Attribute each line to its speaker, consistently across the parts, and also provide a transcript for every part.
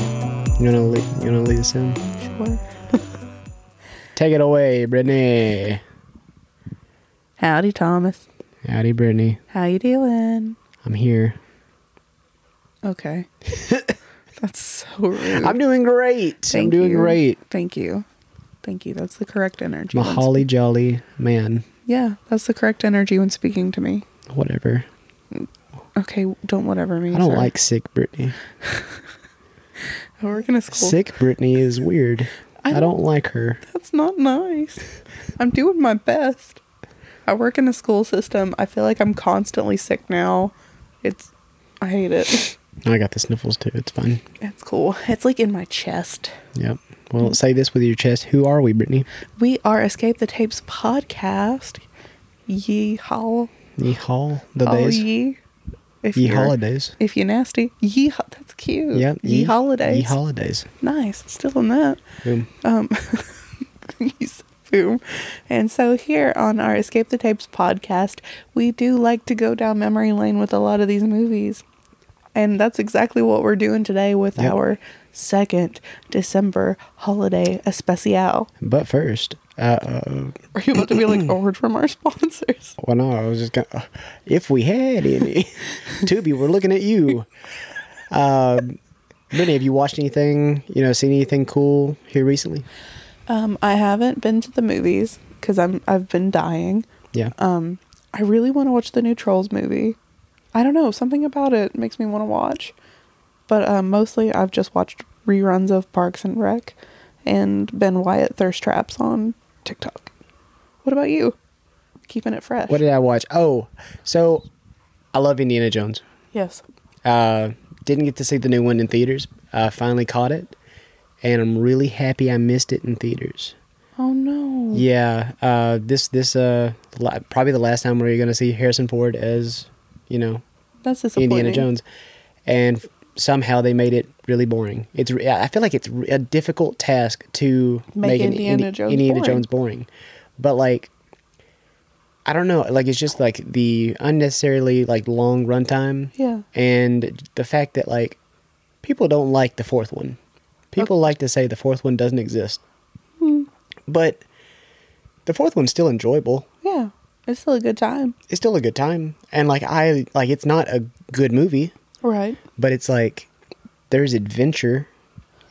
Speaker 1: You wanna lead, you wanna lead us in?
Speaker 2: Sure.
Speaker 1: Take it away, Brittany.
Speaker 2: Howdy, Thomas.
Speaker 1: Howdy, Brittany.
Speaker 2: How you doing?
Speaker 1: I'm here.
Speaker 2: Okay. That's so rude.
Speaker 1: I'm doing great. I'm
Speaker 2: Thank
Speaker 1: doing
Speaker 2: you.
Speaker 1: great.
Speaker 2: Thank you. Thank you. That's the correct energy.
Speaker 1: I'm a
Speaker 2: when-
Speaker 1: holly jolly man.
Speaker 2: Yeah, that's the correct energy when speaking to me.
Speaker 1: Whatever.
Speaker 2: Okay, don't whatever me.
Speaker 1: I don't
Speaker 2: sir.
Speaker 1: like sick Brittany.
Speaker 2: We're gonna school.
Speaker 1: Sick Brittany is weird. I
Speaker 2: I
Speaker 1: don't,
Speaker 2: don't-
Speaker 1: like her.
Speaker 2: That's not nice. I'm doing my best. I work in the school system. I feel like I'm constantly sick now. It's, I hate it.
Speaker 1: I got the sniffles too. It's fine.
Speaker 2: It's cool. It's like in my chest.
Speaker 1: Yep. Well, say this with your chest. Who are we, Brittany?
Speaker 2: We are Escape the Tapes podcast. Ye howl.
Speaker 1: Ye hall the
Speaker 2: Oh,
Speaker 1: days.
Speaker 2: ye. If
Speaker 1: Ye
Speaker 2: you're-
Speaker 1: holidays.
Speaker 2: If you're nasty. Ye. ho- That's cute.
Speaker 1: Yep.
Speaker 2: Ye, holidays.
Speaker 1: Ye holidays.
Speaker 2: nice. Still in that.
Speaker 1: Boom.
Speaker 2: Um, you said boom. And so here on our Escape the Tapes podcast, we do like to go down memory lane with a lot of these movies. And that's exactly what we're doing today with
Speaker 1: Yep.
Speaker 2: our second December holiday especial.
Speaker 1: But first, uh, uh,
Speaker 2: Are you about to be like a word from our sponsors?
Speaker 1: well, no, I was just gonna. uh, if we had any, Tubi, we're looking at you. Um, Brittany, have you watched anything? You know, seen anything cool here recently?
Speaker 2: Um, I haven't been to the movies because I'm I've been dying.
Speaker 1: Yeah.
Speaker 2: Um, I really want to watch the new Trolls movie. I don't know, something about it makes me want to watch. But um, mostly, I've just watched reruns of Parks and Rec and Ben Wyatt thirst traps on TikTok. What about you? Keeping it fresh.
Speaker 1: what did I watch? Oh, so I love Indiana Jones.
Speaker 2: yes.
Speaker 1: Uh, didn't get to see the new one in theaters. I finally caught it, and I'm really happy I missed it in theaters.
Speaker 2: Oh no.
Speaker 1: Yeah, uh, this this uh, la- probably the last time where you're gonna see Harrison Ford as you know
Speaker 2: That's disappointing.
Speaker 1: Indiana Jones, and f- somehow they made it really boring. It's re- I feel like it's re- a difficult task to
Speaker 2: Make
Speaker 1: an
Speaker 2: Indiana
Speaker 1: Indi-
Speaker 2: Jones
Speaker 1: Indiana
Speaker 2: boring.
Speaker 1: Jones boring, but like I don't know, like it's just like the unnecessarily like long runtime
Speaker 2: Yeah.
Speaker 1: and the fact that like people don't like the fourth one. People like to say the fourth one doesn't exist,
Speaker 2: Hmm.
Speaker 1: but the fourth one's still enjoyable.
Speaker 2: Yeah. It's still a good time.
Speaker 1: It's still a good time, and like I like it's not a good movie,
Speaker 2: Right.
Speaker 1: but it's like there's adventure.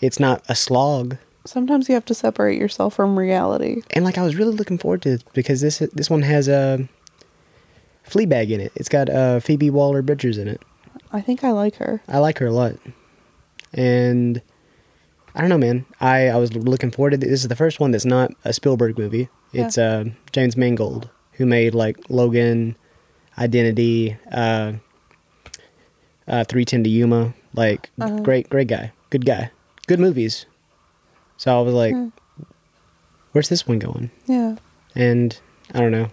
Speaker 1: It's not a slog,
Speaker 2: Sometimes you have to separate yourself from reality.
Speaker 1: and like I was really looking forward to this because this this one has a Fleabag in it. It's got uh, Phoebe Waller Bridgers in it.
Speaker 2: I think I like her.
Speaker 1: I like her a lot. And I don't know, man. I, I was looking forward to this. This is the first one that's not a Spielberg movie.
Speaker 2: Yeah.
Speaker 1: It's uh, James Mangold, who made like Logan, Identity, uh, uh, 310 to Yuma. Like,
Speaker 2: Uh-huh.
Speaker 1: great, great guy. Good guy. Good movies. So I was like,
Speaker 2: Hmm.
Speaker 1: where's this one going?
Speaker 2: Yeah.
Speaker 1: And I don't know.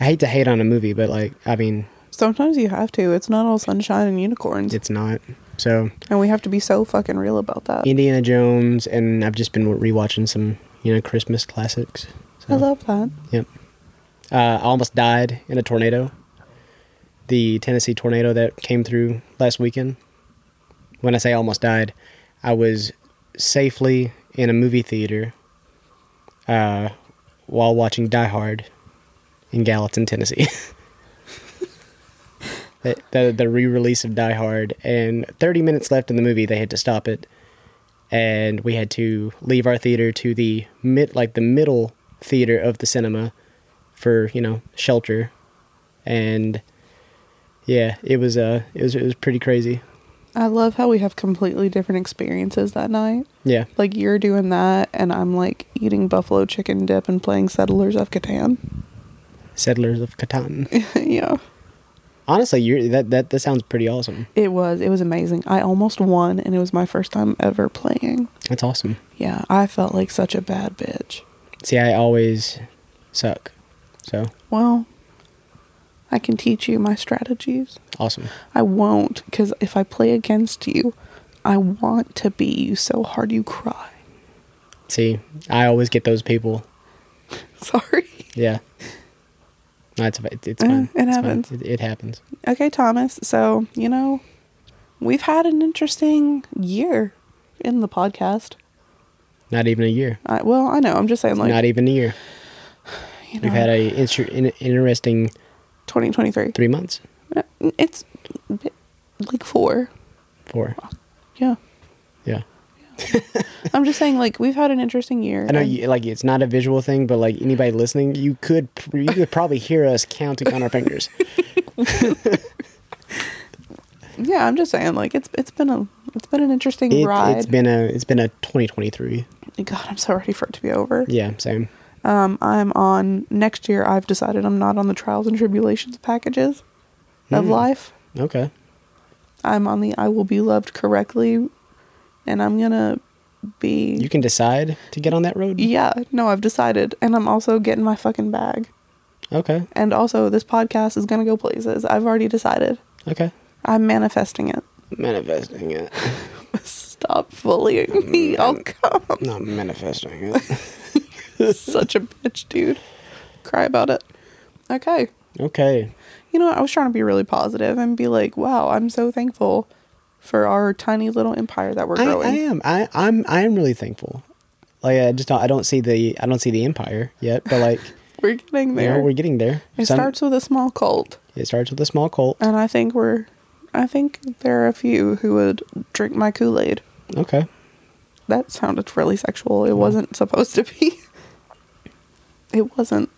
Speaker 1: I hate to hate on a movie, but like, I mean,
Speaker 2: Sometimes you have to. It's not all sunshine and unicorns.
Speaker 1: it's not. So
Speaker 2: And we have to be so fucking real about that.
Speaker 1: Indiana Jones, and I've just been rewatching some, you know, Christmas classics. So,
Speaker 2: I love that.
Speaker 1: Yep. Uh, I almost died in a tornado. The Tennessee tornado that came through last weekend. When I say almost died, I was safely in a movie theater uh, while watching Die Hard in Gallatin, Tennessee. the, the, the re-release of Die Hard, and 30 minutes left in the movie, they had to stop it, and we had to leave our theater to the mid, like the middle theater of the cinema, for you know shelter, and yeah, it was uh, it was it was pretty crazy.
Speaker 2: I love how we have completely different experiences that night.
Speaker 1: Yeah,
Speaker 2: Like you're doing that, and I'm like eating buffalo chicken dip and playing Settlers of Catan.
Speaker 1: Settlers of Catan.
Speaker 2: yeah,
Speaker 1: Honestly, you're, that that that sounds pretty awesome.
Speaker 2: it was it was amazing. I almost won, and it was my first time ever playing.
Speaker 1: That's awesome.
Speaker 2: Yeah, I felt like such a bad bitch.
Speaker 1: See, I always suck, so
Speaker 2: Well, I can teach you my strategies.
Speaker 1: awesome.
Speaker 2: I won't, because if I play against you, I want to beat you so hard you cry.
Speaker 1: See, I always get those people.
Speaker 2: Sorry.
Speaker 1: Yeah. No, it's it's it's
Speaker 2: Eh,
Speaker 1: fine.
Speaker 2: it
Speaker 1: It's fine.
Speaker 2: happens.
Speaker 1: It, it happens.
Speaker 2: Okay, Thomas. So, you know, we've had an interesting year. in the podcast.
Speaker 1: Not even a year.
Speaker 2: I, well, I know. I'm just saying, like,
Speaker 1: Not even a year.
Speaker 2: you know,
Speaker 1: We've had a inter- in- interesting
Speaker 2: 2023.
Speaker 1: three months,
Speaker 2: Uh, It's a bit- like four.
Speaker 1: four.
Speaker 2: Yeah.
Speaker 1: Yeah.
Speaker 2: I'm just saying, like, we've had an interesting year.
Speaker 1: I know,
Speaker 2: and-
Speaker 1: you, like it's not a visual thing, but like anybody listening, you could pr- you could probably hear us counting on our fingers.
Speaker 2: yeah, I'm just saying, like, it's it's been a it's been an interesting
Speaker 1: It,
Speaker 2: ride.
Speaker 1: It's been a it's been a 2023.
Speaker 2: God, I'm so ready for it to be over.
Speaker 1: Yeah, same.
Speaker 2: Um, I'm on next year. I've decided I'm not on the trials and tribulations packages of
Speaker 1: Hmm.
Speaker 2: life.
Speaker 1: Okay.
Speaker 2: I'm on the I will be loved correctly, and I'm gonna be.
Speaker 1: You can decide to get on that road.
Speaker 2: yeah, no, I've decided, and I'm also getting my fucking bag.
Speaker 1: Okay.
Speaker 2: And also, this podcast is gonna go places. I've already decided.
Speaker 1: Okay.
Speaker 2: I'm manifesting it.
Speaker 1: Manifesting it.
Speaker 2: Stop bullying
Speaker 1: Mm.
Speaker 2: me. I'll come.
Speaker 1: Not manifesting it.
Speaker 2: Such a bitch, dude. Cry about it. Okay.
Speaker 1: okay.
Speaker 2: you know, I was trying to be really positive and be like, wow, I'm so thankful for our tiny little empire that we're
Speaker 1: I,
Speaker 2: growing.
Speaker 1: I am. I, I'm. I am really thankful. Like I just don't. I don't see the. I don't see the empire yet. But like,
Speaker 2: We're getting
Speaker 1: you know,
Speaker 2: there.
Speaker 1: we're getting there.
Speaker 2: it
Speaker 1: Some-
Speaker 2: starts with a small cult,
Speaker 1: It starts with a small cult.
Speaker 2: and I think we're, I think there are a few who would drink my Kool Aid.
Speaker 1: Okay.
Speaker 2: That sounded really sexual.
Speaker 1: Mm-hmm.
Speaker 2: It wasn't supposed to be. It wasn't.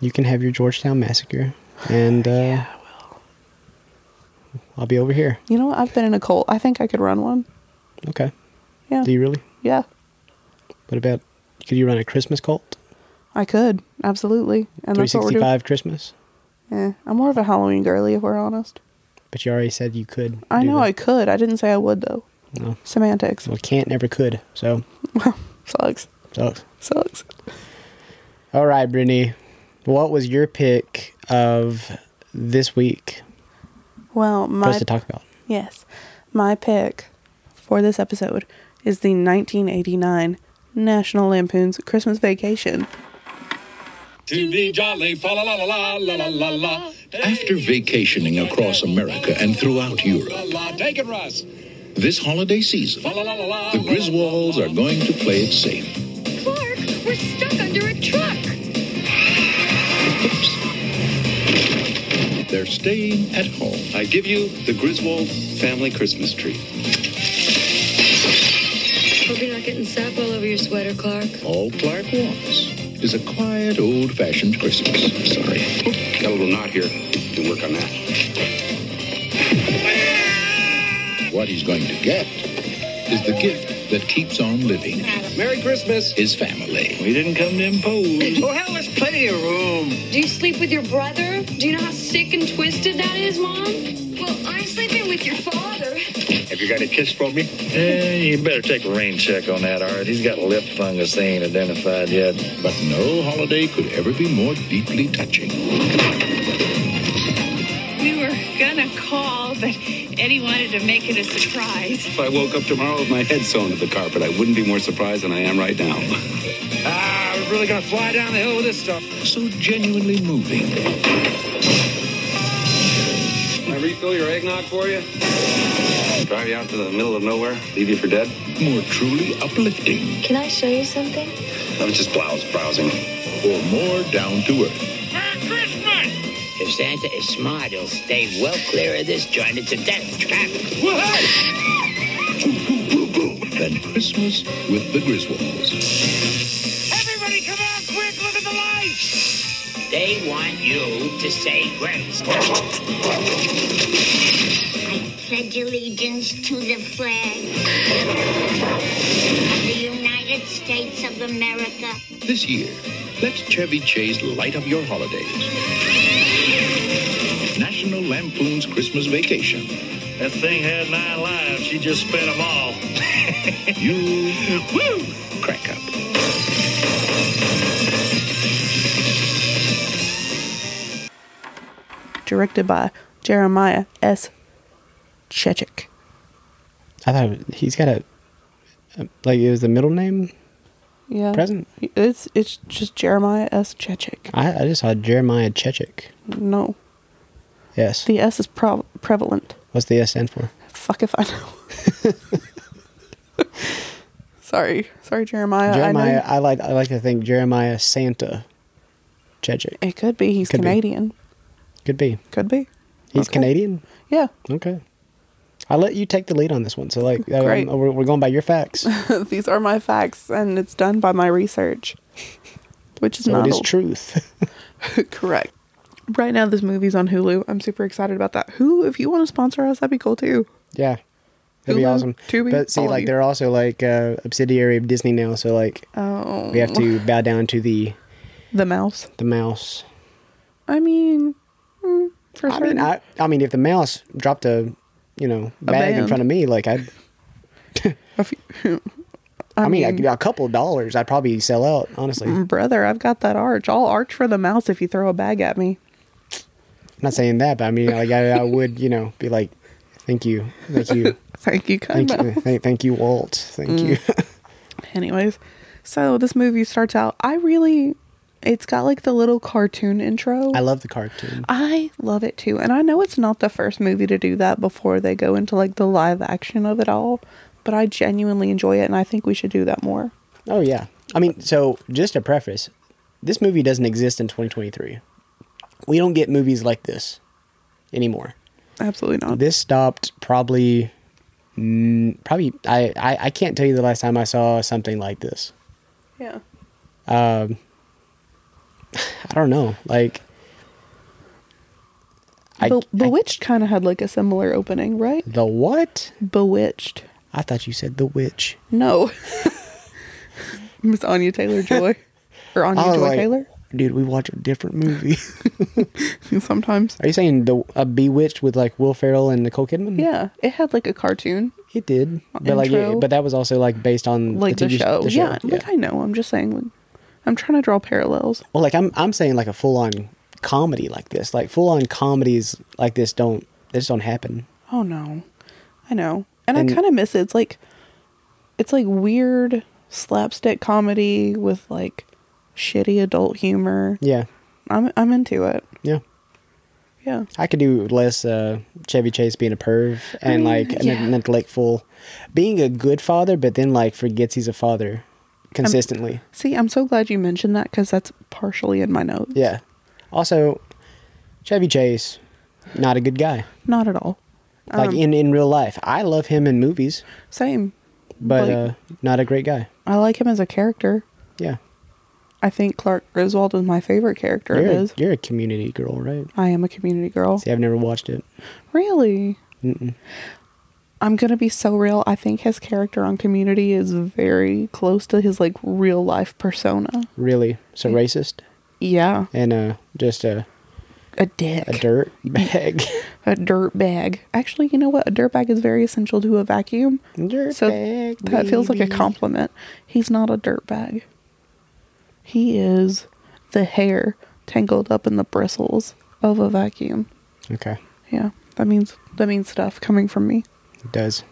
Speaker 1: You can have your Georgetown massacre, and
Speaker 2: Oh,
Speaker 1: uh, I'll be over here.
Speaker 2: You know, what? I've been in a cult. I think I could run one.
Speaker 1: Okay.
Speaker 2: Yeah.
Speaker 1: Do you really?
Speaker 2: yeah.
Speaker 1: What about? Could you run a Christmas cult?
Speaker 2: I could. Absolutely. And
Speaker 1: Three
Speaker 2: that's what we're doing.
Speaker 1: sixty-five Christmas.
Speaker 2: Eh, I'm more of a Halloween girly, if we're honest.
Speaker 1: But you already said you could.
Speaker 2: I
Speaker 1: do
Speaker 2: know
Speaker 1: that.
Speaker 2: I could. I didn't say I would, though.
Speaker 1: No.
Speaker 2: Semantics.
Speaker 1: Well, can't never could. So
Speaker 2: Sucks.
Speaker 1: sucks.
Speaker 2: Sucks.
Speaker 1: All right, Brittany. What was your pick of this week?
Speaker 2: Well, my
Speaker 1: Supposed to talk about.
Speaker 2: yes, my pick for this episode is the 1989 National Lampoon's Christmas Vacation.
Speaker 3: To be jolly, fa la la la la la la la la.
Speaker 4: After vacationing across America and throughout Europe,
Speaker 3: la. Take it, Russ.
Speaker 4: this holiday season,
Speaker 3: Fa la la la la.
Speaker 4: the Griswolds are going to play it safe.
Speaker 5: Clark, we're stuck under a truck.
Speaker 4: Oops. They're staying at home.
Speaker 6: I give you the Griswold family Christmas tree.
Speaker 5: Hope you're not getting sap all over your sweater, Clark.
Speaker 4: All Clark wants is a quiet, old-fashioned Christmas. Sorry.
Speaker 6: Got a little knot here. Can work on that.
Speaker 4: What he's going to get is the gift that keeps on living.
Speaker 6: Merry Christmas.
Speaker 4: His family.
Speaker 6: We didn't come to impose.
Speaker 5: Do you sleep with your brother? Do you know how sick and twisted that is, Mom? Well, I'm sleeping with your father.
Speaker 6: Have you got a kiss for me?
Speaker 7: Eh, you better take a rain check on that, Art. He's got lip fungus they ain't identified yet.
Speaker 4: But no holiday could ever be more deeply touching.
Speaker 8: We were gonna call, but Eddie wanted to make it a surprise.
Speaker 6: If I woke up tomorrow with my head sewn to the carpet, I wouldn't be more surprised than I am right now.
Speaker 7: Ah, we're really gonna fly down the hill with this stuff.
Speaker 4: So genuinely moving.
Speaker 6: Can I refill your eggnog for you? Drive you out to the middle of nowhere, leave you for dead?
Speaker 4: more truly uplifting
Speaker 5: Can I show you something?
Speaker 6: I was just blouse browsing.
Speaker 4: or more down to earth.
Speaker 9: If Santa is smart, he'll stay well clear of this joint. It's a death trap.
Speaker 4: Than Christmas with the Griswolds.
Speaker 9: They want you to say grace.
Speaker 10: pledge allegiance to the flag of the United States of America.
Speaker 4: This year, let Chevy Chase light up your holidays. National Lampoon's Christmas Vacation.
Speaker 7: That thing had nine lives. She just spent them all.
Speaker 4: You woo, crack up.
Speaker 2: Directed by Jeremiah S. Chechik.
Speaker 1: I thought it was- he's got a, a like it was the middle name.
Speaker 2: Yeah.
Speaker 1: Present.
Speaker 2: It's it's just Jeremiah S. Chechik.
Speaker 1: I, I just saw Jeremiah Chechik.
Speaker 2: No,
Speaker 1: Yes.
Speaker 2: the S is pro- prevalent.
Speaker 1: What's the S stand for?
Speaker 2: Fuck if I know. Sorry, sorry, Jeremiah. I
Speaker 1: Jeremiah,
Speaker 2: know
Speaker 1: I, like I like to think Jeremiah Santa Chechik.
Speaker 2: it could be he's
Speaker 1: Could be.
Speaker 2: Canadian.
Speaker 1: Could be.
Speaker 2: Could be.
Speaker 1: He's
Speaker 2: Okay.
Speaker 1: Canadian.
Speaker 2: Yeah.
Speaker 1: Okay. I let you take the lead on this one. So like I-
Speaker 2: Great.
Speaker 1: we're, we're going by your facts.
Speaker 2: These are my facts, and it's done by my research, which is
Speaker 1: so
Speaker 2: not
Speaker 1: it is
Speaker 2: al-
Speaker 1: truth.
Speaker 2: correct. Right now, this movie's on Hulu. I'm super excited about that. Hulu, if you want to sponsor us, that'd be cool too.
Speaker 1: yeah. That'd be
Speaker 2: Hulu,
Speaker 1: awesome.
Speaker 2: Tubi,
Speaker 1: but
Speaker 2: all
Speaker 1: see
Speaker 2: of
Speaker 1: like
Speaker 2: you.
Speaker 1: they're also like uh subsidiary of Disney now, so like
Speaker 2: Oh,
Speaker 1: we have to bow down to the
Speaker 2: the mouse.
Speaker 1: the mouse.
Speaker 2: I mean, mm, for
Speaker 1: I
Speaker 2: certain,
Speaker 1: mean I I mean if the mouse dropped a you know, bag in
Speaker 2: band.
Speaker 1: front of me, like I'd
Speaker 2: a few-
Speaker 1: I, mean, I'd give you a couple of dollars, I'd probably sell out, honestly.
Speaker 2: brother, I've got that arch. I'll arch for the mouse if you throw a bag at me.
Speaker 1: I'm not saying that, but I mean, like, I, I would, you know, be like, thank you, thank you,
Speaker 2: Thank you, kind
Speaker 1: thank you,
Speaker 2: mouse.
Speaker 1: thank, thank you, Walt, thank you.
Speaker 2: Anyways, so this movie starts out. I really, it's got like the little cartoon intro.
Speaker 1: I love the cartoon.
Speaker 2: I love it too. And I know it's not the first movie to do that before they go into like the live action of it all, but I genuinely enjoy it and I think we should do that more.
Speaker 1: Oh yeah, I mean, so just a preface, this movie doesn't exist in 2023. We don't get movies like this anymore.
Speaker 2: Absolutely not.
Speaker 1: This stopped probably, mm, probably I, I I can't tell you the last time I saw something like this.
Speaker 2: yeah.
Speaker 1: I don't know, like. I-
Speaker 2: Be-
Speaker 1: I-
Speaker 2: Bewitched kind of had like a similar opening, right?
Speaker 1: the what?
Speaker 2: Bewitched.
Speaker 1: I thought you said the witch.
Speaker 2: No. Miss Anya Taylor Joy. Or Anya
Speaker 1: I was
Speaker 2: Joy
Speaker 1: Oh, like,
Speaker 2: Taylor.
Speaker 1: Dude, we watch a different movie.
Speaker 2: Sometimes.
Speaker 1: Are you saying the uh, Bewitched with like Will Ferrell and Nicole Kidman?
Speaker 2: Yeah. It had like a cartoon.
Speaker 1: it did. But like,
Speaker 2: Intro.
Speaker 1: it, but that was also like based on
Speaker 2: Like the,
Speaker 1: TV sh-
Speaker 2: show.
Speaker 1: the
Speaker 2: Yeah. Like I know. I'm just saying. Like, I'm trying to draw parallels.
Speaker 1: well, like I'm I'm saying like a full on comedy like this, like full on comedies like this don't they just don't happen.
Speaker 2: Oh no, I know, and,
Speaker 1: And-
Speaker 2: I kind of miss it. It's like, it's like weird slapstick comedy with like shitty adult humor.
Speaker 1: Yeah,
Speaker 2: I'm I'm into it.
Speaker 1: yeah.
Speaker 2: Yeah,
Speaker 1: I could do less uh, Chevy Chase being a perv and
Speaker 2: mean,
Speaker 1: like
Speaker 2: yeah.
Speaker 1: ne- neglectful, being a good father, but then like forgets he's a father consistently.
Speaker 2: see, I'm so glad you mentioned that because that's partially in my notes.
Speaker 1: yeah. Also, Chevy Chase, not a good guy.
Speaker 2: not at all.
Speaker 1: like
Speaker 2: Um,
Speaker 1: in in real life. I love him in movies,
Speaker 2: Same.
Speaker 1: but
Speaker 2: Like,
Speaker 1: uh, not a great guy.
Speaker 2: I like him as a character.
Speaker 1: Yeah,
Speaker 2: I think Clark Griswold is my favorite character.
Speaker 1: you're
Speaker 2: of
Speaker 1: a,
Speaker 2: his.
Speaker 1: you're a community girl, right?
Speaker 2: I am a community girl.
Speaker 1: See, I've never watched it.
Speaker 2: Really? I'm gonna be so real. I think his character on Community is very close to his like real life persona.
Speaker 1: Really, so
Speaker 2: Mm.
Speaker 1: racist
Speaker 2: Yeah,
Speaker 1: and uh, just a
Speaker 2: a dick,
Speaker 1: a dirt bag.
Speaker 2: a dirt bag. Actually, you know what? A dirt bag is very essential to a vacuum.
Speaker 1: dirt
Speaker 2: so
Speaker 1: bag.
Speaker 2: that feels like a
Speaker 1: baby.
Speaker 2: compliment. He's not a dirt bag. He is the hair tangled up in the bristles of a vacuum.
Speaker 1: Okay,
Speaker 2: Yeah, that means that means stuff coming from me.
Speaker 1: it does.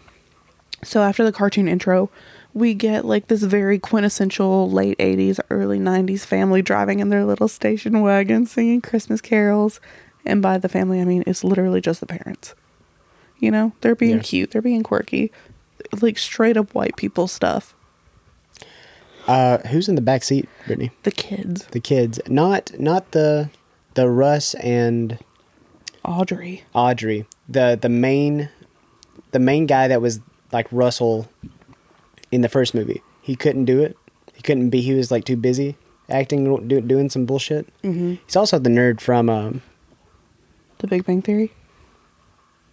Speaker 2: So after the cartoon intro, we get like this very quintessential late 80s, early 90s family driving in their little station wagon singing Christmas carols. And by the family, I mean it's literally just the parents. You know, they're being
Speaker 1: Yeah.
Speaker 2: cute, they're being quirky, like straight up white people stuff.
Speaker 1: Uh, who's in the back seat, Brittany?
Speaker 2: The kids,
Speaker 1: The kids, not not the the Russ and
Speaker 2: Audrey.
Speaker 1: Audrey, the the main the main guy that was like Russell in the first movie. He couldn't do it. He couldn't be. He was like too busy acting, do, doing some bullshit. Mm-hmm. He's also the nerd from um,
Speaker 2: The Big Bang Theory.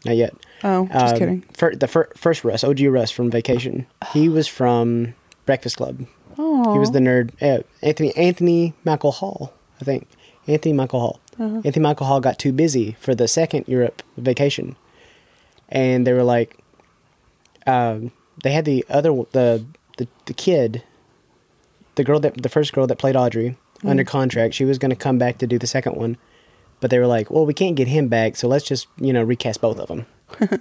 Speaker 1: not yet.
Speaker 2: Oh, just
Speaker 1: Um,
Speaker 2: kidding.
Speaker 1: fir- the fir- first Russ, OG Russ from Vacation. He was from Breakfast Club.
Speaker 2: Oh,
Speaker 1: He was the nerd. Uh, Anthony Anthony Michael Hall, I think. Anthony Michael Hall.
Speaker 2: Uh-huh.
Speaker 1: Anthony Michael Hall got too busy for the second Europe vacation, and they were like, um, they had the other the the, the kid, the girl that the first girl that played Audrey
Speaker 2: Mm-hmm.
Speaker 1: under contract. She was going to come back to do the second one, but they were like, well, we can't get him back, so let's just you know recast both of them.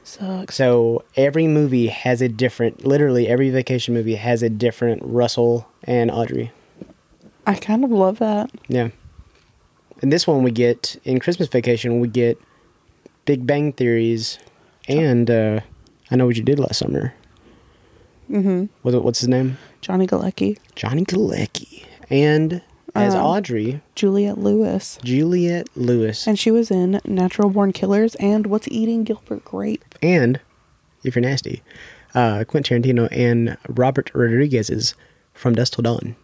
Speaker 2: sucks.
Speaker 1: So every movie has a different, literally every vacation movie has a different Russell and Audrey.
Speaker 2: I kind of love that.
Speaker 1: Yeah. And this one we get in Christmas Vacation we get Big Bang Theories and uh, I know what you did last summer.
Speaker 2: Mm-hmm.
Speaker 1: What, what's his name?
Speaker 2: Johnny Galecki,
Speaker 1: Johnny Galecki. And as
Speaker 2: Um,
Speaker 1: Audrey,
Speaker 2: Juliet Lewis,
Speaker 1: Juliet Lewis.
Speaker 2: and she was in Natural Born Killers and What's Eating Gilbert Grape.
Speaker 1: And, if you're nasty, uh, Quentin Tarantino and Robert Rodriguez's From Dusk Till Dawn.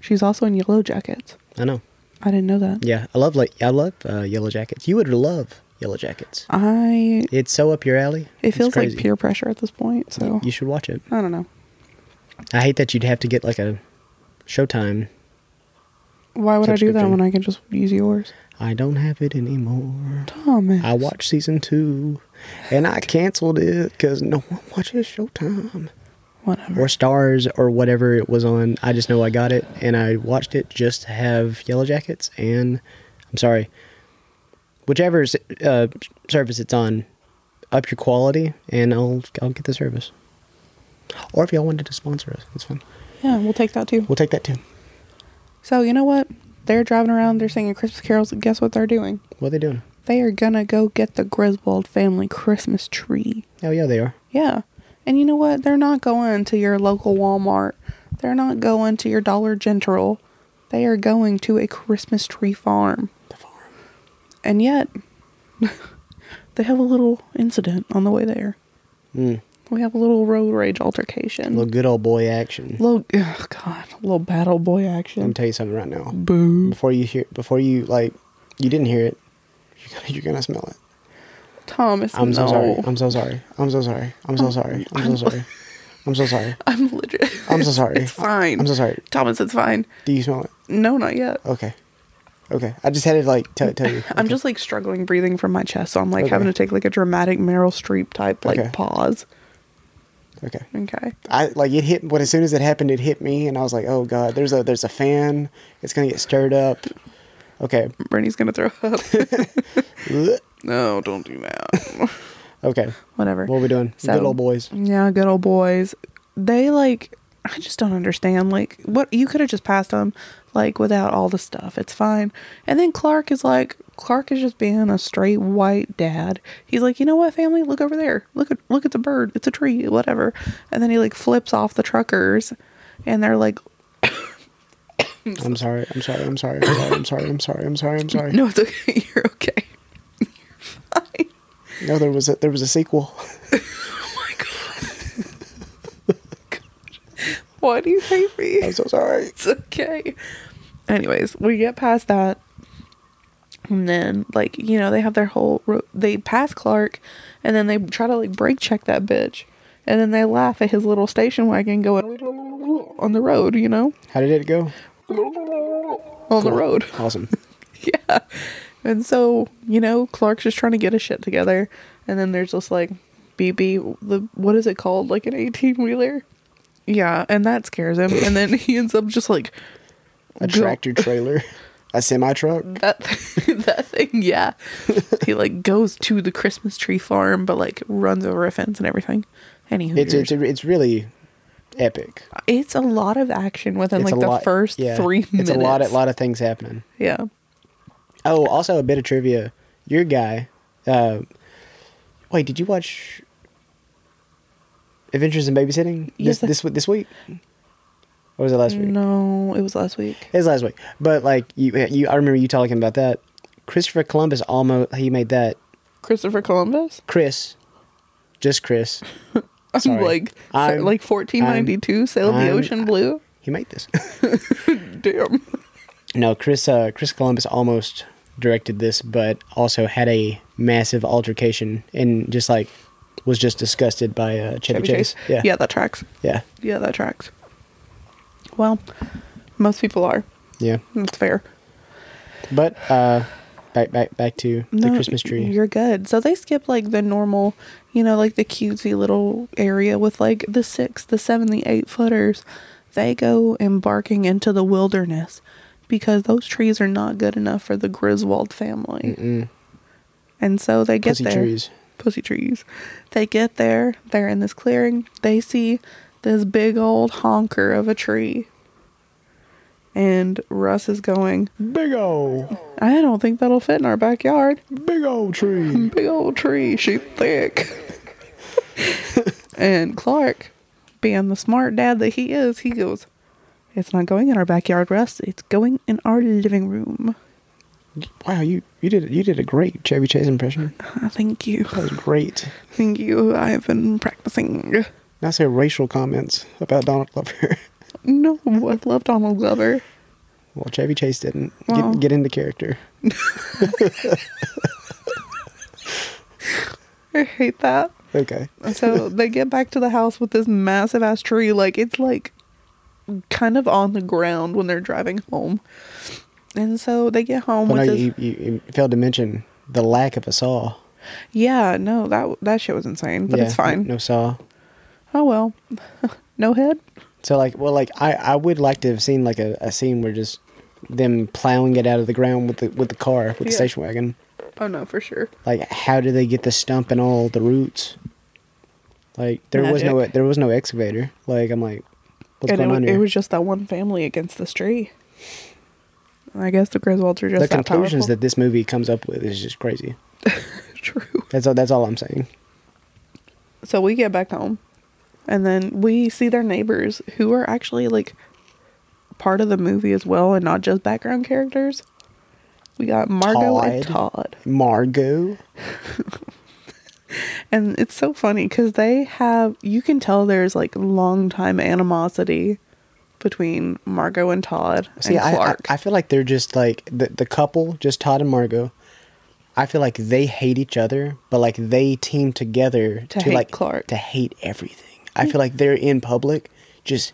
Speaker 2: She's also in Yellow Jackets.
Speaker 1: I know.
Speaker 2: I didn't know that.
Speaker 1: Yeah, I love like I love uh, Yellow Jackets. You would love Yellow Jackets.
Speaker 2: I.
Speaker 1: It's so up your alley.
Speaker 2: It
Speaker 1: It's
Speaker 2: feels like
Speaker 1: crazy.
Speaker 2: peer pressure at this point. So
Speaker 1: You should watch it.
Speaker 2: I don't know.
Speaker 1: I hate that you'd have to get like a Showtime.
Speaker 2: Why would I do that
Speaker 1: Subscription.
Speaker 2: when I can just use yours? Oh,
Speaker 1: I don't have it anymore.
Speaker 2: Thomas.
Speaker 1: I watched season two, and I canceled it because no one watches Showtime
Speaker 2: Whatever.
Speaker 1: or Stars or whatever it was on. I just know I got it, and I watched it just to have Yellow Jackets and I'm sorry, whichever s- uh, service it's on, up your quality, and I'll I'll get the service. Or if y'all wanted to sponsor us, that's fine.
Speaker 2: Yeah, we'll take that too.
Speaker 1: We'll take that too.
Speaker 2: So you know what? They're driving around. They're singing Christmas carols. And guess what they're doing?
Speaker 1: What are they doing?
Speaker 2: They are gonna go get the Griswold family Christmas tree.
Speaker 1: Oh yeah, they are.
Speaker 2: Yeah. And you know what? They're not going to your local Walmart. They're not going to your Dollar General. They are going to a Christmas tree farm. The farm. And yet, they have a little incident on the way there.
Speaker 1: Mm.
Speaker 2: We have a little road rage altercation.
Speaker 1: Little good old boy action.
Speaker 2: little oh God, little battle boy
Speaker 1: Let me
Speaker 2: action.
Speaker 1: tell you something right now.
Speaker 2: Boo.
Speaker 1: Before you hear, before you like, you didn't hear it. You're gonna, you're gonna smell it.
Speaker 2: Thomas,
Speaker 1: I'm
Speaker 2: no.
Speaker 1: so sorry. I'm so sorry. I'm so sorry. I'm so sorry. I'm so sorry. I'm so sorry.
Speaker 2: I'm legit.
Speaker 1: I'm so sorry.
Speaker 2: It's fine.
Speaker 1: I'm so sorry.
Speaker 2: Thomas, it's fine.
Speaker 1: Do you smell it?
Speaker 2: No, not yet.
Speaker 1: Okay. Okay. I just had to like tell tell you.
Speaker 2: I'm just like struggling breathing from my chest, so I'm like
Speaker 1: Okay.
Speaker 2: having to take like a dramatic Meryl Streep type like
Speaker 1: Okay.
Speaker 2: pause.
Speaker 1: Okay.
Speaker 2: Okay.
Speaker 1: I like it hit. But as soon as it happened, it hit me, and I was like, "Oh God, there's a there's a fan. It's gonna get stirred up." Okay.
Speaker 2: Brittany's gonna throw up. no, don't do that.
Speaker 1: Okay.
Speaker 2: Whatever.
Speaker 1: What are we doing?
Speaker 2: So-
Speaker 1: Good old boys.
Speaker 2: Yeah, good old boys. They like I just don't understand. Like what you could have just passed them like without all the stuff. It's fine. And then Clark is like Clark is just being a straight white dad. He's like, "You know what, family? Look over there. Look at look at the bird. It's a tree, whatever." And then he like flips off the truckers and they're like,
Speaker 1: I'm sorry. I'm sorry. I'm sorry. I'm sorry. I'm sorry. I'm sorry. I'm sorry.
Speaker 2: "No, it's okay. You're okay." You're fine.
Speaker 1: No, there was a there was a sequel.
Speaker 2: Why do you hate me?
Speaker 1: I'm so sorry.
Speaker 2: it's okay. Anyways, we get past that. And then, like, you know, they have their whole. Ro- they pass Clark and then they try to, like, brake check that bitch. And then they laugh at his little station wagon going on the road, you know?
Speaker 1: How did it go?
Speaker 2: On the road.
Speaker 1: Awesome.
Speaker 2: yeah. And so, you know, Clark's just trying to get his shit together. And then there's this like BB, the what is it called? Like an 18 wheeler? Yeah. And that scares him. and then he ends up just like
Speaker 1: A
Speaker 2: go-
Speaker 1: tractor trailer. A semi truck.
Speaker 2: That, that thing, yeah. he like goes to the Christmas tree farm, but like runs over a fence and everything. Anywho,
Speaker 1: It's
Speaker 2: it's,
Speaker 1: it's it's really epic.
Speaker 2: a lot of action within
Speaker 1: it's
Speaker 2: like the first
Speaker 1: yeah.
Speaker 2: three minutes.
Speaker 1: It's a lot, a lot of things happening.
Speaker 2: Yeah.
Speaker 1: Oh, also a bit of trivia. Your guy. Uh, wait, did you watch Adventures in Babysitting
Speaker 2: Yes, I-
Speaker 1: this this, this this week? Or was it last week?
Speaker 2: No, it was last week.
Speaker 1: It was last week. But like you, uh, you I remember you talking about that. Christopher Columbus almost he made that
Speaker 2: Christopher Columbus.
Speaker 1: Chris, just Chris.
Speaker 2: I'm
Speaker 1: Sorry.
Speaker 2: like
Speaker 1: I'm-
Speaker 2: like 1492 sailed the
Speaker 1: I'm-
Speaker 2: ocean blue.
Speaker 1: He made this.
Speaker 2: Damn.
Speaker 1: No, Chris uh, Chris Columbus almost directed this, but also had a massive altercation and just like was just disgusted by uh, Chevy, Chase. Yeah,
Speaker 2: Yeah, that tracks.
Speaker 1: yeah,
Speaker 2: Yeah, that tracks. Well, most people are.
Speaker 1: yeah.
Speaker 2: That's fair.
Speaker 1: But uh, back back back to the
Speaker 2: No,
Speaker 1: Christmas tree.
Speaker 2: You're good. So they skip like the normal, you know, like the cutesy little area with like the six, the seven, the eight footers. They go embarking into the wilderness because those trees are not good enough for the Griswold family. And so they get
Speaker 1: Pussy
Speaker 2: there.
Speaker 1: trees.
Speaker 2: Pussy trees. They get there. They're in this clearing. They see this big old honker of a tree. And Russ is going,
Speaker 1: Big old
Speaker 2: I don't think that'll fit in our backyard
Speaker 1: big old tree.
Speaker 2: big old tree. She thick. and Clark being the smart dad that he is, he goes, It's not going in our backyard, Russ. It's going in our living room.
Speaker 1: Wow, you you did you did a great Chevy Chase impression.
Speaker 2: "Ah, Thank you.
Speaker 1: That was great.
Speaker 2: Thank you. I've been practicing.
Speaker 1: Not so racial comments about Donald Glover.
Speaker 2: No, I love Donald Glover.
Speaker 1: well, Chevy Chase didn't
Speaker 2: Well.
Speaker 1: get, get into character.
Speaker 2: I hate that.
Speaker 1: Okay,
Speaker 2: So they get back to the house with this massive ass tree. Like it's like kind of on the ground when they're driving home. And so they get home
Speaker 1: but no,
Speaker 2: with this.
Speaker 1: you, you, you failed to mention the lack of a saw.
Speaker 2: Yeah, no, that that shit was insane, but it's
Speaker 1: Yeah,
Speaker 2: fine.
Speaker 1: No saw.
Speaker 2: Oh well, no head.
Speaker 1: So like, well, like I, I would like to have seen like a, a scene where just them plowing it out of the ground with the with the car with the
Speaker 2: Yeah.
Speaker 1: station wagon.
Speaker 2: Oh no, for sure.
Speaker 1: Like, how do they get the stump and all the roots? Like there was no
Speaker 2: Magic.
Speaker 1: there was no excavator. Like I'm like, what's
Speaker 2: and it,
Speaker 1: going
Speaker 2: wa-
Speaker 1: on
Speaker 2: it
Speaker 1: here?
Speaker 2: was just that one family against this tree. And I guess the Griswolds are just
Speaker 1: the
Speaker 2: that
Speaker 1: conclusions
Speaker 2: powerful.
Speaker 1: that this movie comes up with is just crazy.
Speaker 2: true.
Speaker 1: That's all. That's all I'm saying.
Speaker 2: So we get back home, and then we see their neighbors who are actually like part of the movie as well, and not just background characters. We got Margot and
Speaker 1: Todd.
Speaker 2: Todd,
Speaker 1: Margot.
Speaker 2: and it's so funny because they have you can tell there's like long time animosity between Margot and Todd
Speaker 1: See,
Speaker 2: and
Speaker 1: I, I
Speaker 2: Clark.
Speaker 1: I feel like they're just like the the couple, just Todd and Margot. I feel like they hate each other, but like they team together
Speaker 2: To hate
Speaker 1: like
Speaker 2: Clark. Mm.
Speaker 1: to hate everything. I feel like they're in public just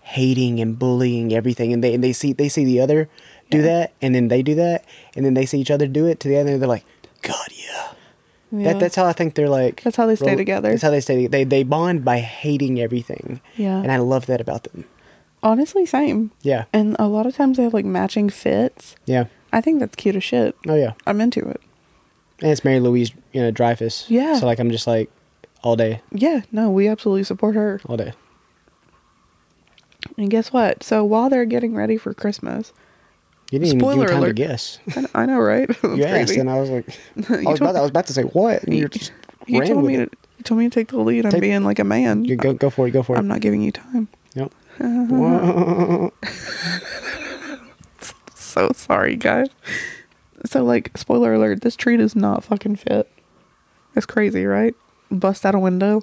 Speaker 1: hating and bullying everything, and they and they see they see the other do that, and then they do that, and then they see each other do it to the other, and they're like, God, yeah.
Speaker 2: Yeah.
Speaker 1: That, that's how I think they're like.
Speaker 2: That's how they stay
Speaker 1: rel-
Speaker 2: together.
Speaker 1: That's how they stay. They they bond by hating everything.
Speaker 2: Yeah.
Speaker 1: and I love that about them.
Speaker 2: honestly same.
Speaker 1: Yeah,
Speaker 2: And a lot of times they have like matching fits.
Speaker 1: yeah.
Speaker 2: I think that's cute as shit.
Speaker 1: Oh yeah.
Speaker 2: I'm into it.
Speaker 1: And it's Mary Louise, you know, Dreyfus.
Speaker 2: Yeah.
Speaker 1: So like I'm just like all day,
Speaker 2: Yeah, no, we absolutely support her.
Speaker 1: all day.
Speaker 2: And guess what? So while they're getting ready for Christmas,
Speaker 1: You didn't even
Speaker 2: Spoiler
Speaker 1: give me time
Speaker 2: alert.
Speaker 1: to guess. You
Speaker 2: and I know, right? That's
Speaker 1: asked,
Speaker 2: crazy.
Speaker 1: and I was like, I
Speaker 2: You
Speaker 1: was, about,
Speaker 2: told-
Speaker 1: I was about to say what? And you're just
Speaker 2: You
Speaker 1: ran
Speaker 2: told
Speaker 1: with
Speaker 2: me
Speaker 1: it.
Speaker 2: to you told me to take the lead. I'm
Speaker 1: Take-
Speaker 2: being like a man.
Speaker 1: You go, go for it. Go for it.
Speaker 2: I'm not giving you time.
Speaker 1: Yep.
Speaker 2: So sorry, guys. So like, spoiler alert: this tree does not fucking fit. It's crazy, right? Bust out a window.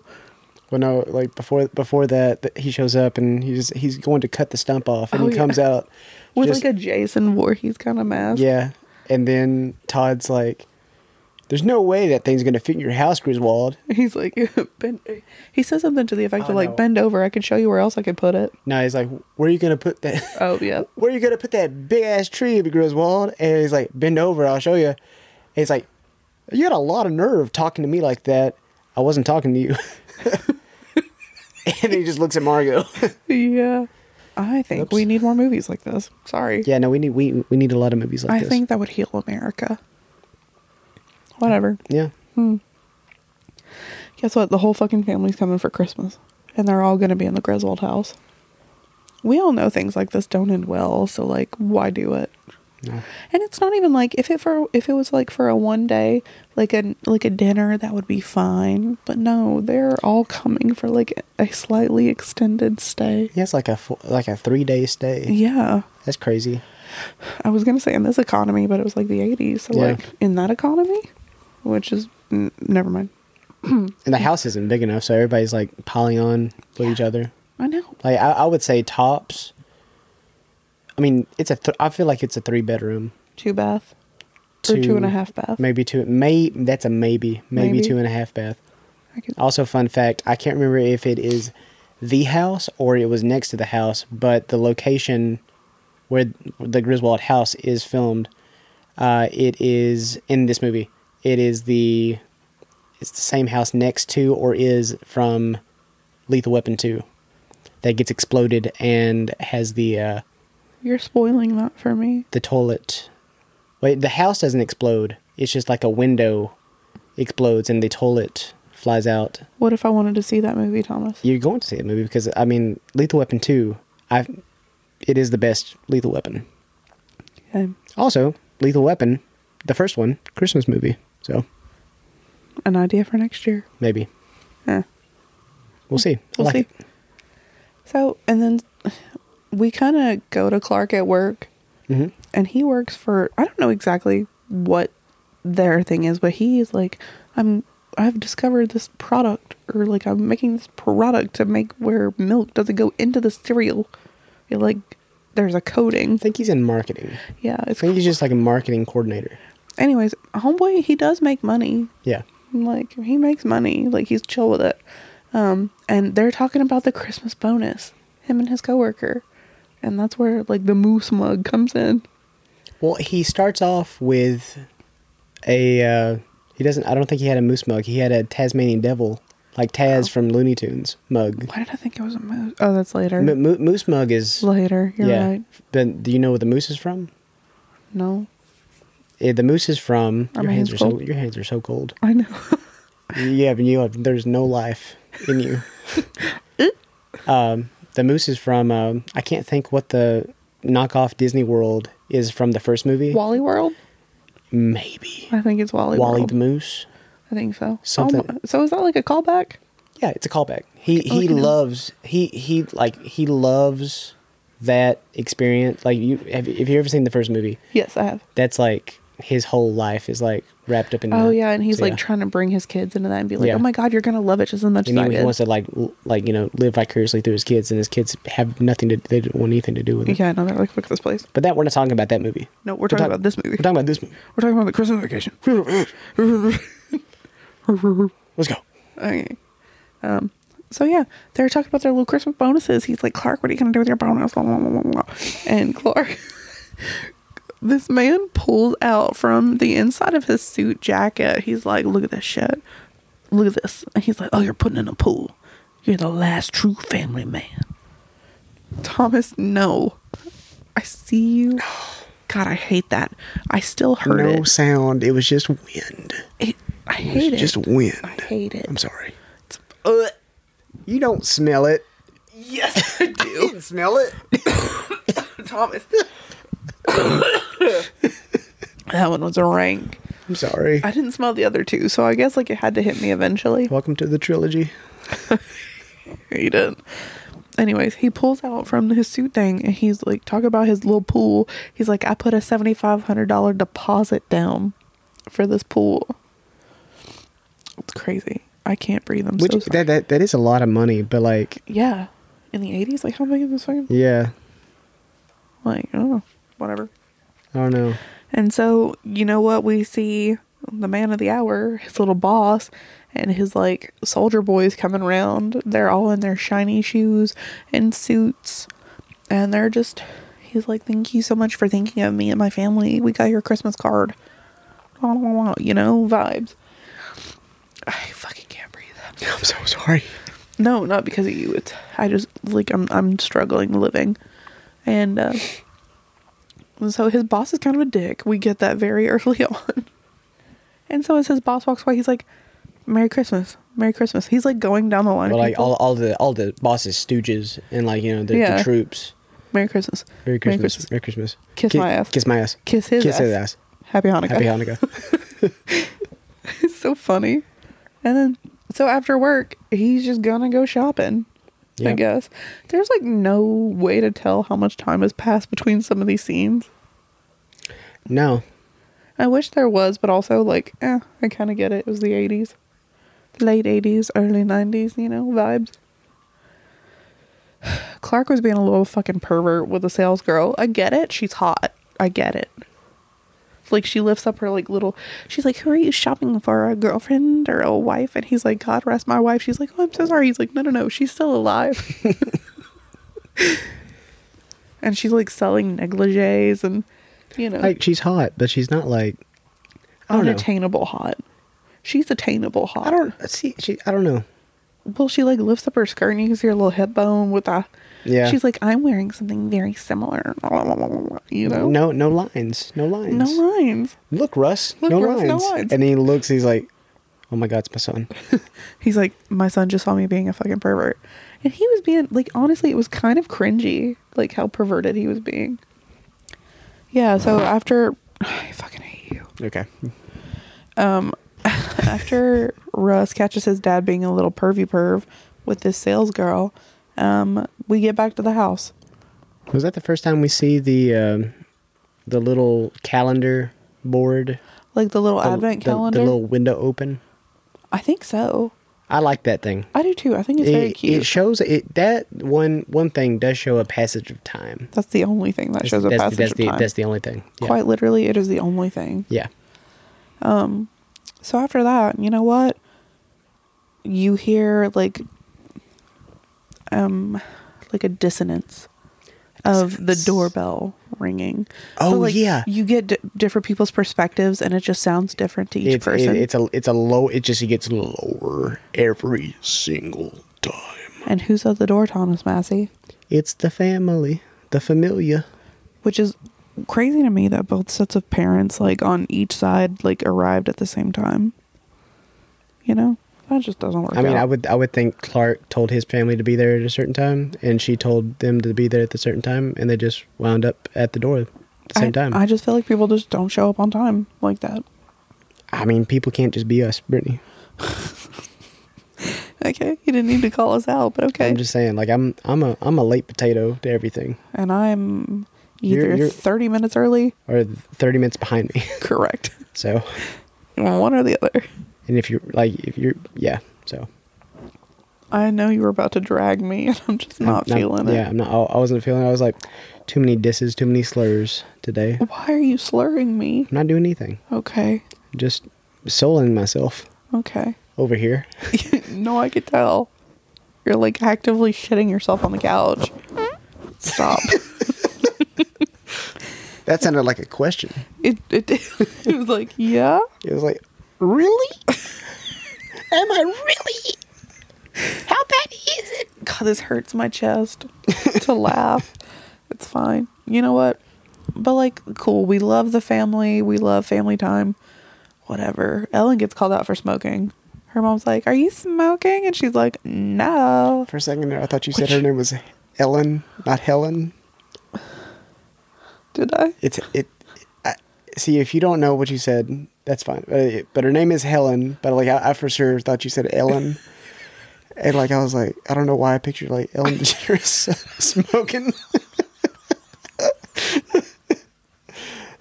Speaker 1: Well, no, like before before that, th- he shows up and he's he's going to cut the stump off, and
Speaker 2: Oh,
Speaker 1: he
Speaker 2: yeah.
Speaker 1: comes out
Speaker 2: With
Speaker 1: just-
Speaker 2: like a Jason Voorhees kind of mask.
Speaker 1: Yeah. And then Todd's like, there's no way that thing's going to fit in your house, Griswold.
Speaker 2: He's like, bend, he says something to the effect
Speaker 1: Oh,
Speaker 2: of like,
Speaker 1: no.
Speaker 2: bend over. I can show you where else I could put it.
Speaker 1: No, he's like, where are you going to put that?
Speaker 2: Oh yeah.
Speaker 1: Where are you going to put that big ass tree, Griswold? And he's like, bend over, I'll show you. And he's like, you had a lot of nerve talking to me like that. I wasn't talking to you. and he just looks at Margo.
Speaker 2: Yeah. I think
Speaker 1: Oops.
Speaker 2: we need more movies like this. Sorry.
Speaker 1: yeah, no, we need we we need a lot of movies like
Speaker 2: I
Speaker 1: this.
Speaker 2: think that would heal America. Whatever.
Speaker 1: yeah.
Speaker 2: Guess what? The whole fucking family's coming for Christmas. And they're all going to be in the Griswold house. We all know things like this don't end well, so like why do it? And it's not even like if it for if it was like for a one day, like a like a dinner, that would be fine. But no, they're all coming for like a slightly extended stay.
Speaker 1: Yeah, it's like a fo- like a three day stay.
Speaker 2: Yeah.
Speaker 1: That's crazy.
Speaker 2: I was gonna say in this economy, but it was like the '80s. So
Speaker 1: Yeah.
Speaker 2: like in that economy, which is n- never mind.
Speaker 1: And the house isn't big enough, so everybody's like piling on with each other.
Speaker 2: I know.
Speaker 1: Like I, I would say tops. I mean, it's a. Th- I feel like it's a three bedroom,
Speaker 2: Two bath or two and a half bath.
Speaker 1: maybe two. May that's a maybe, maybe,
Speaker 2: Maybe.
Speaker 1: two and a half bath.
Speaker 2: I could,
Speaker 1: Also, fun fact: I can't remember if it is the house or it was next to the house, but the location where the Griswold house is filmed, uh, it is in this movie. It is the it's the same house next to or is from Lethal Weapon Two that gets exploded and has the uh,
Speaker 2: you're spoiling that for me.
Speaker 1: the toilet. Wait, the house doesn't explode. It's just like a window explodes and the toilet flies out.
Speaker 2: What if I wanted to see that movie, Thomas?
Speaker 1: You're going to see the movie because I mean, Lethal Weapon Two. I, it is the best Lethal Weapon.
Speaker 2: Okay.
Speaker 1: Also, Lethal Weapon, the first one, Christmas movie. So
Speaker 2: An idea for next year.
Speaker 1: maybe
Speaker 2: Eh,
Speaker 1: we'll see. I
Speaker 2: Hmm, we'll
Speaker 1: like
Speaker 2: see.
Speaker 1: it.
Speaker 2: So, and then we kind of go to Clark at work,
Speaker 1: Mhm.
Speaker 2: and he works for I don't know exactly what their thing is, but he is like, I'm I've discovered this product, or like I'm making this product to make where milk doesn't go into the cereal. It, like there's a coating.
Speaker 1: I think he's in marketing.
Speaker 2: Yeah,
Speaker 1: I
Speaker 2: it's
Speaker 1: think he's just like a marketing coordinator.
Speaker 2: anyways. Homeboy, he does make money.
Speaker 1: Yeah.
Speaker 2: Like he makes money. Like he's chill with it. Um, and they're talking about the Christmas bonus. Him and his coworker, and that's where like the moose mug comes in.
Speaker 1: Well, he starts off with a. Uh, he doesn't. I don't think he had a moose mug. He had a Tasmanian devil, like Taz from Looney Tunes mug.
Speaker 2: Why did I think it was a moose? Oh, that's later.
Speaker 1: M- mo- moose mug is.
Speaker 2: later, you're
Speaker 1: yeah.
Speaker 2: right.
Speaker 1: Then do you know where the moose is from?
Speaker 2: No,
Speaker 1: Eh, the moose is from.
Speaker 2: Are
Speaker 1: your
Speaker 2: my
Speaker 1: hands
Speaker 2: hands
Speaker 1: are so.
Speaker 2: cold?
Speaker 1: Your hands are so cold.
Speaker 2: I know.
Speaker 1: Yeah, but you have, there's no life in you. um, the moose is from um, I can't think what the knockoff Disney World is from the first movie.
Speaker 2: Wally World.
Speaker 1: Maybe
Speaker 2: I think it's Wally,
Speaker 1: Wally
Speaker 2: World.
Speaker 1: the Moose.
Speaker 2: I think so.
Speaker 1: Something-
Speaker 2: Oh, so is that like a callback?
Speaker 1: Yeah, it's a callback. He
Speaker 2: Oh,
Speaker 1: he
Speaker 2: I know.
Speaker 1: loves he he like he loves that experience. Like you have, have you ever seen the first movie?
Speaker 2: Yes, I have.
Speaker 1: That's like his whole life is like wrapped up in.
Speaker 2: Oh
Speaker 1: that.
Speaker 2: yeah, and he's
Speaker 1: So,
Speaker 2: like
Speaker 1: yeah.
Speaker 2: trying to bring his kids into that and be like,
Speaker 1: Yeah.
Speaker 2: "Oh my God, you're gonna love it just as much
Speaker 1: And
Speaker 2: as I
Speaker 1: he, he
Speaker 2: did."
Speaker 1: wants to like l- like you know live vicariously through his kids, and his kids have nothing to they don't want anything to do with it.
Speaker 2: yeah, no, they're like, "Fuck this place."
Speaker 1: But that we're not talking about that movie.
Speaker 2: No, we're talking
Speaker 1: talk-
Speaker 2: about this movie.
Speaker 1: We're talking about this movie.
Speaker 2: We're talking about the Christmas vacation.
Speaker 1: Let's go.
Speaker 2: Okay. Um. So yeah, they're talking about their little Christmas bonuses. He's like, Clark, what are you gonna do with your bonus? Blah, blah, blah, blah, blah. And Clark, this man pulls out from the inside of his suit jacket. He's like, look at this shit. Look at this. And he's like, oh, you're putting in a pool. You're the last true family man. Thomas, no. I see you. God, I hate that. I still heard
Speaker 1: no
Speaker 2: it.
Speaker 1: sound. It was just wind.
Speaker 2: it. I
Speaker 1: It was
Speaker 2: hate it.
Speaker 1: just wind.
Speaker 2: I hate it.
Speaker 1: I'm sorry. You don't smell it.
Speaker 2: Yes, I do.
Speaker 1: You didn't smell it.
Speaker 2: Thomas. that one was a rank.
Speaker 1: I'm sorry.
Speaker 2: I didn't smell the other two, so I guess like it had to hit me eventually.
Speaker 1: Welcome to the trilogy.
Speaker 2: He didn't. Anyways, he pulls out from his suit thing and he's like talking about his little pool. He's like, I put a seventy five hundred dollar deposit down for this pool. It's crazy. I can't breathe. I'm
Speaker 1: Which
Speaker 2: so sorry.
Speaker 1: that, that that is a lot of money, but like
Speaker 2: yeah, in the eighties, like how big is this fucking
Speaker 1: yeah,
Speaker 2: like oh whatever.
Speaker 1: I don't know.
Speaker 2: And so, you know what? We see the man of the hour, his little boss, and his like soldier boys coming around. They're all in their shiny shoes and suits. And they're just, he's like, Thank you so much for thinking of me and my family. We got your Christmas card. Wah, wah, wah, You know, vibes. I fucking can't breathe.
Speaker 1: I'm so sorry.
Speaker 2: No, not because of you. It's I just like I'm I'm struggling living, and uh, so his boss is kind of a dick. We get that very early on, and so as his boss walks away, he's like, "Merry Christmas, Merry Christmas." He's like going down the line,
Speaker 1: But
Speaker 2: of
Speaker 1: like
Speaker 2: people,
Speaker 1: all, all the all the bosses, stooges, and like you know the,
Speaker 2: Yeah.
Speaker 1: the troops.
Speaker 2: "Merry Christmas,
Speaker 1: Merry Christmas. Merry Christmas.
Speaker 2: Kiss
Speaker 1: Ki-
Speaker 2: my ass.
Speaker 1: Kiss my ass.
Speaker 2: kiss his
Speaker 1: Kiss
Speaker 2: ass.
Speaker 1: his ass.
Speaker 2: Happy Hanukkah."
Speaker 1: Happy Hanukkah.
Speaker 2: it's so funny, and then so after work, he's just gonna go shopping. I
Speaker 1: Yeah.
Speaker 2: guess there's like no way to tell how much time has passed between some of these scenes.
Speaker 1: No,
Speaker 2: I wish there was, but also like, eh, I kind of get it. It was the '80s, late '80s, early '90s, you know, vibes. Clark was being a little fucking pervert with a sales girl. I get it. She's hot. I get it. Like she lifts up her like little. She's like, "Who are you shopping for? A girlfriend or a wife?" And he's like, "God rest my wife." She's like, "Oh, I'm so sorry." He's like, "No, no, no. She's still alive." and she's like selling negligees and, you know,
Speaker 1: like she's hot, but she's not like I
Speaker 2: Oh,
Speaker 1: don't know.
Speaker 2: unattainable hot. She's attainable hot.
Speaker 1: I don't see. She I don't know.
Speaker 2: Well, she like lifts up her skirt and you can see her little hip bone with a.
Speaker 1: Yeah.
Speaker 2: She's like, I'm wearing something very similar. You know.
Speaker 1: No, no lines. No lines.
Speaker 2: No lines.
Speaker 1: Look, Russ.
Speaker 2: Look,
Speaker 1: no,
Speaker 2: Russ,
Speaker 1: lines.
Speaker 2: no lines.
Speaker 1: And he looks. He's like, "Oh my God, it's my son."
Speaker 2: He's like, my son just saw me being a fucking pervert, and he was being like, honestly, it was kind of cringy, like how perverted he was being. Yeah. So after, I fucking hate you.
Speaker 1: okay.
Speaker 2: after Russ catches his dad being a little pervy perv with this sales girl, Um, we get back to the house.
Speaker 1: Was that the first time we see the um, the little calendar board?
Speaker 2: Like the little
Speaker 1: The-
Speaker 2: advent
Speaker 1: the-
Speaker 2: calendar?
Speaker 1: The little window open.
Speaker 2: I think so.
Speaker 1: I like that thing.
Speaker 2: I do too. I think it's very
Speaker 1: It,
Speaker 2: cute.
Speaker 1: it shows it that one one thing does show a passage of time.
Speaker 2: that's the only thing that shows a
Speaker 1: that's,
Speaker 2: passage
Speaker 1: that's
Speaker 2: of
Speaker 1: the
Speaker 2: time.
Speaker 1: that's the only thing. Yeah.
Speaker 2: Quite literally, it is the only thing.
Speaker 1: Yeah.
Speaker 2: Um, so after that, you know what? You hear like, um, like a dissonance of the doorbell ringing.
Speaker 1: Oh,
Speaker 2: But, like,
Speaker 1: yeah.
Speaker 2: you get d- different people's perspectives, and it just sounds different to each
Speaker 1: It's it,
Speaker 2: person.
Speaker 1: it's a it's a low. It just gets lower every single time.
Speaker 2: and who's at the door, Thomas Massey?
Speaker 1: It's the family, the familia.
Speaker 2: Which is crazy to me that both sets of parents, like on each side, like arrived at the same time. You know, that just doesn't work.
Speaker 1: I mean,
Speaker 2: out.
Speaker 1: I would I would think Clark told his family to be there at a certain time, and she told them to be there at the certain time, and they just wound up at the door at the same
Speaker 2: I,
Speaker 1: time.
Speaker 2: I just feel like people just don't show up on time like that.
Speaker 1: I mean, people can't just be us, Brittany.
Speaker 2: Okay, you didn't need to call us out, but okay.
Speaker 1: I'm just saying, like I'm I'm a I'm a late potato to everything,
Speaker 2: and I'm either
Speaker 1: You're- you're-
Speaker 2: thirty minutes early,
Speaker 1: or 30 minutes behind me.
Speaker 2: correct,
Speaker 1: so,
Speaker 2: one or the other.
Speaker 1: and if you're like if you're yeah, so
Speaker 2: I know you were about to drag me, and I'm just not
Speaker 1: I'm-
Speaker 2: feeling it.
Speaker 1: Yeah, I'm not. I I wasn't feeling. it. I was like, too many disses, too many slurs today. I'm
Speaker 2: Why are you slurring me?
Speaker 1: not doing anything.
Speaker 2: Okay,
Speaker 1: Just soling myself
Speaker 2: okay.
Speaker 1: over here.
Speaker 2: no, I could tell. You're like actively shitting yourself on the couch. Stop.
Speaker 1: That sounded like a question.
Speaker 2: it, it it was like yeah.
Speaker 1: It was like, really? Am I really?
Speaker 2: How bad is it? God, this hurts my chest to laugh. It's fine. You know what? But like, cool. We love the family. We love family time. Whatever. Ellen gets called out for smoking. Her mom's like, "Are you smoking?" And she's like, "No."
Speaker 1: For a second there, I thought you said her name was Ellen, not Helen.
Speaker 2: Did I?
Speaker 1: It's it. I, see, if you don't know what you said, that's fine. But, it- but her name is Helen. But like, I, I for sure thought you said Ellen. And like, I was like, I don't know why I pictured like Ellen DeGeneres smoking.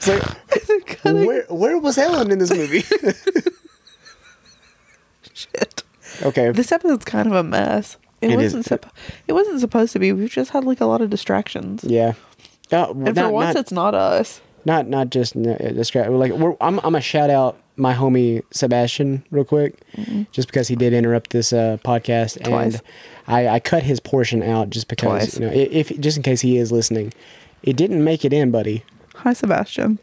Speaker 1: it's like, where where was Ellen in this movie?
Speaker 2: Shit.
Speaker 1: okay,
Speaker 2: This episode's kind of a mess. It,
Speaker 1: It is.
Speaker 2: wasn't. Supp- it wasn't supposed to be. We've just had like a lot of distractions.
Speaker 1: yeah. No,
Speaker 2: And for
Speaker 1: not-
Speaker 2: once,
Speaker 1: not-
Speaker 2: it's not us.
Speaker 1: not not just uh, describe like we're, I'm I'm gonna shout out my homie Sebastian real quick, just because he did interrupt this uh, podcast
Speaker 2: Mm-hmm. Twice.
Speaker 1: and I, I cut his portion out just because
Speaker 2: Twice.
Speaker 1: you know i- if just in case he is listening, it didn't make it in, buddy.
Speaker 2: Hi, Sebastian.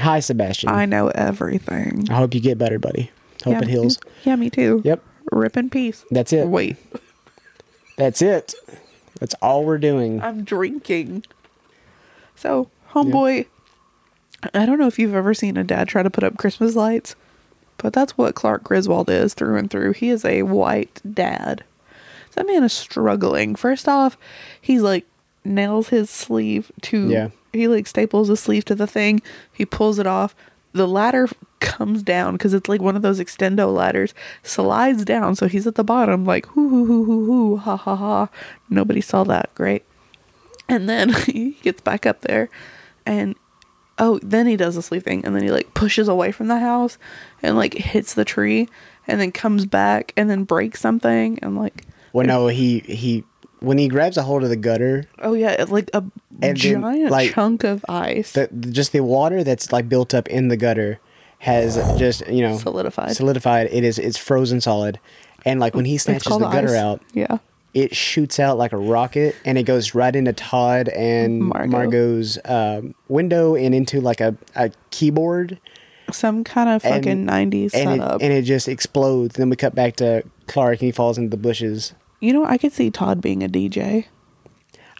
Speaker 1: Hi Sebastian,
Speaker 2: I
Speaker 1: I,
Speaker 2: know everything.
Speaker 1: hope you get better, buddy. Hope it
Speaker 2: me-
Speaker 1: heals.
Speaker 2: Yeah, me too.
Speaker 1: Yep.
Speaker 2: Rip in peace.
Speaker 1: That's it.
Speaker 2: Wait,
Speaker 1: That's it. That's all we're doing.
Speaker 2: I'm drinking. So, homeboy, I don't know if you've ever seen a dad try to put up Christmas lights, but that's what Clark Griswold is through and through. He is a white dad. That man is struggling. First off, he's like nails his sleeve to
Speaker 1: Yeah.
Speaker 2: he like staples his sleeve to the thing. He pulls it off. The ladder comes down because it's like one of those extendo ladders. Slides down, so he's at the bottom, like hoo hoo hoo hoo hoo ha ha ha. Nobody saw that. Great. And then he gets back up there and oh, then he does the sleeve thing and then he like pushes away from the house and like hits the tree and then comes back and then breaks something and like
Speaker 1: Well, no, he he when he grabs a hold of the gutter,
Speaker 2: oh yeah, it- like a
Speaker 1: then,
Speaker 2: giant
Speaker 1: like,
Speaker 2: chunk of ice.
Speaker 1: the, just the water that's like built up in the gutter has just you know
Speaker 2: Solidified.
Speaker 1: solidified it is it's frozen solid and like when he
Speaker 2: it's
Speaker 1: snatches the
Speaker 2: called
Speaker 1: gutter
Speaker 2: ice.
Speaker 1: out
Speaker 2: Yeah.
Speaker 1: it shoots out like a rocket and it goes right into todd and
Speaker 2: Margot.
Speaker 1: margot's um, window and into like a, a keyboard
Speaker 2: Some kind of
Speaker 1: and-
Speaker 2: fucking 90s
Speaker 1: and it,
Speaker 2: setup.
Speaker 1: and it just explodes then we cut back to clark and he falls into the bushes
Speaker 2: you know, I could see Todd being a DJ.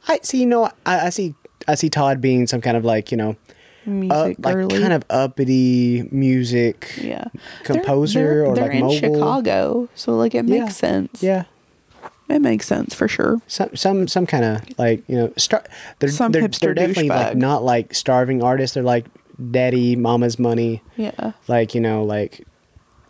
Speaker 1: i see you know i, I see i see todd being some kind of like you know up,
Speaker 2: Music
Speaker 1: Uh, like
Speaker 2: girly.
Speaker 1: kind of uppity music
Speaker 2: yeah. They're-
Speaker 1: composer
Speaker 2: they're,
Speaker 1: or
Speaker 2: they're
Speaker 1: like
Speaker 2: in
Speaker 1: mogul.
Speaker 2: Chicago, so like it
Speaker 1: Yeah.
Speaker 2: makes sense.
Speaker 1: Yeah,
Speaker 2: It makes sense for sure.
Speaker 1: some some some kind of like you know, star- they're
Speaker 2: Some
Speaker 1: they're,
Speaker 2: hipster
Speaker 1: they're definitely
Speaker 2: douchebag.
Speaker 1: like not like starving artists. They're like daddy mama's money,
Speaker 2: Yeah.
Speaker 1: like you know, like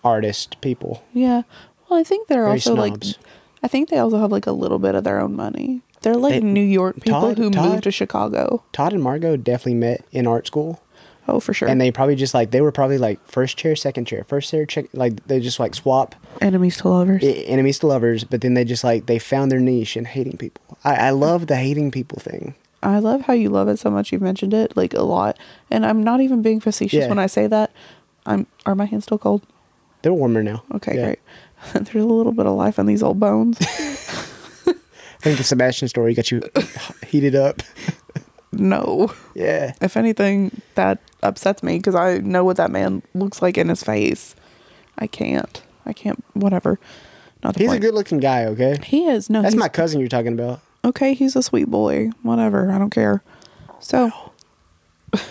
Speaker 1: artist people.
Speaker 2: Yeah. Well, I think they're
Speaker 1: Very
Speaker 2: also
Speaker 1: snobs.
Speaker 2: like I think they also have like a little bit of their own money. They're like
Speaker 1: They-
Speaker 2: New York people
Speaker 1: Todd-
Speaker 2: who
Speaker 1: Todd-
Speaker 2: moved to Chicago.
Speaker 1: Todd and Margot definitely met in art school.
Speaker 2: Oh, for sure.
Speaker 1: And they probably just like they were probably like first chair, second chair, first chair, check like they just like swap
Speaker 2: enemies to lovers.
Speaker 1: e- enemies to lovers, but then they just like they found their niche in hating people. I, I love the hating people thing.
Speaker 2: I love how you love it so much. You mentioned it like a lot, and I'm not even being facetious
Speaker 1: Yeah.
Speaker 2: when I say that. I'm. Are my hands still cold?
Speaker 1: They're warmer now.
Speaker 2: Okay,
Speaker 1: Yeah.
Speaker 2: great. There's a little bit of life in these old bones.
Speaker 1: I think the Sebastian story got you heated up.
Speaker 2: no.
Speaker 1: Yeah.
Speaker 2: If anything, that upsets me because I know what that man looks like in his face. I can't. I can't. Whatever. Not the
Speaker 1: He's a
Speaker 2: point.
Speaker 1: good looking guy, okay?
Speaker 2: He is. No,
Speaker 1: That's
Speaker 2: he's,
Speaker 1: my cousin you're talking about.
Speaker 2: okay. He's a sweet boy. Whatever. I don't care. So,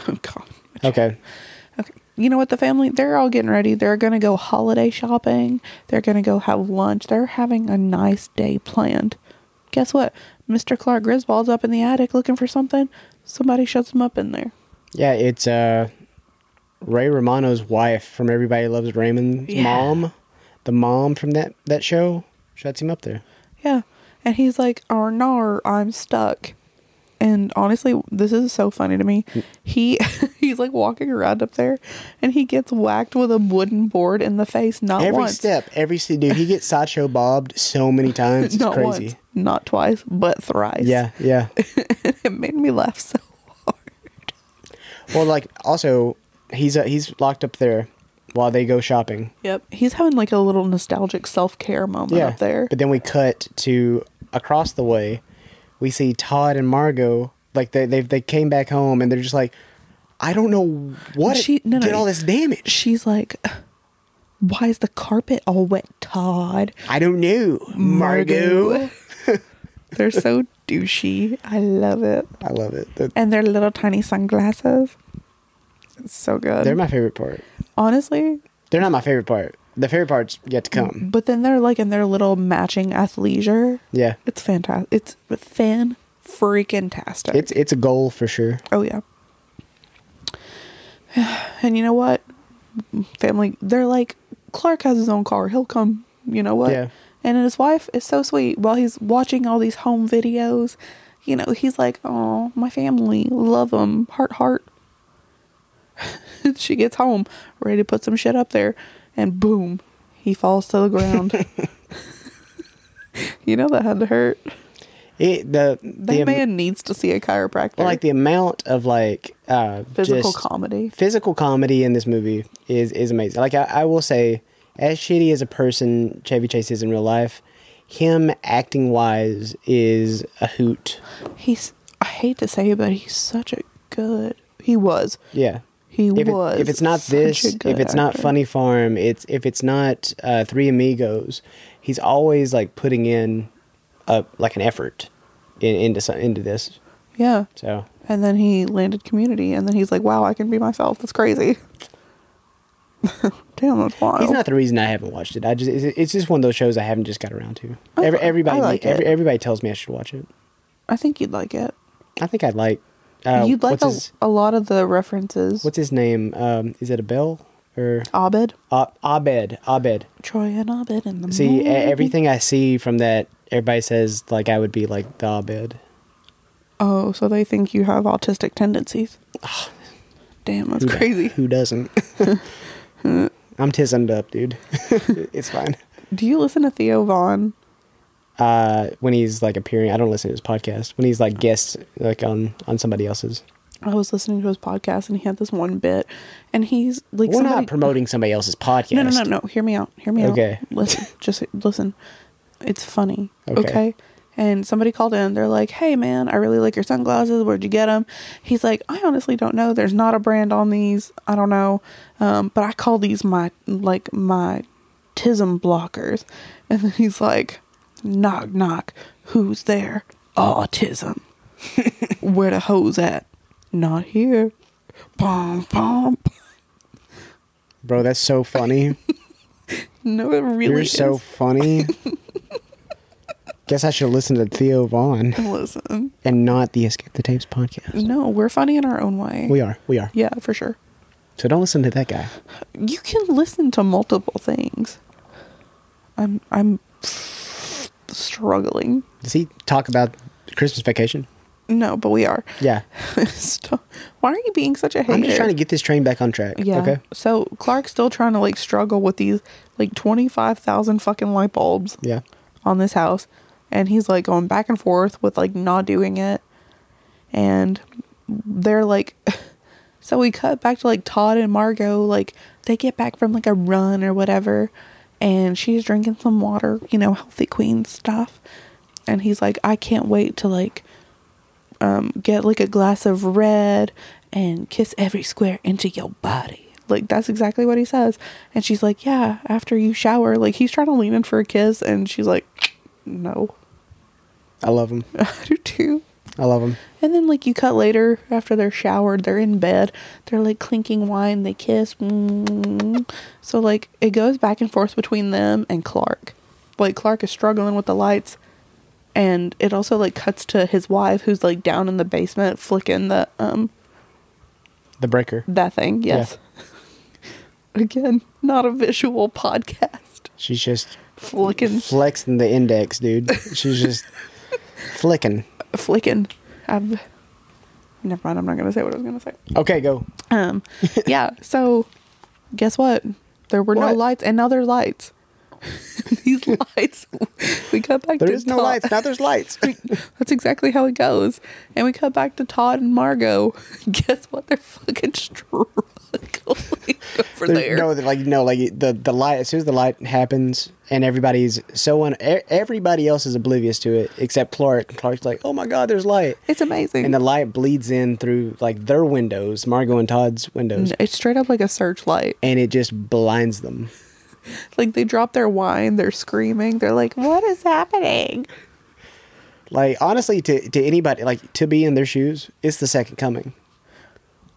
Speaker 2: God.
Speaker 1: Okay.
Speaker 2: Okay. You know what? The family, they're all getting ready. They're going to go holiday shopping. They're going to go have lunch. They're having a nice day planned. Guess what? Mr. Clark Griswold's up in the attic looking for something. Somebody shuts him up in there.
Speaker 1: Yeah, it's uh Ray Romano's wife from Everybody Loves Raymond's
Speaker 2: Yeah.
Speaker 1: mom. The mom from that that show shuts him up there.
Speaker 2: Yeah. And he's like, Arnar, I'm stuck. And honestly, this is so funny to me. He he's like walking around up there and he gets whacked with a wooden board in the face not
Speaker 1: every
Speaker 2: once.
Speaker 1: step, every se- dude, he gets sideshow bobbed so many times. It's
Speaker 2: not
Speaker 1: crazy.
Speaker 2: once. Not twice, but thrice.
Speaker 1: Yeah, yeah.
Speaker 2: it made me laugh so
Speaker 1: well, like also, he's uh, he's locked up there while they go shopping.
Speaker 2: Yep. He's having like a little nostalgic self care moment
Speaker 1: Yeah,
Speaker 2: up there.
Speaker 1: But then we cut to across the way. We see Todd and Margot. Like they they they came back home and they're just like, I don't know what
Speaker 2: She- no, no.
Speaker 1: did all this damage.
Speaker 2: She's like, Why is the carpet all wet, Todd?
Speaker 1: I don't know, Margot.
Speaker 2: They're so douchey. I love it.
Speaker 1: I love it. That-
Speaker 2: And their little tiny sunglasses. It's so good.
Speaker 1: They're my favorite part.
Speaker 2: Honestly.
Speaker 1: They're not my favorite part. The favorite part's yet to come.
Speaker 2: But then they're like in their little matching athleisure.
Speaker 1: Yeah,
Speaker 2: It's fantastic. It's fan freaking tastic.
Speaker 1: it's it's a goal for sure.
Speaker 2: Oh yeah. And you know what? Family, they're like Clark has his own car. He'll come. You know what?
Speaker 1: Yeah.
Speaker 2: And his wife is so sweet. While he's watching all these home videos, you know, he's like, "Oh, my family, love them, heart, heart." she gets home, ready to put some shit up there, and boom, he falls to the ground. you know that had to hurt.
Speaker 1: It the
Speaker 2: That
Speaker 1: the am-
Speaker 2: man needs to see a chiropractor.
Speaker 1: well, like the amount of like uh,
Speaker 2: physical
Speaker 1: just
Speaker 2: comedy.
Speaker 1: physical comedy in this movie is is amazing. Like I, I will say, as shitty as a person Chevy Chase is in real life, him acting wise is a hoot.
Speaker 2: He's I hate to say it, but he's such a good he was.
Speaker 1: Yeah.
Speaker 2: He
Speaker 1: If, it-
Speaker 2: was.
Speaker 1: if it's not
Speaker 2: such
Speaker 1: this,
Speaker 2: a
Speaker 1: if
Speaker 2: good
Speaker 1: it's not
Speaker 2: actor.
Speaker 1: Funny Farm, it's if it's not uh, Three Amigos, he's always like putting in a like an effort in, into some, into this.
Speaker 2: Yeah.
Speaker 1: So
Speaker 2: And then he landed community and then he's like, Wow, I can be myself. That's crazy. Damn, that's wild.
Speaker 1: He's not the reason I haven't watched it. I just it's, it's just one of those shows I haven't just got around to. Every,
Speaker 2: I
Speaker 1: everybody
Speaker 2: like
Speaker 1: every,
Speaker 2: it.
Speaker 1: everybody tells me I should watch it.
Speaker 2: I think you'd like it.
Speaker 1: I think I'd like. Uh,
Speaker 2: you'd like
Speaker 1: what's
Speaker 2: a,
Speaker 1: his,
Speaker 2: a lot of the references.
Speaker 1: what's his name? Um, is it a Bell or
Speaker 2: Abed?
Speaker 1: uh, Abed? Abed.
Speaker 2: Troy and Abed in the
Speaker 1: See e-
Speaker 2: morning.
Speaker 1: everything I see from that. Everybody says like I would be like the Abed.
Speaker 2: Oh, so they think you have autistic tendencies. Damn, that's
Speaker 1: Ah. Who do-
Speaker 2: crazy.
Speaker 1: Who doesn't? I'm tizened up, dude. it's fine.
Speaker 2: Do you listen to Theo Vaughn?
Speaker 1: Uh, when he's like appearing, I don't listen to his podcast. When he's like guests, like on on somebody else's.
Speaker 2: I was listening to his podcast and he had this one bit and he's like
Speaker 1: We're
Speaker 2: somebody,
Speaker 1: not promoting somebody else's podcast.
Speaker 2: No, no, no, no. Hear me out. Hear me out.
Speaker 1: Okay.
Speaker 2: Listen. Just listen. It's funny.
Speaker 1: Okay.
Speaker 2: Okay. And somebody called in. They're like, "Hey, man, I really like your sunglasses. Where'd you get them?" He's like, "I honestly don't know. There's not a brand on these. I don't know. Um, but I call these my like my tism blockers." And then he's like, "Knock, knock. Who's there? Autism. Where the hose at? Not here. Pom pom."
Speaker 1: Bro, that's so funny.
Speaker 2: No, it really
Speaker 1: You're
Speaker 2: is.
Speaker 1: so funny. Guess I should listen to Theo Vaughn
Speaker 2: Listen.
Speaker 1: and not the Escape the Tapes podcast.
Speaker 2: No, we're funny in our own way.
Speaker 1: We are. We are.
Speaker 2: Yeah, for sure.
Speaker 1: So don't listen to that guy.
Speaker 2: You can listen to multiple things. I'm I'm struggling.
Speaker 1: Does he talk about Christmas vacation?
Speaker 2: No, but we are.
Speaker 1: Yeah.
Speaker 2: Stop. Why are you being such a hater?
Speaker 1: I'm just trying to get this train back on track.
Speaker 2: Yeah.
Speaker 1: Okay.
Speaker 2: So Clark's still trying to like struggle with these like twenty five thousand fucking light bulbs
Speaker 1: Yeah.
Speaker 2: on this house, and he's like going back and forth with like not doing it, and they're like, so we cut back to like Todd and Margot like they get back from like a run or whatever, and she's drinking some water, you know, healthy queen stuff, and he's like, I can't wait to like um, get like a glass of red and kiss every square inch of your body. Like that's exactly what he says. And she's like, yeah, after you shower. Like he's trying to lean in for a kiss, and she's like, no,
Speaker 1: I love him.
Speaker 2: I do too.
Speaker 1: I love him.
Speaker 2: And then like you cut later after they're showered, they're in bed, they're like clinking wine, they kiss. mm. So like it goes back and forth between them and Clark. Like Clark is struggling with the lights and it also like cuts to his wife who's like down in the basement flicking the um
Speaker 1: The breaker.
Speaker 2: that thing.
Speaker 1: Yeah.
Speaker 2: Yes. Again, not a visual podcast.
Speaker 1: She's just
Speaker 2: Flicking
Speaker 1: flexing the index, dude. She's just flicking.
Speaker 2: flicking. I've never mind, I'm not gonna say what I was gonna say.
Speaker 1: Okay, go.
Speaker 2: Um, yeah. So, guess what? There were no
Speaker 1: What?
Speaker 2: lights, and now there's lights. These lights. We cut back.
Speaker 1: There
Speaker 2: to
Speaker 1: is no
Speaker 2: Todd-
Speaker 1: lights. Now there's lights.
Speaker 2: That's exactly how it goes. And we cut back to Todd and Margot. Guess what? They're fucking struggling over there.
Speaker 1: There- No, like no, like the the light. As soon as the light happens, and everybody's so un, e- everybody else is oblivious to it except Clark. Clark's like, "Oh my God, there's light,"
Speaker 2: It's amazing.
Speaker 1: and the light bleeds in through like their windows, Margot and Todd's windows,
Speaker 2: it's straight up like a searchlight.
Speaker 1: and it just blinds them.
Speaker 2: Like they drop their wine, they're screaming, they're like, "What is happening?"
Speaker 1: Like honestly, to to anybody, like to be in their shoes, it's the second coming.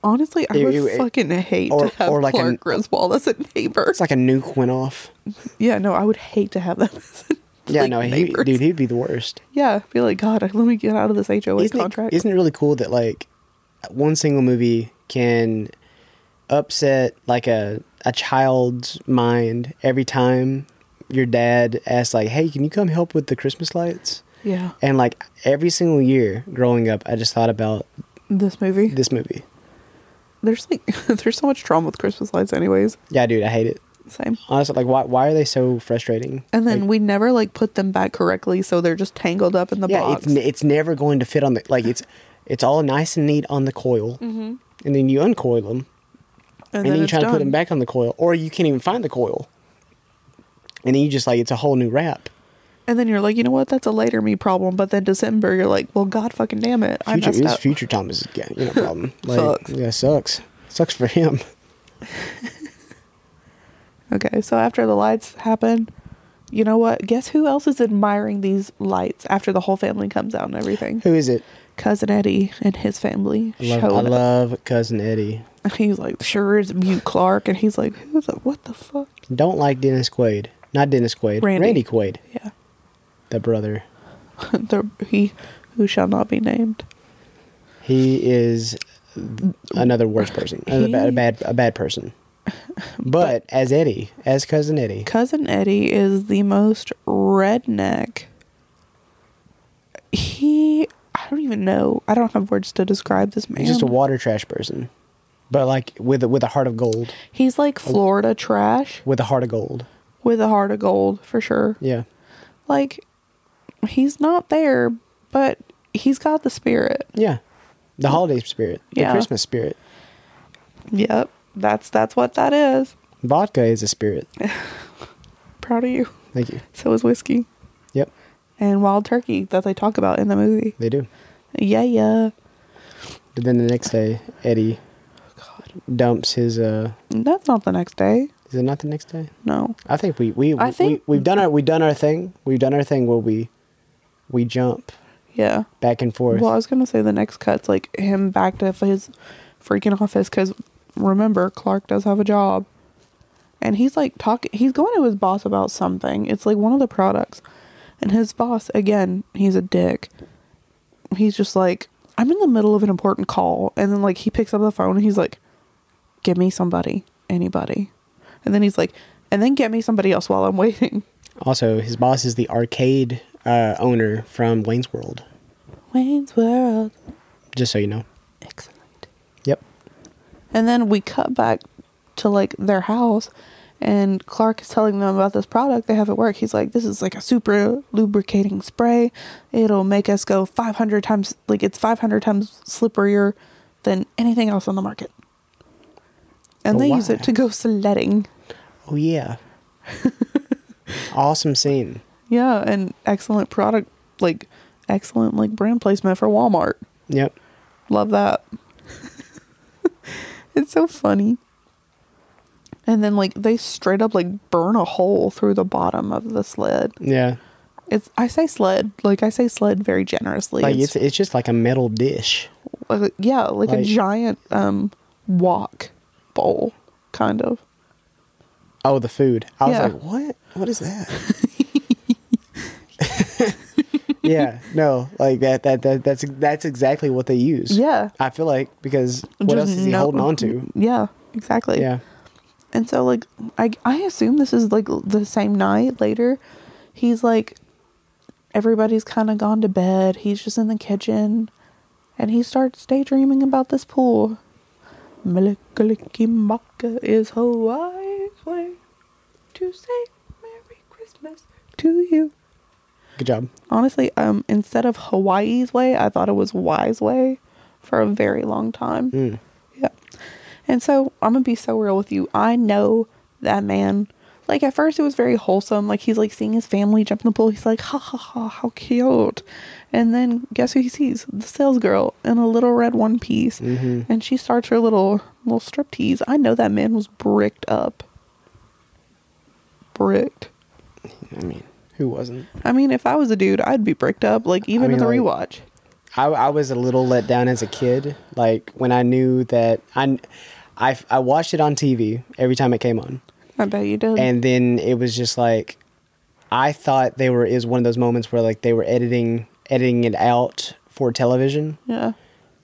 Speaker 2: Honestly, I
Speaker 1: Ew,
Speaker 2: would
Speaker 1: ew, it-
Speaker 2: fucking hate
Speaker 1: e- or-
Speaker 2: to have
Speaker 1: or like
Speaker 2: Clark
Speaker 1: an-
Speaker 2: Griswold as a neighbor.
Speaker 1: It's like a nuke went off.
Speaker 2: Yeah, no, I would hate to have them. as,
Speaker 1: Yeah,
Speaker 2: like,
Speaker 1: no, he,
Speaker 2: neighbors.
Speaker 1: dude, he'd be the worst.
Speaker 2: Yeah, be like, God, let me get out of this HOA
Speaker 1: isn't
Speaker 2: contract.
Speaker 1: It, isn't it really cool that like one single movie can upset like a a child's mind every time your dad asks like, "Hey, can you come help with the Christmas lights?"
Speaker 2: yeah,
Speaker 1: And like every single year growing up, I just thought about
Speaker 2: this movie.
Speaker 1: this movie.
Speaker 2: there's like, there's so much trauma with Christmas lights, anyways.
Speaker 1: Yeah, dude, I hate it.
Speaker 2: Same.
Speaker 1: Honestly, like why why are they so frustrating?
Speaker 2: And then
Speaker 1: Like,
Speaker 2: we never like put them back correctly, so they're just tangled up in the
Speaker 1: yeah,
Speaker 2: box.
Speaker 1: it's ne- it's never going to fit on the like it's it's all nice and neat on the coil, and then you uncoil them, and, then, you
Speaker 2: Mm-hmm. it's
Speaker 1: try to put
Speaker 2: done.
Speaker 1: them back on the coil, or you can't even find the coil, and then you just like it's a whole new wrap.
Speaker 2: And then you're like, you know what? That's a later me problem. But then December, you're like, well, God fucking damn it, I
Speaker 1: Future
Speaker 2: messed
Speaker 1: is
Speaker 2: up.
Speaker 1: future Thomas, yeah, you know, problem. Like,
Speaker 2: Sucks.
Speaker 1: Yeah, sucks. Sucks for him.
Speaker 2: Okay, so after the lights happen, you know what? Guess who else is admiring these lights after the whole family comes out and everything?
Speaker 1: Who is it?
Speaker 2: Cousin Eddie and his family.
Speaker 1: I love, I
Speaker 2: showed up.
Speaker 1: love cousin Eddie.
Speaker 2: He's like, sure is Mute Clark, and he's like, who's the, what the fuck?
Speaker 1: Don't like Dennis Quaid. Not Dennis Quaid.
Speaker 2: Randy.
Speaker 1: Randy Quaid,
Speaker 2: Yeah,
Speaker 1: the brother.
Speaker 2: the, he who shall not be named.
Speaker 1: He is another worse person, a
Speaker 2: He-
Speaker 1: bad, a bad, a bad person. But as Eddie, as cousin Eddie,
Speaker 2: Cousin Eddie is the most redneck. He, I don't even know. I don't have words to describe this man.
Speaker 1: he's just a water trash person, but like with a, with a heart of gold,
Speaker 2: He's like Florida trash
Speaker 1: with a heart of gold.
Speaker 2: with a heart of gold for sure.
Speaker 1: Yeah,
Speaker 2: Like, he's not there, but he's got the spirit.
Speaker 1: yeah. The holiday spirit, the
Speaker 2: Yeah.
Speaker 1: Christmas spirit.
Speaker 2: Yep, that's that's what that is.
Speaker 1: Vodka is a spirit.
Speaker 2: Proud of you.
Speaker 1: Thank you.
Speaker 2: So is whiskey.
Speaker 1: Yep,
Speaker 2: and wild turkey that they talk about in the movie.
Speaker 1: they do.
Speaker 2: Yeah, yeah.
Speaker 1: But then the next day, Eddie dumps his. uh
Speaker 2: That's not the next day.
Speaker 1: Is it not the next day?
Speaker 2: No.
Speaker 1: I think we we,
Speaker 2: I
Speaker 1: we-
Speaker 2: think-
Speaker 1: we we've done our we've done our thing. We've done our thing where we we jump
Speaker 2: Yeah.
Speaker 1: back and forth.
Speaker 2: Well, I was going to say the next cut's like him back to his freaking office because remember, Clark does have a job. And he's like talking, he's going to his boss about something. It's like one of the products. And his boss, again, he's a dick. He's just like, I'm in the middle of an important call. And then, like, he picks up the phone and he's like, Give me somebody, anybody. And then he's like, And then get me somebody else while I'm waiting.
Speaker 1: Also, his boss is the arcade uh, owner from Wayne's World.
Speaker 2: Wayne's World.
Speaker 1: Just so you know.
Speaker 2: Excellent.
Speaker 1: Yep.
Speaker 2: And then we cut back to like their house, and Clark is telling them about this product they have at work. He's like, "This is like a super lubricating spray. It'll make us go 500 times like it's 500 times slipperier than anything else on the market." And
Speaker 1: But
Speaker 2: they use
Speaker 1: why?
Speaker 2: it to go sledding.
Speaker 1: Oh yeah. awesome scene.
Speaker 2: Yeah, and excellent product, like excellent like brand placement for Walmart.
Speaker 1: Yep.
Speaker 2: Love that. it's so funny. And then like they straight up like burn a hole through the bottom of the sled.
Speaker 1: Yeah.
Speaker 2: It's I say sled, like I say sled very generously.
Speaker 1: Like it's it's just like a metal dish.
Speaker 2: like, yeah, like, a
Speaker 1: like-
Speaker 2: giant um wok bowl kind of.
Speaker 1: Oh, the food. I was
Speaker 2: Yeah.
Speaker 1: like, what? What is that? yeah, no, like that, that that that's that's exactly what they use.
Speaker 2: Yeah.
Speaker 1: I feel like because what
Speaker 2: Just
Speaker 1: else is he
Speaker 2: no-
Speaker 1: holding on to?
Speaker 2: Yeah, exactly.
Speaker 1: Yeah,
Speaker 2: And so like I I assume this is like the same night later. He's like everybody's kind of gone to bed. He's just in the kitchen and he starts daydreaming about this pool. Malikalikimaka is Hawaii's way to say Merry Christmas to you.
Speaker 1: good job.
Speaker 2: Honestly, um instead of Hawaii's way, I thought it was Wise way for a very long time.
Speaker 1: Mm.
Speaker 2: Yeah. And so I'm gonna be so real with you. I know that man. Like at first it was very wholesome. Like he's like seeing his family jump in the pool. He's like, ha ha ha, how cute. And then guess who he sees? The sales girl in a little red one piece.
Speaker 1: Mm-hmm.
Speaker 2: And she starts her little little striptease. I know that man was bricked up. Bricked.
Speaker 1: I mean, who wasn't?
Speaker 2: I mean, if I was a dude, I'd be bricked up. Like even
Speaker 1: mean,
Speaker 2: in the
Speaker 1: like-
Speaker 2: rewatch.
Speaker 1: I I was a little let down as a kid, like when I knew that I I I watched it on TV every time it came on,
Speaker 2: I bet you did.
Speaker 1: and then it was just like I thought they were is one of those moments where like they were editing editing it out for television.
Speaker 2: yeah.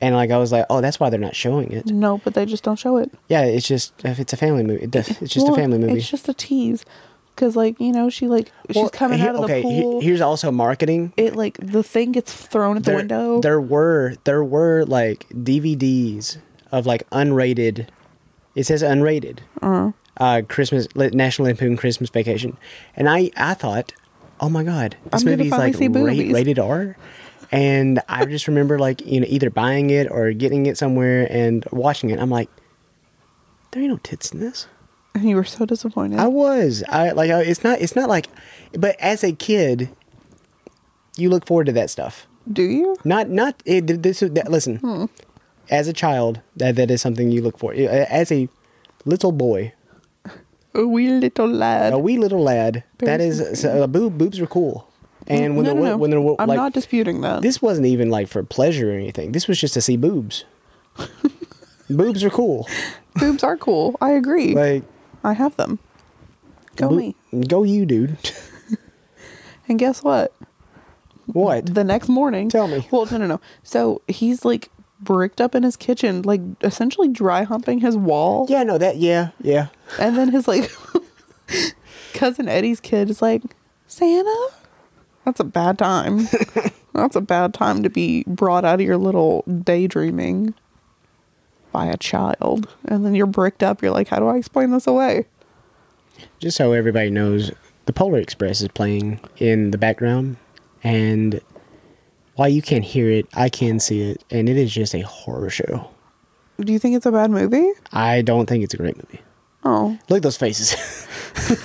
Speaker 1: and like I was like, oh, that's why they're not showing it.
Speaker 2: No, but they just don't show it.
Speaker 1: Yeah, it's just if it's a family movie. it def- It's just a
Speaker 2: Well,
Speaker 1: family movie.
Speaker 2: It's just a tease, because like you know, she like
Speaker 1: Well,
Speaker 2: she's coming
Speaker 1: he-
Speaker 2: out of the
Speaker 1: okay, he-
Speaker 2: pool.
Speaker 1: here's also marketing.
Speaker 2: it like the thing gets thrown at the
Speaker 1: There,
Speaker 2: window.
Speaker 1: there were there were like DVDs of like unrated. It says unrated. Uh-huh. Uh, Christmas li- National Lampoon Christmas Vacation, and I I thought, oh my god, this
Speaker 2: I'm gonna
Speaker 1: movie's
Speaker 2: finally
Speaker 1: like
Speaker 2: see
Speaker 1: ra-
Speaker 2: boobies.
Speaker 1: rated R. And I just remember like you know either buying it or getting it somewhere and watching it. I'm like, there ain't no tits in this.
Speaker 2: and you were so disappointed.
Speaker 1: I was. I like. I, it's not. It's not like. But as a kid, you look forward to that stuff.
Speaker 2: Do you?
Speaker 1: Not. Not. It, this. That, listen.
Speaker 2: Hmm.
Speaker 1: As a child, that that is something you look for. Eh, As a little boy,
Speaker 2: A wee little lad.
Speaker 1: a wee little lad, that is. So, uh, boob, boobs are cool. And when
Speaker 2: no,
Speaker 1: they're
Speaker 2: no, no.
Speaker 1: when they're
Speaker 2: I'm
Speaker 1: like
Speaker 2: not disputing that.
Speaker 1: this wasn't even like for pleasure or anything. This was just to see boobs. boobs are cool.
Speaker 2: boobs are cool. I agree.
Speaker 1: Like
Speaker 2: I have them. Go
Speaker 1: boo-
Speaker 2: me.
Speaker 1: go you, dude.
Speaker 2: And guess what?
Speaker 1: what?
Speaker 2: The next morning.
Speaker 1: Tell me.
Speaker 2: Well, no, no, no. So he's like bricked up in his kitchen, like essentially dry humping his wall.
Speaker 1: yeah. No. That. Yeah. Yeah.
Speaker 2: And then his like cousin Eddie's kid is like, Santa? That's a bad time. That's a bad time to be brought out of your little daydreaming by a child. And then you're bricked up. You're like, how do I explain this away?
Speaker 1: just so everybody knows, the Polar Express is playing in the background, and while you can't hear it, I can see it, and it is just a horror show.
Speaker 2: Do you think it's a bad movie?
Speaker 1: I don't think it's a great movie.
Speaker 2: Oh,
Speaker 1: Look at those faces.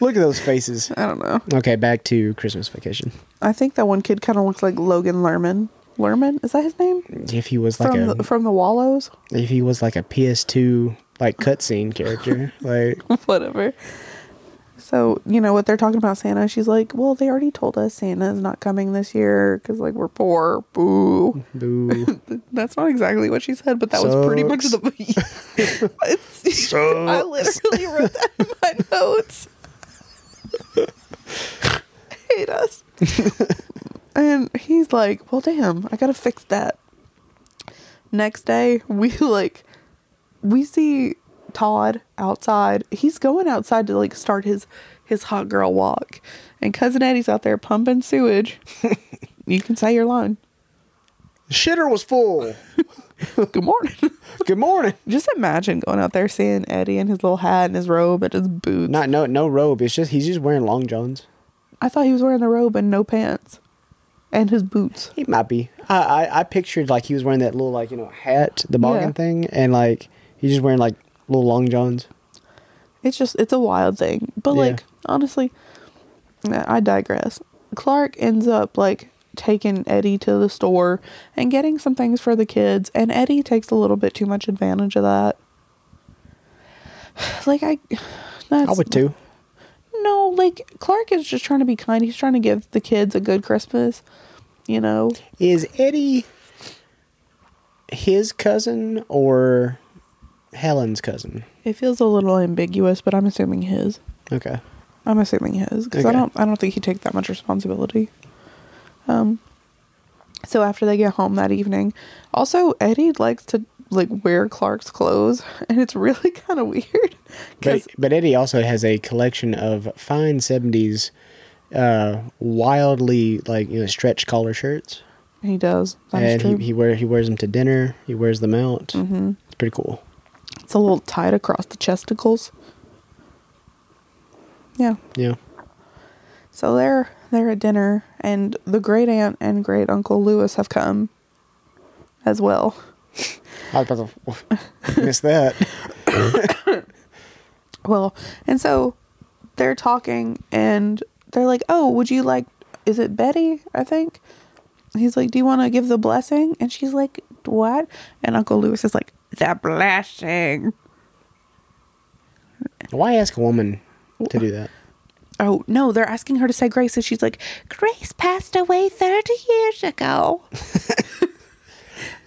Speaker 1: Look at those faces.
Speaker 2: I don't know.
Speaker 1: Okay, back to Christmas Vacation.
Speaker 2: I think that one kid kind of looks like Logan Lerman. Lerman? Is that his name?
Speaker 1: If he was like
Speaker 2: From
Speaker 1: a
Speaker 2: the, from the Wallows?
Speaker 1: if he was like a PS2 like cutscene character, like
Speaker 2: whatever. So, you know what they're talking about Santa. She's like, "Well, they already told us Santa's not coming this year cuz like we're poor." Boo.
Speaker 1: boo.
Speaker 2: That's not exactly what she said, but that was pretty much
Speaker 1: Sucks.
Speaker 2: the It's- I literally wrote that in my notes. Hate us. and he's like, "Well, damn, I got to fix that." Next day, we like we see Todd outside. He's going outside to like start his his hot girl walk, and cousin Eddie's out there pumping sewage, you can say your line.
Speaker 1: Shitter was full.
Speaker 2: Good morning.
Speaker 1: Good morning.
Speaker 2: Just imagine going out there seeing Eddie in his little hat and his robe and his boots.
Speaker 1: Not no no robe. It's just he's just wearing long johns.
Speaker 2: I thought he was wearing the robe and no pants, and his boots.
Speaker 1: He might be. I I, I pictured like he was wearing that little like you know hat, the bargain
Speaker 2: Yeah.
Speaker 1: thing, and like he's just wearing like little long johns.
Speaker 2: It's just it's a wild thing. But
Speaker 1: Yeah.
Speaker 2: like honestly, I digress. Clark ends up like taking Eddie to the store and getting some things for the kids, and Eddie takes a little bit too much advantage of that. Like I, that's,
Speaker 1: I would too.
Speaker 2: No, like Clark is just trying to be kind. He's trying to give the kids a good Christmas, you know.
Speaker 1: Is Eddie his cousin or Helen's cousin?
Speaker 2: It feels a little ambiguous, but I'm assuming his.
Speaker 1: Okay.
Speaker 2: I'm assuming his because I
Speaker 1: Okay.
Speaker 2: don't I don't think he takes that much responsibility. Um. So after they get home that evening, also Eddie likes to like wear Clark's clothes, and it's really kind of weird.
Speaker 1: But,
Speaker 2: Because
Speaker 1: but Eddie also has a collection of fine seventies, uh, wildly like you know stretch collar shirts,
Speaker 2: he does. That's
Speaker 1: and
Speaker 2: true.
Speaker 1: he he, wear, he wears them to dinner. He wears them out. Mm-hmm. It's pretty cool.
Speaker 2: it's a little tied across the chesticles. Yeah.
Speaker 1: Yeah,
Speaker 2: So they're they're at dinner, and the great aunt and great uncle Lewis have come, as well.
Speaker 1: I was about to miss that.
Speaker 2: Well, and so they're talking and they're like, "Oh, would you like is it Betty, I think?" He's like, "Do you want to give the blessing?" And she's like, "What?" And Uncle Lewis is like, "The blessing."
Speaker 1: Why ask a woman to do that?
Speaker 2: Oh, no, they're asking her to say grace and she's like, "Grace passed away 30 years ago."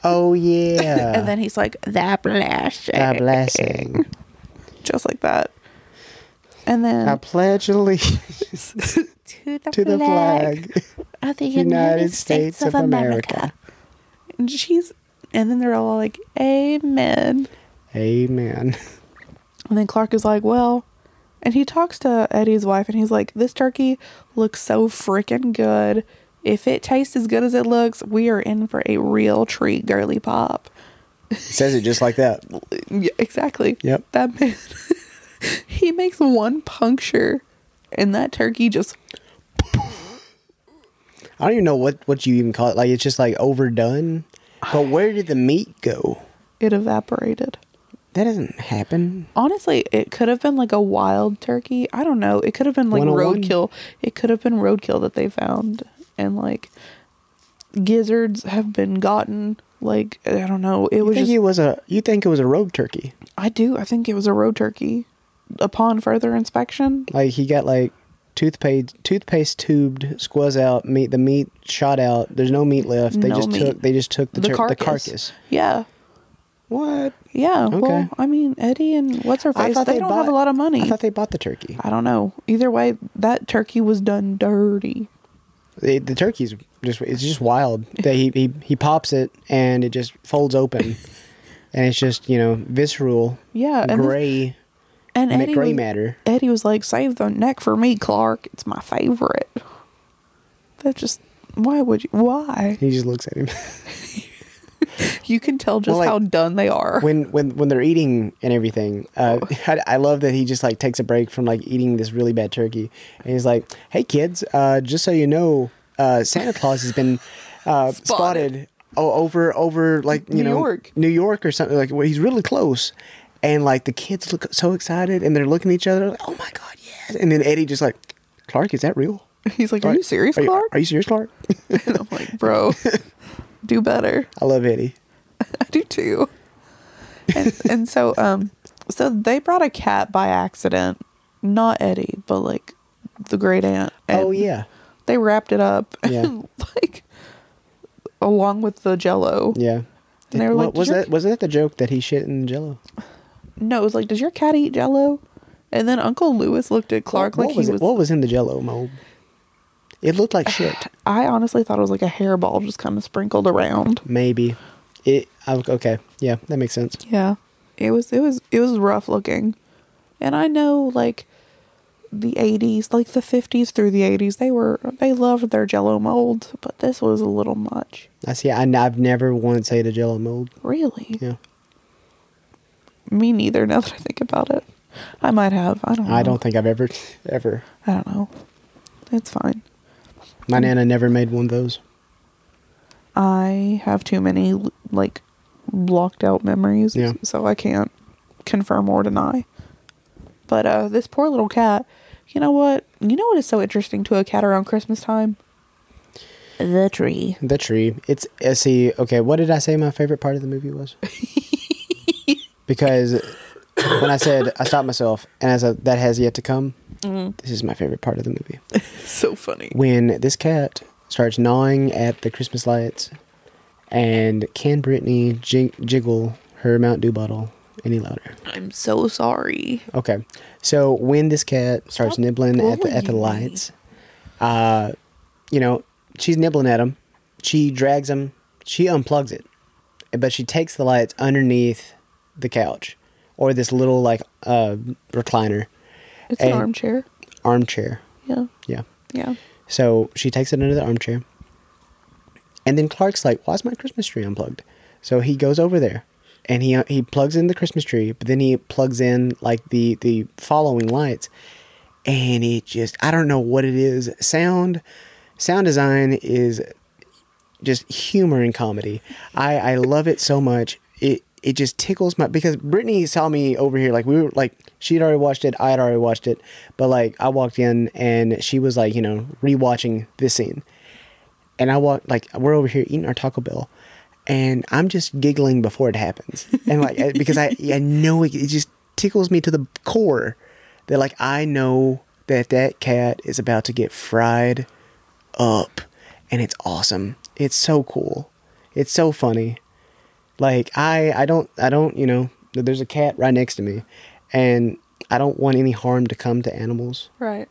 Speaker 1: Oh yeah,
Speaker 2: And then he's like, "The blessing."
Speaker 1: a blessing.
Speaker 2: Just like that. And then
Speaker 1: I pledge allegiance
Speaker 2: to the,
Speaker 1: to the flag
Speaker 2: of the
Speaker 1: United, States, of America.
Speaker 2: And she's and then they're all like, "Amen."
Speaker 1: Amen.
Speaker 2: And then Clark is like, well, and he talks to Eddie's wife and he's like, this turkey looks so freaking good. If it tastes as good as it looks, we are in for a real treat, girly pop.
Speaker 1: says it just like that.
Speaker 2: Yeah, exactly.
Speaker 1: Yep.
Speaker 2: That man, he makes one puncture and that turkey just,
Speaker 1: I don't even know what what you even call it. Like it's just like overdone. But where did the meat go?
Speaker 2: it evaporated.
Speaker 1: That doesn't happen.
Speaker 2: Honestly, it could have been like a wild turkey. I don't know. It could have been like
Speaker 1: 101?
Speaker 2: roadkill. It could have been roadkill that they found. And like gizzards have been gotten. Like, I don't know. It
Speaker 1: You
Speaker 2: was
Speaker 1: think
Speaker 2: just,
Speaker 1: it was a you think it was a rogue turkey?
Speaker 2: I do. I think it was a road turkey. Upon further inspection,
Speaker 1: Like he got like toothpaste toothpaste tubed, squaz out, meat the meat shot out. There's no meat left. They
Speaker 2: No
Speaker 1: just
Speaker 2: meat.
Speaker 1: took they just took the
Speaker 2: the,
Speaker 1: tur-
Speaker 2: carcass.
Speaker 1: the carcass.
Speaker 2: Yeah.
Speaker 1: What?
Speaker 2: Yeah.
Speaker 1: Okay.
Speaker 2: Well, I mean, Eddie and what's her face? They, don't have a lot of money.
Speaker 1: I thought they bought the turkey.
Speaker 2: I don't know. Either way, that turkey was done dirty.
Speaker 1: They- the turkey's just it's just wild. That he, he he pops it and it just folds open. And it's just, you know, visceral,
Speaker 2: Yeah. And this-
Speaker 1: gray,
Speaker 2: And Eddie
Speaker 1: gray
Speaker 2: was-
Speaker 1: matter.
Speaker 2: Eddie was like, "Save the neck for me, Clark. It's my favorite." That just why would you? Why
Speaker 1: He just looks at him.
Speaker 2: you can tell just
Speaker 1: Well, like,
Speaker 2: how done they are.
Speaker 1: when when when they're eating and everything,
Speaker 2: Oh.
Speaker 1: uh, I, I love that he just like takes a break from like eating this really bad turkey, and he's like, "Hey kids, uh, just so you know, uh, Santa Claus has been uh, spotted."
Speaker 2: Spotted.
Speaker 1: o- over over like you
Speaker 2: New
Speaker 1: know
Speaker 2: York.
Speaker 1: New York or something like well, he's really close, and like the kids look so excited and they're looking at each other like, "Oh my god, yes!" And then Eddie just like, "Clark, is that real?"
Speaker 2: He's like, "Are you serious,
Speaker 1: are
Speaker 2: Clark?"
Speaker 1: Are you serious, Clark?
Speaker 2: and I'm like, "Bro, do better."
Speaker 1: I love Eddie.
Speaker 2: I do too. And, and so, um, so they brought a cat by accident, not Eddie, but like the great aunt. And
Speaker 1: oh yeah,
Speaker 2: they wrapped it up,
Speaker 1: Yeah.
Speaker 2: and, like along with the Jello.
Speaker 1: yeah.
Speaker 2: And they were
Speaker 1: What-
Speaker 2: like,
Speaker 1: was
Speaker 2: "Did your
Speaker 1: that was that the joke that he shit in Jello?
Speaker 2: No, it was like, does your cat eat jello? And then Uncle Lewis looked at Clark
Speaker 1: what
Speaker 2: like
Speaker 1: was
Speaker 2: he
Speaker 1: it-
Speaker 2: was.
Speaker 1: what was in the Jello mold? It looked like shit.
Speaker 2: I honestly thought it was like a hairball just kind of sprinkled around.
Speaker 1: Maybe it. I, okay, yeah, that makes sense.
Speaker 2: Yeah, it was it was it was rough looking, and I know like the 80s, like the 50s through the 80s, they were they loved their jello mold, but this was a little much.
Speaker 1: I see. I, have never once ate a Jello mold.
Speaker 2: Really?
Speaker 1: Yeah,
Speaker 2: Me neither now that I think about it. I might have. I don't know.
Speaker 1: I don't think I've ever, ever.
Speaker 2: I don't know. It's fine.
Speaker 1: My nana never made one of those.
Speaker 2: I have too many like blocked out memories,
Speaker 1: Yeah.
Speaker 2: so I can't confirm or deny. But uh, this poor little cat. You know what? You know what is so interesting to a cat around Christmas time? The tree.
Speaker 1: The tree. It's uh, see. Okay, what did I say? My favorite part of the movie was because when I said I stopped myself, and as a, that has yet to come,
Speaker 2: Mm-hmm.
Speaker 1: this is my favorite part of the movie.
Speaker 2: So funny.
Speaker 1: when this cat starts gnawing at the Christmas lights, and can Brittany jig- jiggle her Mount Dew bottle any louder?
Speaker 2: I'm so sorry.
Speaker 1: Okay, so when this cat starts
Speaker 2: Stop
Speaker 1: nibbling at the, at the
Speaker 2: bullying me.
Speaker 1: lights, uh, you know she's nibbling at them. She drags them. She unplugs it, but she takes the lights underneath the couch or this little like uh, recliner
Speaker 2: It's
Speaker 1: And-
Speaker 2: an armchair.
Speaker 1: armchair.
Speaker 2: Yeah.
Speaker 1: Yeah.
Speaker 2: Yeah.
Speaker 1: So she takes it under the armchair. And then Clark's like, "Why's my Christmas tree unplugged?" So he goes over there, and he uh, he plugs in the Christmas tree, but then he plugs in like the the following lights, and it just I don't know what it is. Sound, sound design is just humor and comedy. I I love it so much. It it just tickles my because Brittany saw me over here like we were like she'd already watched it, I had already watched it, but like I walked in and she was like you know rewatching this scene, and I walk like we're over here eating our Taco Bell. And I'm just giggling before it happens, and like I- because I I know it, it just tickles me to the core that like I know that that cat is about to get fried up and it's awesome it's so cool it's so funny like i i don't i don't you know there's a cat right next to me and i don't want any harm to come to animals
Speaker 2: Right.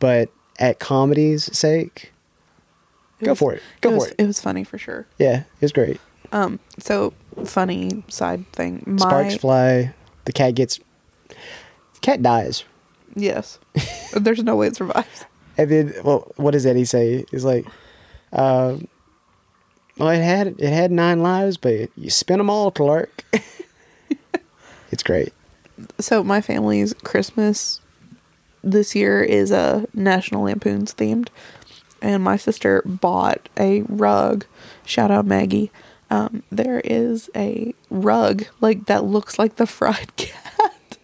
Speaker 1: but at comedy's sake go
Speaker 2: was-
Speaker 1: for it go for
Speaker 2: was,
Speaker 1: it
Speaker 2: It was funny for sure.
Speaker 1: yeah it's great
Speaker 2: So funny side thing. My
Speaker 1: sparks fly the cat gets the cat dies
Speaker 2: yes. There's no way it survives.
Speaker 1: and then well what does eddie say he's like uh well it had it had nine lives but you spent them all clark it's great
Speaker 2: So my family's Christmas this year is a uh, National Lampoon's themed, and my sister bought a rug. Shout out Maggie. Um, there is a rug like that looks like the fried cat,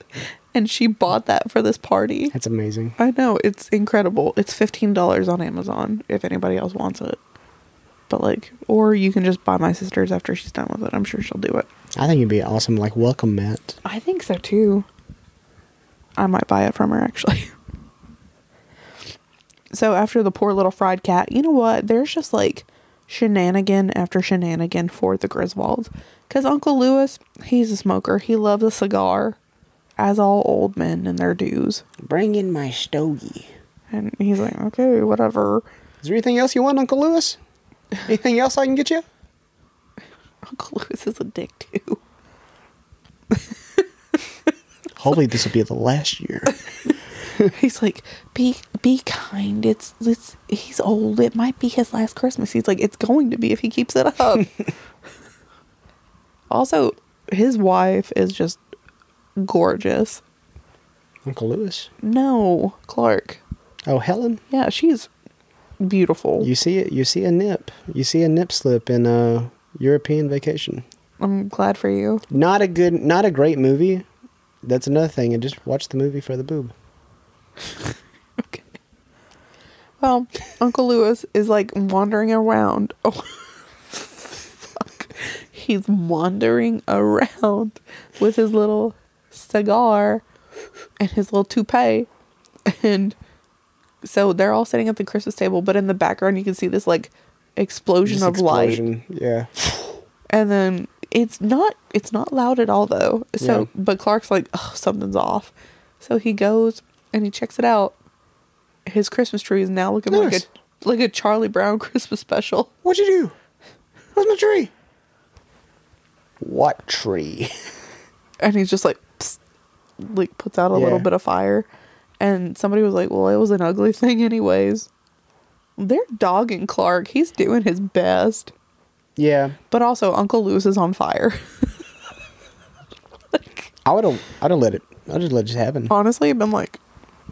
Speaker 2: and she bought that for this party.
Speaker 1: That's amazing.
Speaker 2: I know it's incredible. It's fifteen dollars on Amazon if anybody else wants it. But like, or you can just buy my sister's after she's done with it. I'm sure she'll do it.
Speaker 1: I think it'd be awesome, like welcome mat.
Speaker 2: I think so too. I might buy it from her actually. so after the poor little fried cat, you know what? There's just like shenanigan after shenanigan for the Griswolds. Because Uncle Lewis, he's a smoker. He loves a cigar, as all old men and their dues.
Speaker 1: Bring in my stogie.
Speaker 2: And he's like, okay, whatever.
Speaker 1: Is there anything else you want, Uncle Lewis? Anything else I can get you?
Speaker 2: Uncle Lewis is a dick too.
Speaker 1: Hopefully, this will be the last year.
Speaker 2: He's like, be be kind. It's it's he's old. It might be his last Christmas. He's like, it's going to be if he keeps it up. also, his wife is just gorgeous.
Speaker 1: Uncle Lewis.
Speaker 2: No, Clark.
Speaker 1: Oh, Helen.
Speaker 2: Yeah, she's beautiful.
Speaker 1: You see it. You see a nip. You see a nip slip in uh, European Vacation.
Speaker 2: I'm glad for you.
Speaker 1: Not a good. Not a great movie. That's another thing. And just watch the movie for the boob.
Speaker 2: Okay. Well, Uncle Lewis is like wandering around. Oh, fuck. He's wandering around with his little cigar and his little toupee. And so they're all sitting at the Christmas table, but in the background, you can see this like explosion
Speaker 1: Just
Speaker 2: of light
Speaker 1: explosion. Yeah.
Speaker 2: and then it's not it's not loud at all though so
Speaker 1: Yeah.
Speaker 2: but clark's like oh something's off so he goes and he checks it out his christmas tree is now looking
Speaker 1: Nice.
Speaker 2: like a like a charlie brown christmas special
Speaker 1: What'd you do? Where's my tree? What tree?
Speaker 2: and he's just like psst, like puts out a little
Speaker 1: Yeah.
Speaker 2: bit of fire And somebody was like, well, it was an ugly thing, anyways. They're dogging Clark. He's doing his best.
Speaker 1: Yeah.
Speaker 2: But also, Uncle Lewis is on fire.
Speaker 1: I would have. I'd have let it. I'd just let it just happen.
Speaker 2: Honestly, I've been like,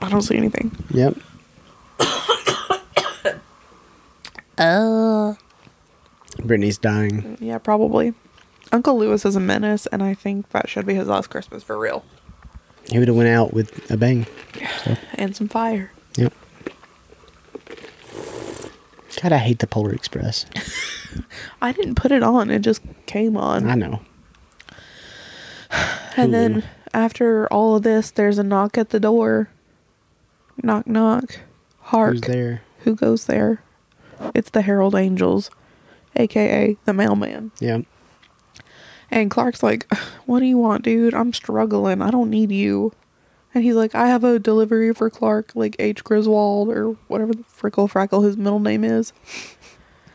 Speaker 2: I don't see anything.
Speaker 1: Yep.
Speaker 2: Uh,
Speaker 1: Brittany's dying.
Speaker 2: yeah, probably. Uncle Lewis is a menace, and I think that should be his last Christmas for real.
Speaker 1: He would have went out with a bang.
Speaker 2: And some fire.
Speaker 1: Yep. God, I hate the Polar Express.
Speaker 2: I didn't put it on, it just came on.
Speaker 1: I know.
Speaker 2: And then after all of this, there's a knock at the door. Knock, knock. Hark.
Speaker 1: Who's there?
Speaker 2: Who goes there? It's the Herald Angels, aka the mailman.
Speaker 1: Yeah.
Speaker 2: And Clark's like, What do you want, dude? I'm struggling. I don't need you. And he's like, I have a delivery for Clark, like H. Griswold or whatever the frickle frackle his middle name is.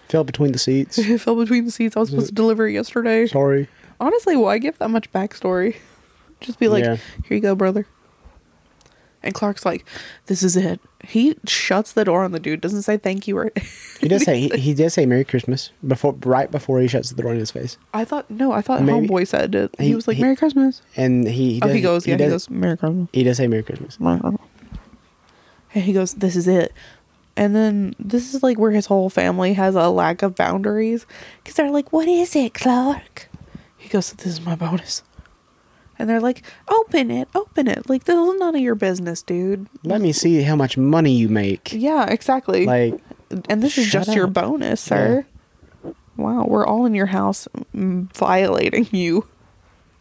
Speaker 1: Fell between the seats.
Speaker 2: It fell between the seats. I was supposed to deliver it yesterday.
Speaker 1: Sorry.
Speaker 2: Honestly, why give that much backstory? Just be like,
Speaker 1: Yeah.
Speaker 2: here you go, brother. And Clark's like, this is it. He shuts the door on the dude, doesn't say thank you or.
Speaker 1: He does say he, he does say Merry Christmas before right before he shuts the door in his face,
Speaker 2: I thought, no, I thought
Speaker 1: Maybe-
Speaker 2: Homeboy said it. He,
Speaker 1: he-
Speaker 2: was like,
Speaker 1: he-
Speaker 2: Merry Christmas.
Speaker 1: and he, he
Speaker 2: oh,
Speaker 1: does,
Speaker 2: he goes, yeah, he,
Speaker 1: does,
Speaker 2: goes, Merry Christmas.
Speaker 1: he does say Merry Christmas.
Speaker 2: Merry Christmas. And he goes, this is it. And then this is like where his whole family has a lack of boundaries because they're like, what is it, Clark? He goes, this is my bonus. And they're like, open it, open it. Like, this is none of your business, dude.
Speaker 1: Let me see how much money you make.
Speaker 2: Yeah, exactly.
Speaker 1: Like
Speaker 2: and this is
Speaker 1: shut
Speaker 2: just your
Speaker 1: up.
Speaker 2: bonus, sir. Wow, we're all in your house mm, violating you.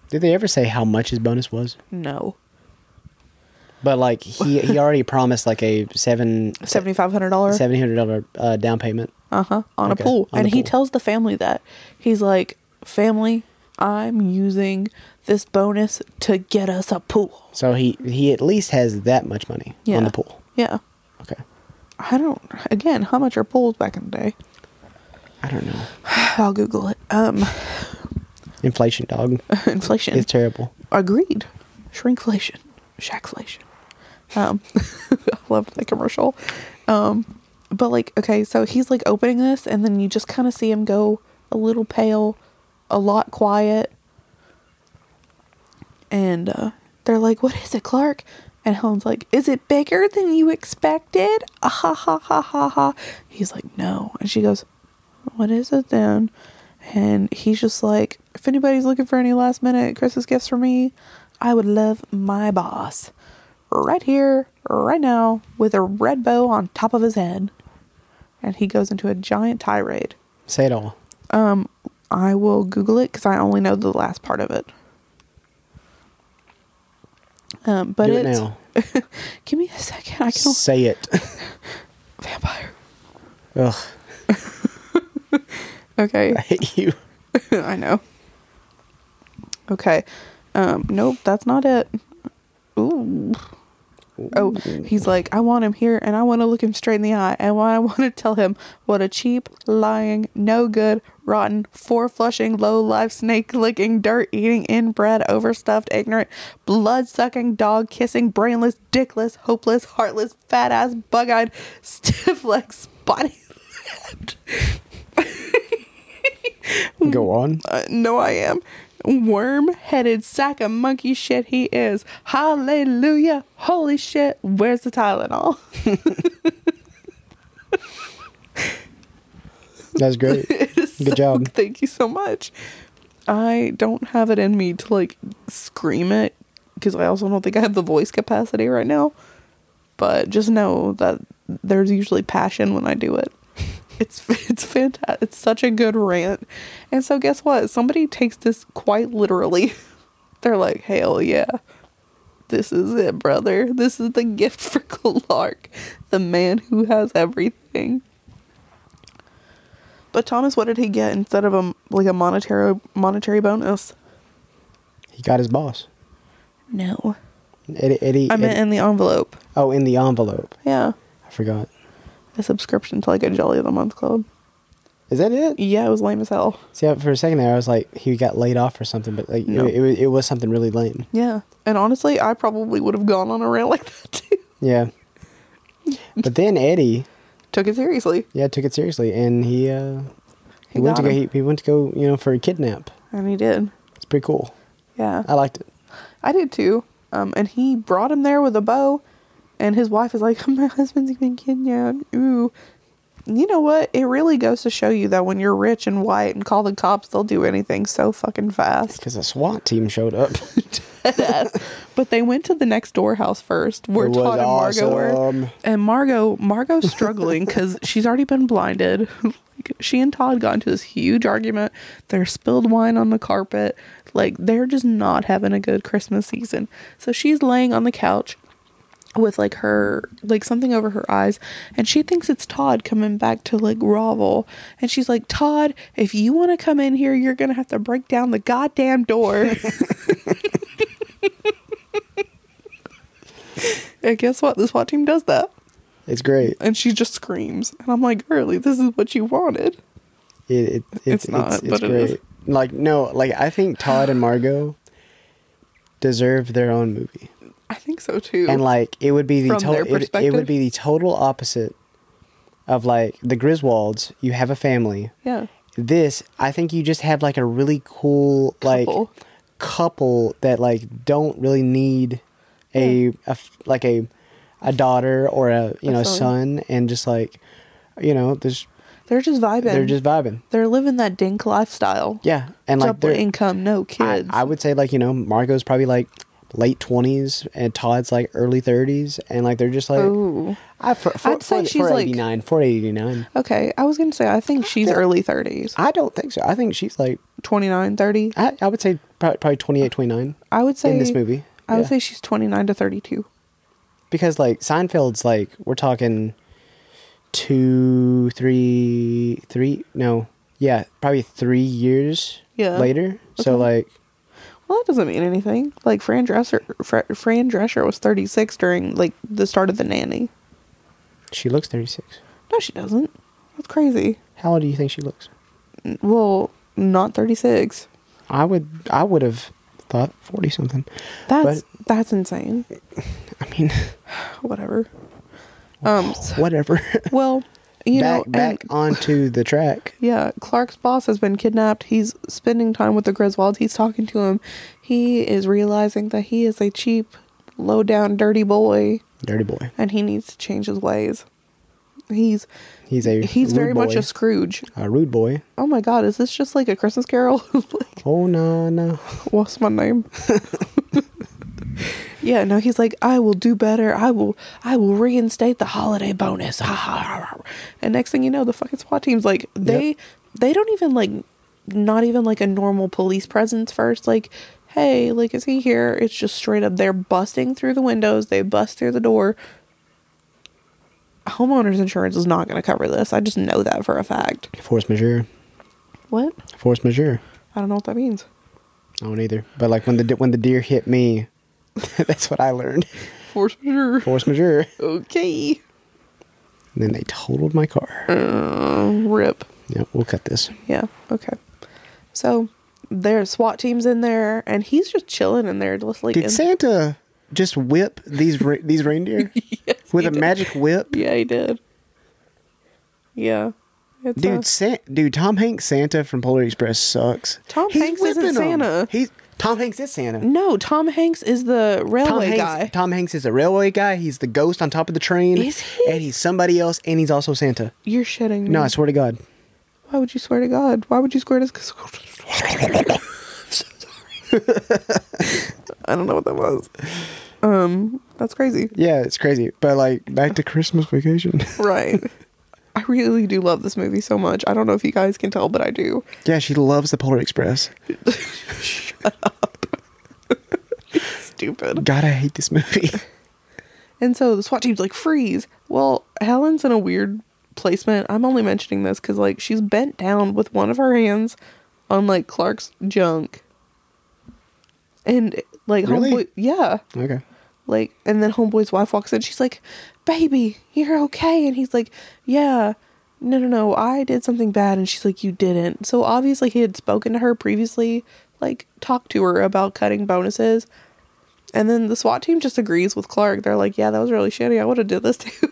Speaker 1: Did they ever say how much his bonus was?
Speaker 2: No.
Speaker 1: But like he he already promised like a seven
Speaker 2: $7,500?
Speaker 1: seven hundred dollar uh, down payment.
Speaker 2: uh-huh on
Speaker 1: Okay,
Speaker 2: a pool
Speaker 1: on
Speaker 2: and
Speaker 1: the
Speaker 2: he
Speaker 1: pool.
Speaker 2: tells the family that he's like family i'm using this bonus to get us a pool
Speaker 1: So he he at least has that much money
Speaker 2: yeah
Speaker 1: on the pool.
Speaker 2: yeah
Speaker 1: Okay,
Speaker 2: i don't again how much are pools back in the day
Speaker 1: I don't know.
Speaker 2: i'll google it um
Speaker 1: Inflation, dog.
Speaker 2: inflation
Speaker 1: It's terrible.
Speaker 2: agreed shrinkflation shackflation um i loved the commercial um but like okay so he's like opening this and then you just kind of see him go a little pale a lot quiet and uh they're like what is it clark and helen's like is it bigger than you expected ah, ha ha ha ha ha he's like no and she goes what is it then? And he's just like, if anybody's looking for any last minute Christmas gifts for me, I would love my boss right here, right now, with a red bow on top of his head. And he goes into a giant tirade.
Speaker 1: Say it all.
Speaker 2: I will Google it because I only know the last part of it. Um, but
Speaker 1: Do it
Speaker 2: it's,
Speaker 1: now.
Speaker 2: give me a second. I can
Speaker 1: Say it.
Speaker 2: vampire.
Speaker 1: Ugh,
Speaker 2: Okay.
Speaker 1: I hate you.
Speaker 2: I know. Okay. Um, nope, that's not it. Ooh. Oh, he's like, I want him here and I want to look him straight in the eye and I want to tell him what a cheap, lying, no good, rotten, four flushing, low life, snake licking, dirt eating, inbred, overstuffed, ignorant, blood sucking, dog kissing, brainless, dickless, hopeless, heartless, fat ass, bug eyed, stiff legged, spotty
Speaker 1: Go on.
Speaker 2: Uh, no, I am. Worm headed sack of monkey shit he is. Hallelujah. Holy shit. Where's the Tylenol?
Speaker 1: That's great. Good job.
Speaker 2: Thank you so much. I don't have it in me to like scream it because I also don't think I have the voice capacity right now. But just know that there's usually passion when I do it. It's it's fantastic. It's such a good rant. And so guess what? Somebody takes this quite literally. They're like, "Hell yeah." This is it, brother. This is the gift for Clark, the man who has everything. But Thomas, what did he get instead of a like a monetary monetary bonus?
Speaker 1: He got his boss.
Speaker 2: No,
Speaker 1: Eddie. Eddie
Speaker 2: I meant
Speaker 1: Eddie-
Speaker 2: in the envelope.
Speaker 1: oh, in the envelope.
Speaker 2: Yeah,
Speaker 1: I forgot.
Speaker 2: a subscription to like a Jolly of the Month club.
Speaker 1: Is that it?
Speaker 2: Yeah, it was lame as hell.
Speaker 1: See, I- for a second there, I was like, he got laid off or something, but like,
Speaker 2: No.
Speaker 1: it, it, was- it was something really lame.
Speaker 2: Yeah, and honestly, I probably would have gone on a rant like that too.
Speaker 1: Yeah. But then Eddie,
Speaker 2: Took it seriously.
Speaker 1: yeah, took it seriously, and he uh, he,
Speaker 2: He
Speaker 1: went to
Speaker 2: got
Speaker 1: go. He,
Speaker 2: him.
Speaker 1: he went to go, you know, for a kidnap.
Speaker 2: And he did.
Speaker 1: It's pretty cool.
Speaker 2: Yeah.
Speaker 1: I liked it.
Speaker 2: I did too. Um, and he brought him there with a bow, and his wife is like, "My husband's been kidnapped." Ooh, you know what? It really goes to show you that when you're rich and white and call the cops, they'll do anything so fucking fast.
Speaker 1: Because a SWAT team showed up.
Speaker 2: But they went to the next door house first, where
Speaker 1: It was
Speaker 2: Todd and Margot
Speaker 1: awesome.
Speaker 2: were. And Margot, Margot's struggling because she's already been blinded. Like, she and Todd got into this huge argument. There's spilled wine on the carpet. Like they're just not having a good Christmas season. So she's laying on the couch with like her like something over her eyes and she thinks it's Todd coming back to like grovel and she's like Todd if you want to come in here you're going to have to break down the goddamn door And guess what? The SWAT team does that.
Speaker 1: it's great.
Speaker 2: And she just screams. And I'm like, girly, this is what you wanted.
Speaker 1: It, it, it's, it's
Speaker 2: not,
Speaker 1: it's,
Speaker 2: but it
Speaker 1: great.
Speaker 2: is.
Speaker 1: Like no, like I think Todd and Margot deserve their own movie.
Speaker 2: I think so too.
Speaker 1: and like it would be the
Speaker 2: From their
Speaker 1: total it, it
Speaker 2: perspective?
Speaker 1: would be the total opposite of like the Griswolds. You have a family.
Speaker 2: yeah.
Speaker 1: This, I think, you just have like a really cool
Speaker 2: Couple.
Speaker 1: like couple that like don't really need a, a f- like a a daughter or a you
Speaker 2: A
Speaker 1: know son.
Speaker 2: son.
Speaker 1: and just like you know there's
Speaker 2: They're just vibing.
Speaker 1: they're just vibing.
Speaker 2: They're living that dink lifestyle.
Speaker 1: Yeah, and like
Speaker 2: Double
Speaker 1: they're
Speaker 2: income, no
Speaker 1: I,
Speaker 2: kids.
Speaker 1: I would say like you know Margot's probably like late twenties and Todd's like early thirties and like they're just like
Speaker 2: Ooh.
Speaker 1: I, for, for,
Speaker 2: I'd say
Speaker 1: for,
Speaker 2: she's,
Speaker 1: for
Speaker 2: like-
Speaker 1: 89, for 89.
Speaker 2: Okay. I was going to say, I think she's early 30s.
Speaker 1: I don't think so. I think she's like,
Speaker 2: 29, 30.
Speaker 1: I, I would say probably, probably 28, 29
Speaker 2: I would say.
Speaker 1: in this movie.
Speaker 2: I would
Speaker 1: Yeah.
Speaker 2: say she's 29 to 32.
Speaker 1: Because like Seinfeld's like, we're talking two, three, three, no, yeah, probably three years
Speaker 2: Yeah.
Speaker 1: later. So like,
Speaker 2: Well, that doesn't mean anything. Like Fran Dresser, Fra, Fran Drescher was 36 during like the start of the nanny.
Speaker 1: she looks 36.
Speaker 2: No, she doesn't. That's crazy.
Speaker 1: How old do you think she looks?
Speaker 2: Well, not 36.
Speaker 1: I would, I would have thought 40 something.
Speaker 2: That's that's insane.
Speaker 1: I mean,
Speaker 2: Whatever. Um.
Speaker 1: whatever.
Speaker 2: Well, you
Speaker 1: back,
Speaker 2: know,
Speaker 1: back
Speaker 2: and,
Speaker 1: onto the track.
Speaker 2: yeah, Clark's boss has been kidnapped. He's spending time with the Griswolds. He's talking to him. He is realizing that he is a cheap, low down, dirty boy,
Speaker 1: Dirty boy.
Speaker 2: and he needs to change his ways. He's
Speaker 1: He's a
Speaker 2: he's
Speaker 1: rude
Speaker 2: very much
Speaker 1: boy.
Speaker 2: a Scrooge.
Speaker 1: a rude boy.
Speaker 2: Oh my God, is this just like a Christmas Carol? like,
Speaker 1: Oh no no.
Speaker 2: what's my name? yeah, no, he's like, I will do better. I will, I will reinstate the holiday bonus. Ha, ha, ha, ha. and next thing you know, the fucking SWAT team's like, they,
Speaker 1: Yep.
Speaker 2: they don't even like, not even like a normal police presence first. Like, hey, like, is he here? It's just straight up. They're busting through the windows. They bust through the door. Homeowners insurance is not going to cover this. I just know that for a fact.
Speaker 1: Force majeure.
Speaker 2: What?
Speaker 1: Force majeure.
Speaker 2: I don't know what that means.
Speaker 1: I don't either. But like when the when the deer hit me, that's what I learned.
Speaker 2: Force majeure.
Speaker 1: Force majeure.
Speaker 2: Okay.
Speaker 1: And then they totaled my
Speaker 2: Mm.
Speaker 1: car.
Speaker 2: Rip.
Speaker 1: Yeah, we'll cut this.
Speaker 2: Yeah. Okay. So there's SWAT teams in there, and he's just chilling in there, just like. in-
Speaker 1: Did Santa just whip these re- these reindeer with a magic whip?
Speaker 2: yeah, he did. Yeah. It's
Speaker 1: Dude,
Speaker 2: a-
Speaker 1: San- dude, Tom Hanks Santa from Polar Express sucks.
Speaker 2: Tom Hanks isn't
Speaker 1: whipping 'em.
Speaker 2: Santa.
Speaker 1: He's Tom Hanks is Santa.
Speaker 2: no, Tom Hanks is the
Speaker 1: Tom
Speaker 2: railway
Speaker 1: Hanks,
Speaker 2: guy.
Speaker 1: Tom Hanks is a railway guy. He's the ghost on top of the train.
Speaker 2: Is he? Mm.
Speaker 1: And he's somebody else, and he's also Santa.
Speaker 2: You're shitting me.
Speaker 1: No, I swear to God.
Speaker 2: Why would you swear to God? Why would you swear to? I don't know what that was. Um, that's crazy.
Speaker 1: Yeah, it's crazy. But like back to Christmas vacation.
Speaker 2: Right. I really do love this movie so much. I don't know if you guys can tell, but I do.
Speaker 1: yeah, she loves the Polar Express.
Speaker 2: Stupid.
Speaker 1: God, I hate this movie.
Speaker 2: And so the SWAT team's like, freeze. Well, Helen's in a weird placement. I'm only mentioning this because, like, she's bent down with one of her hands on, like, Clark's junk. And, like,
Speaker 1: Really?
Speaker 2: Homeboy, yeah.
Speaker 1: okay.
Speaker 2: Like, and then Homeboy's wife walks in. She's like, baby, you're okay. And he's like, yeah. No, no, no. I did something bad. And she's like, you didn't. So obviously, he had spoken to her previously, like, talked to her about cutting bonuses. And then the SWAT team just agrees with Clark. They're like, "Yeah, that was really shitty. I would have did this too."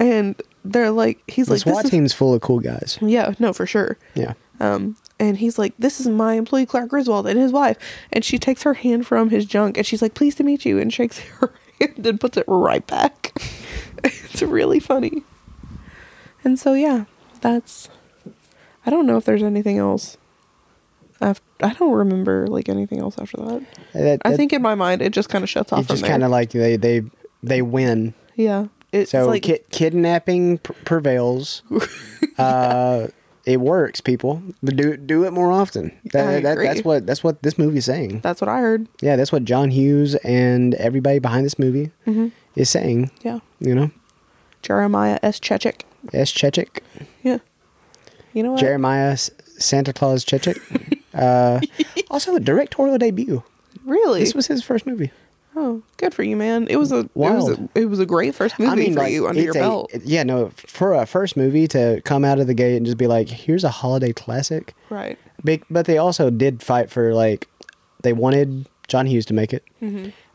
Speaker 2: and they're like, "He's
Speaker 1: the
Speaker 2: like,
Speaker 1: SWAT
Speaker 2: this Hmm.
Speaker 1: team's full of cool guys.
Speaker 2: Is, yeah, no, for sure."
Speaker 1: Yeah.
Speaker 2: Um, and he's like, "This is my employee Clark Griswold and his wife." And she takes her hand from his junk and she's like, "Pleased to meet you," and shakes her hand and puts it right back. it's really funny. And so yeah, that's. I don't know if there's anything else. I've, I don't remember like anything else after that.
Speaker 1: That-
Speaker 2: I
Speaker 1: that-
Speaker 2: think in my mind it just kind of shuts off.
Speaker 1: It's
Speaker 2: from
Speaker 1: just
Speaker 2: there.
Speaker 1: kind of like they they they win.
Speaker 2: yeah. It's
Speaker 1: So
Speaker 2: like
Speaker 1: ki- kidnapping pr- prevails. uh, it works, people. Do do it more often. That-
Speaker 2: I
Speaker 1: that-
Speaker 2: agree.
Speaker 1: that's what that's what this movie's saying.
Speaker 2: that's what I heard.
Speaker 1: yeah, that's what John Hughes and everybody behind this movie is saying.
Speaker 2: Mm-hmm. Yeah,
Speaker 1: You know,
Speaker 2: Jeremiah S. Chechik.
Speaker 1: S. Chechik,
Speaker 2: Yeah, you know what?
Speaker 1: Jeremiah S- Santa Claus Chechik. uh, also, a directorial debut.
Speaker 2: really?
Speaker 1: This was his first movie.
Speaker 2: Oh, good for you, man. It was a it was
Speaker 1: Wild.
Speaker 2: a, it was a great first movie for
Speaker 1: like,
Speaker 2: you under your
Speaker 1: it's a-
Speaker 2: belt.
Speaker 1: Yeah, no, for a first movie to come out of the gate and just be like, here's a holiday classic.
Speaker 2: right.
Speaker 1: Big, but they also did fight for like they wanted John Hughes to make it.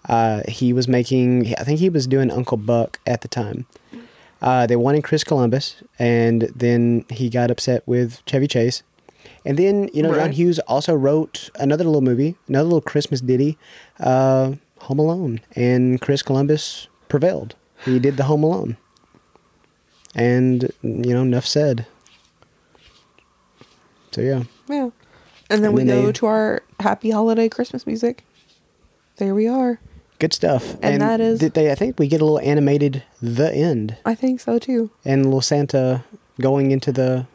Speaker 1: Uh, he was making, I think he was doing Uncle Buck at the time. Uh, they wanted Chris Columbus, and then he got upset with Chevy Chase. And then you know John
Speaker 2: Right.
Speaker 1: Hughes also wrote another little movie, another little Christmas ditty, uh, Home Alone, and Chris Columbus prevailed. He did the Home Alone, and you know enough said. So yeah.
Speaker 2: Yeah. And then
Speaker 1: And
Speaker 2: we
Speaker 1: then
Speaker 2: go
Speaker 1: they-
Speaker 2: to our happy holiday Christmas music. There we are.
Speaker 1: Good stuff.
Speaker 2: And that is-
Speaker 1: did they, I think we get a little animated the end
Speaker 2: I think so too.
Speaker 1: and little Santa going into the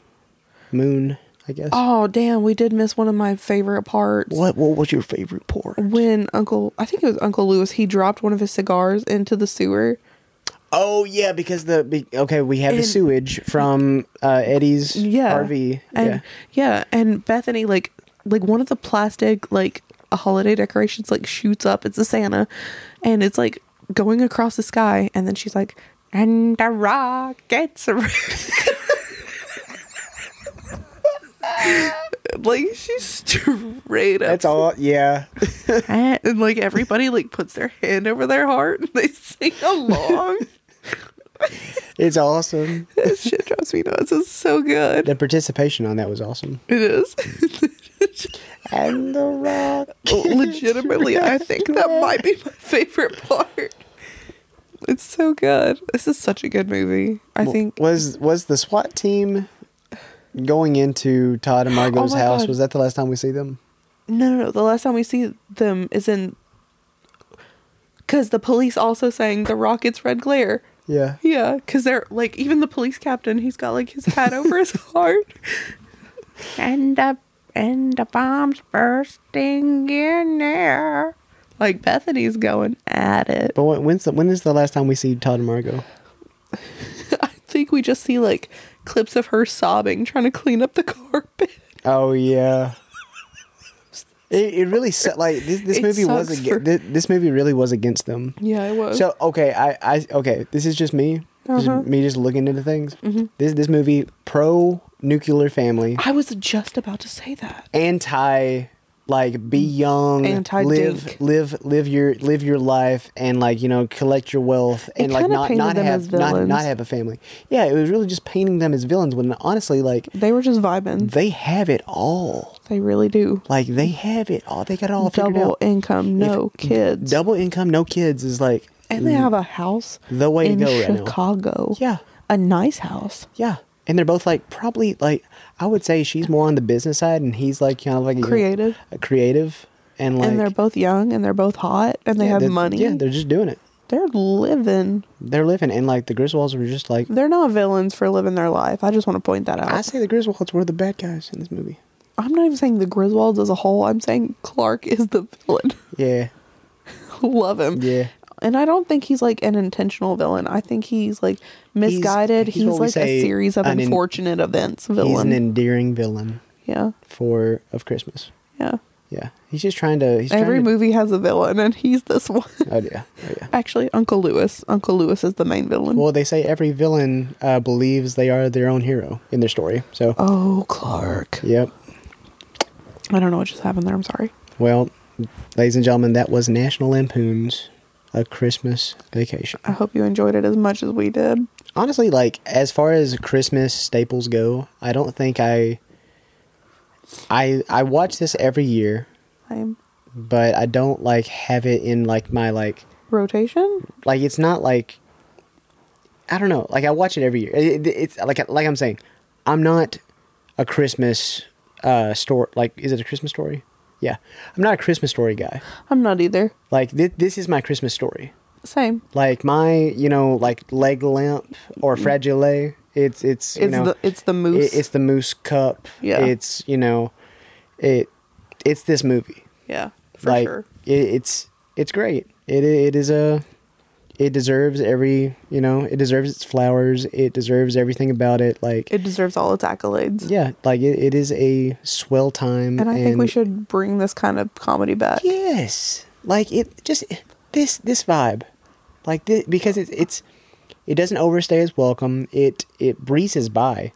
Speaker 1: moon. I guess.
Speaker 2: Oh damn, we did miss one of my favorite parts.
Speaker 1: What What was your favorite part?
Speaker 2: When Uncle, I think it was Uncle Lewis, he dropped one of his cigars into the sewer.
Speaker 1: Oh yeah, because the be, okay we have the
Speaker 2: And-
Speaker 1: sewage from uh, Eddie's
Speaker 2: yeah
Speaker 1: RV.
Speaker 2: and yeah. and bethany like like one of the plastic like holiday decorations like shoots up it's a santa and it's like going across the sky and then she's like and the rockets are-" like she's straight up
Speaker 1: That's all. Yeah.
Speaker 2: and like everybody like puts their hand over their heart and they sing along
Speaker 1: It's awesome.
Speaker 2: this shit drives me nuts it's so good
Speaker 1: The participation on that was awesome.
Speaker 2: it is
Speaker 1: And the rock.
Speaker 2: Oh, legitimately i think that might be my favorite part it's so good this is such a good movie i think
Speaker 1: was was the SWAT team going into Todd and Margot's
Speaker 2: Oh my
Speaker 1: house.
Speaker 2: God.
Speaker 1: Was that the last time we see them?
Speaker 2: no no no the last time we see them is in because the police also sang the rockets red glare
Speaker 1: Yeah.
Speaker 2: yeah because they're like even the police captain he's got like his hat over his heart and the and the bombs bursting in there like bethany's going at it
Speaker 1: But when, when's the, when is the last time we see Todd and Margot?
Speaker 2: I think we just see like clips of her sobbing trying to clean up the carpet.
Speaker 1: Oh yeah. It, it really su- like this, this
Speaker 2: It
Speaker 1: movie was
Speaker 2: sucks
Speaker 1: ag-
Speaker 2: for-
Speaker 1: this, this movie really was against them.
Speaker 2: Yeah, it was. Uh-huh.
Speaker 1: So okay, I, I okay, this is just me, just me just looking into things.
Speaker 2: Mm-hmm.
Speaker 1: This this movie pro nuclear family,
Speaker 2: I was just about to say that.
Speaker 1: anti like be young, live
Speaker 2: Anti-dink.
Speaker 1: live live your live your life and like you know collect your wealth and like
Speaker 2: kinda
Speaker 1: not
Speaker 2: painted
Speaker 1: not
Speaker 2: them
Speaker 1: have
Speaker 2: as
Speaker 1: not,
Speaker 2: villains.
Speaker 1: not have a family. Yeah, it was really just painting them as villains when honestly like
Speaker 2: They were just vibing.
Speaker 1: they have it all.
Speaker 2: They really do.
Speaker 1: Like they have it all. They got it all figured
Speaker 2: Double
Speaker 1: out. mm,
Speaker 2: income, no kids.
Speaker 1: Double income, no kids is like
Speaker 2: and they have a house
Speaker 1: the way to
Speaker 2: in
Speaker 1: go right now.
Speaker 2: Chicago.
Speaker 1: Yeah.
Speaker 2: A nice house.
Speaker 1: yeah. And they're both like probably like I would say she's more on the business side and he's like kind of like a-
Speaker 2: Creative.
Speaker 1: a creative and like
Speaker 2: and they're both young and they're both hot and they
Speaker 1: yeah,
Speaker 2: have
Speaker 1: they're-
Speaker 2: money.
Speaker 1: Yeah, they're just doing it.
Speaker 2: they're living.
Speaker 1: They're living and like the Griswolds were just like
Speaker 2: They're not villains for living their life. I just want to point that out.
Speaker 1: I say the Griswolds were the bad guys in this movie.
Speaker 2: I'm not even saying the Griswolds as a whole. I'm saying Clark is the villain.
Speaker 1: Yeah.
Speaker 2: Love him.
Speaker 1: Yeah.
Speaker 2: And I don't think he's like an intentional villain. I think he's like misguided.
Speaker 1: he's
Speaker 2: He's,
Speaker 1: what we
Speaker 2: like
Speaker 1: say,
Speaker 2: a series of
Speaker 1: an en-
Speaker 2: unfortunate events
Speaker 1: He's
Speaker 2: villain.
Speaker 1: an endearing villain
Speaker 2: yeah.
Speaker 1: for of Christmas.
Speaker 2: Yeah.
Speaker 1: Yeah. He's just trying to he's
Speaker 2: Every
Speaker 1: trying to,
Speaker 2: movie has a villain and he's this one.
Speaker 1: Oh yeah. Oh yeah.
Speaker 2: Actually, Uncle Lewis. Uncle Lewis is the main villain.
Speaker 1: Well, they say every villain uh, believes they are their own hero in their story. So,
Speaker 2: oh, Clark.
Speaker 1: yep.
Speaker 2: I don't know what just happened there. I'm sorry.
Speaker 1: Well, Ladies and gentlemen, that was National Lampoon's A Christmas Vacation.
Speaker 2: I hope you enjoyed it as much as we did.
Speaker 1: Honestly, like as far as Christmas staples go, I don't think I I I watch this every year,
Speaker 2: Same.
Speaker 1: but I don't like have it in like my like
Speaker 2: Rotation?
Speaker 1: like it's not like I don't know. Like I watch it every year. It, it- it's like like I'm saying, I'm not a Christmas uh story. Like is it a Christmas story? Yeah, I'm not a Christmas story guy.
Speaker 2: I'm not either.
Speaker 1: Like thi- this is my Christmas story.
Speaker 2: Same.
Speaker 1: Like my you know like leg lamp or fragile. It's it's you
Speaker 2: It's
Speaker 1: know
Speaker 2: the it's the moose.
Speaker 1: it- it's the moose cup.
Speaker 2: Yeah.
Speaker 1: it's you know it it's this movie
Speaker 2: yeah, for
Speaker 1: like
Speaker 2: sure.
Speaker 1: it, it's it's great. It it is a it deserves every you know it deserves its flowers. It deserves everything about it. Like
Speaker 2: It deserves all its accolades.
Speaker 1: yeah, like it, it is a swell time.
Speaker 2: And I think we should bring this kind of comedy back.
Speaker 1: Yes, like it just this this vibe, like this, because it's it's it doesn't overstay its welcome. It it breezes by.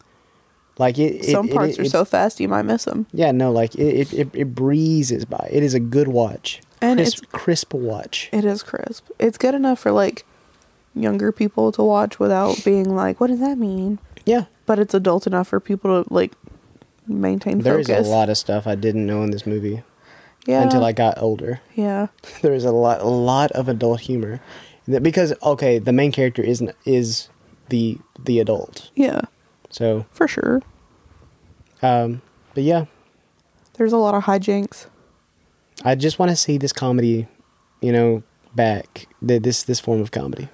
Speaker 1: Like it, it-
Speaker 2: Some
Speaker 1: it-
Speaker 2: parts
Speaker 1: it-
Speaker 2: are
Speaker 1: it-
Speaker 2: so fast you might miss them.
Speaker 1: Yeah, no, like it, it, it, it breezes by. It is a good watch.
Speaker 2: And
Speaker 1: crisp,
Speaker 2: it's-
Speaker 1: crisp watch.
Speaker 2: It is crisp. It's good enough for like younger people to watch without being like, "What does that mean?"
Speaker 1: Yeah.
Speaker 2: But it's adult enough for people to like maintain
Speaker 1: There is
Speaker 2: focus.
Speaker 1: a lot of stuff I didn't know in this movie
Speaker 2: yeah.
Speaker 1: until I got older.
Speaker 2: yeah.
Speaker 1: There is a lot, a lot of adult humor, That- because okay, the main character isn't is the the adult.
Speaker 2: Yeah.
Speaker 1: So,
Speaker 2: For sure.
Speaker 1: um, but yeah,
Speaker 2: There's a lot of hijinks.
Speaker 1: I just want to see this comedy, you know, back Th- this this form of comedy.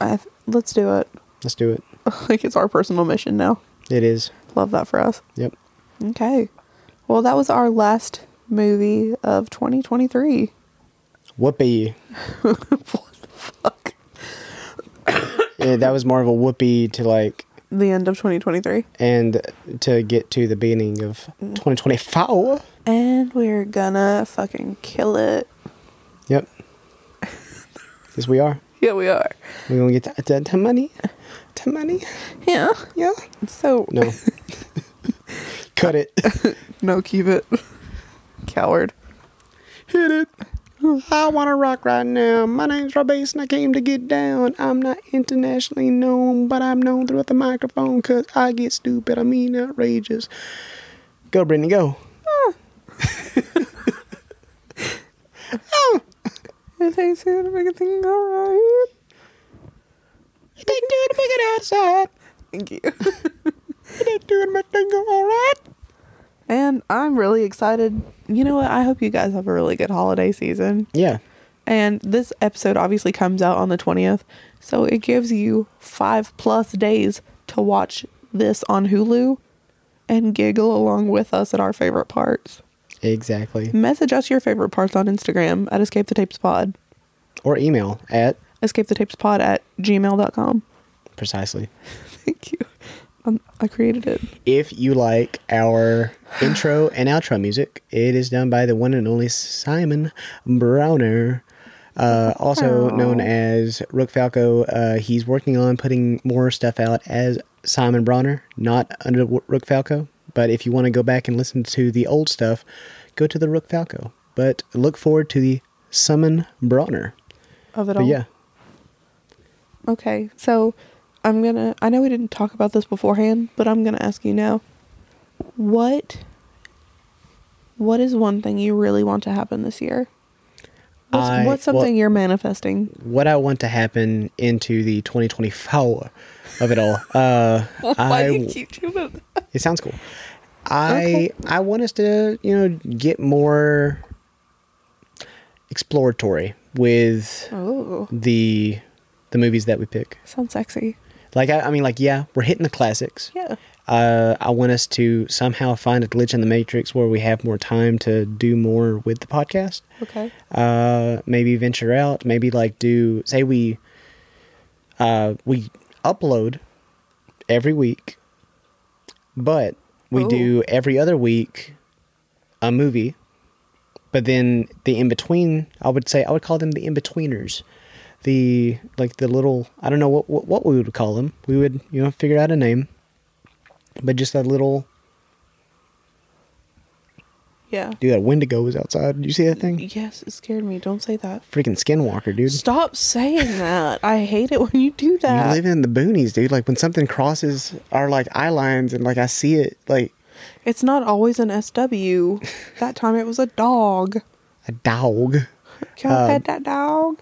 Speaker 2: I th- let's do it.
Speaker 1: Let's do it.
Speaker 2: like it's our personal mission now.
Speaker 1: It is.
Speaker 2: Love that for us.
Speaker 1: Yep.
Speaker 2: Okay. Well, that was our last movie of 2023.
Speaker 1: Whoopee.
Speaker 2: Fuck.
Speaker 1: Yeah, that was more of a whoopee to like
Speaker 2: The end of 2023.
Speaker 1: and to get to the beginning of
Speaker 2: Mm.
Speaker 1: 2024.
Speaker 2: And we're gonna fucking kill it.
Speaker 1: Yep. yes, we are.
Speaker 2: Yeah, we are.
Speaker 1: We're gonna get that, that, that money. That money.
Speaker 2: Yeah.
Speaker 1: Yeah.
Speaker 2: So
Speaker 1: No. Cut it.
Speaker 2: no, keep it. Coward.
Speaker 1: Hit it. I want to rock right now. My name's Robbase and I came to get down. I'm not internationally known, but I'm known throughout the microphone because I get stupid. I mean, outrageous. Go, Brittany, go. Oh. Oh,
Speaker 2: It takes two to make a thing go right.
Speaker 1: Take two to make it outside.
Speaker 2: Thank you.
Speaker 1: Take two to make it go all right.
Speaker 2: and I'm really excited. You know what? I hope you guys have a really good holiday season.
Speaker 1: Yeah.
Speaker 2: And this episode obviously comes out on the 20th. So it gives you five plus days to watch this on Hulu and giggle along with us at our favorite parts.
Speaker 1: Exactly.
Speaker 2: Message us your favorite parts on Instagram at Escape the Tapes Pod.
Speaker 1: Or email at
Speaker 2: Escape the Tapes Pod at gmail.com.
Speaker 1: precisely.
Speaker 2: Thank you. Um, I created it.
Speaker 1: If you like our intro and outro music, it is done by the one and only Simon Browner, uh, also known as Rook Falco. Uh, he's working on putting more stuff out as Simon Browner, not under Rook Falco. But if you want to go back and listen to the old stuff, go to the Rook Falco. But look forward to the Simon Browner.
Speaker 2: Of it all.
Speaker 1: But yeah,
Speaker 2: Okay. So I'm going to, I know we didn't talk about this beforehand, but I'm going to ask you now. What. What is one thing you really want to happen this year? What's,
Speaker 1: I-
Speaker 2: what's something
Speaker 1: well-
Speaker 2: you're manifesting?
Speaker 1: what I want to happen into the 2024 of it all. Uh, I,
Speaker 2: doing that?
Speaker 1: It sounds cool. I
Speaker 2: Okay.
Speaker 1: I want us to you know get more exploratory with
Speaker 2: Oh,
Speaker 1: the the movies that we pick.
Speaker 2: sounds sexy.
Speaker 1: Like I, I mean, like yeah, we're hitting the classics.
Speaker 2: Yeah.
Speaker 1: Uh, I want us to somehow find a glitch in the matrix where we have more time to do more with the podcast.
Speaker 2: Okay.
Speaker 1: Uh, maybe venture out. Maybe like do say we uh, we upload every week, but we
Speaker 2: Ooh.
Speaker 1: do every other week a movie. But then the in between, I would say I would call them the in betweeners, the like the little I don't know what, what what we would call them. We would you know figure out a name, but just a little
Speaker 2: Yeah.
Speaker 1: Dude, that Wendigo was outside. Did you see that thing?
Speaker 2: Yes, it scared me. Don't say that.
Speaker 1: Freaking Skinwalker, dude.
Speaker 2: Stop saying that. I hate it when you do
Speaker 1: You're
Speaker 2: that.
Speaker 1: living in the boonies, dude. Like when something crosses our like eye lines and like I see it, like
Speaker 2: It's not always an SW. that time it was a dog.
Speaker 1: a dog.
Speaker 2: Can
Speaker 1: Um,
Speaker 2: I pet that dog?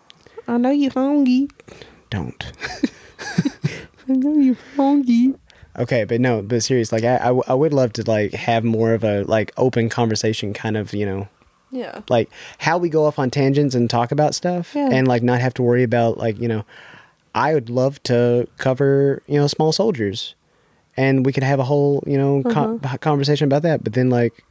Speaker 2: I know you hungry.
Speaker 1: Don't.
Speaker 2: I know you hungry.
Speaker 1: Okay, but no, but serious. Like I, I, w- I would love to like have more of a like open conversation, kind of you know,
Speaker 2: Yeah.
Speaker 1: like how we go off on tangents and talk about stuff,
Speaker 2: Yeah.
Speaker 1: and like not have to worry about like you know. I would love to cover you know small soldiers, and we could have a whole you know con conversation about that. But then like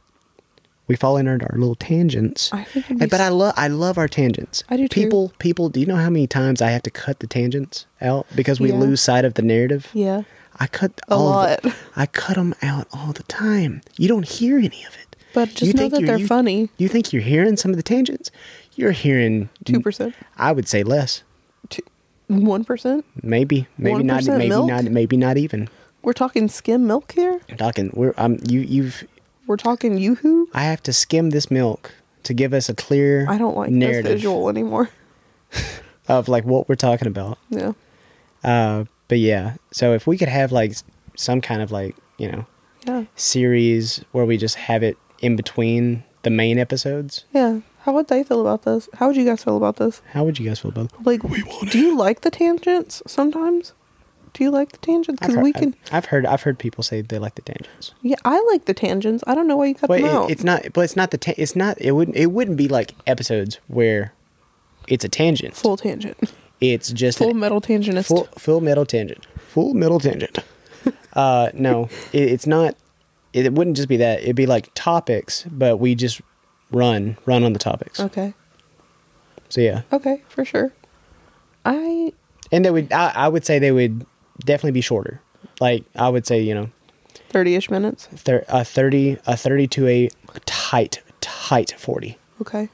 Speaker 1: we fall into our little tangents.
Speaker 2: I think it'd
Speaker 1: And-
Speaker 2: be
Speaker 1: but
Speaker 2: s-
Speaker 1: I love I love our tangents.
Speaker 2: I do too.
Speaker 1: People people do you know how many times I have to cut the tangents out because we
Speaker 2: Yeah.
Speaker 1: lose sight of the narrative?
Speaker 2: Yeah.
Speaker 1: I cut
Speaker 2: A
Speaker 1: all of the-
Speaker 2: lot.
Speaker 1: I cut them out all the time. You don't hear any of it.
Speaker 2: But just know
Speaker 1: think
Speaker 2: that
Speaker 1: you're-
Speaker 2: they're
Speaker 1: you-
Speaker 2: funny.
Speaker 1: You think you're hearing some of the tangents? You're hearing
Speaker 2: 2%.
Speaker 1: I would say less.
Speaker 2: Two- 1%?
Speaker 1: Maybe maybe not
Speaker 2: 1%
Speaker 1: maybe
Speaker 2: milk?
Speaker 1: not maybe not even.
Speaker 2: We're talking skim milk here?
Speaker 1: I'm talking we're um you you've
Speaker 2: We're talking yoo-hoo?
Speaker 1: I have to skim this milk to give us a clear
Speaker 2: I don't like
Speaker 1: narrative
Speaker 2: this visual anymore.
Speaker 1: of like what we're talking about.
Speaker 2: Yeah.
Speaker 1: Uh, but yeah, so if we could have like s- some kind of like you know
Speaker 2: Yeah.
Speaker 1: series where we just have it in between the main episodes,
Speaker 2: Yeah. How would they feel about this? How would you guys feel about this?
Speaker 1: how would you guys feel about? It?
Speaker 2: Like, do you like the tangents sometimes? Do you like the tangents?
Speaker 1: I've
Speaker 2: Because
Speaker 1: heard,
Speaker 2: we can.
Speaker 1: I've, I've heard I've heard people say they like the tangents,
Speaker 2: yeah, I like the tangents. I don't know why you cut
Speaker 1: but
Speaker 2: them out.
Speaker 1: it, it's not. But it's not the. Ta- it's not. It wouldn't. It wouldn't be like episodes where it's a tangent.
Speaker 2: full tangent.
Speaker 1: It's just
Speaker 2: Full
Speaker 1: an-
Speaker 2: metal tangentist.
Speaker 1: full full metal tangent. Full metal tangent. Uh, no, it, it's not. It, it wouldn't just be that. It'd be like topics, but we just run run on the topics.
Speaker 2: Okay.
Speaker 1: So yeah,
Speaker 2: Okay, for sure. I
Speaker 1: and they would. I, I would say they would definitely be shorter. Like I would say, you know,
Speaker 2: thirty-ish minutes.
Speaker 1: thir- a thirty, a thirty to a tight, tight forty.
Speaker 2: Okay,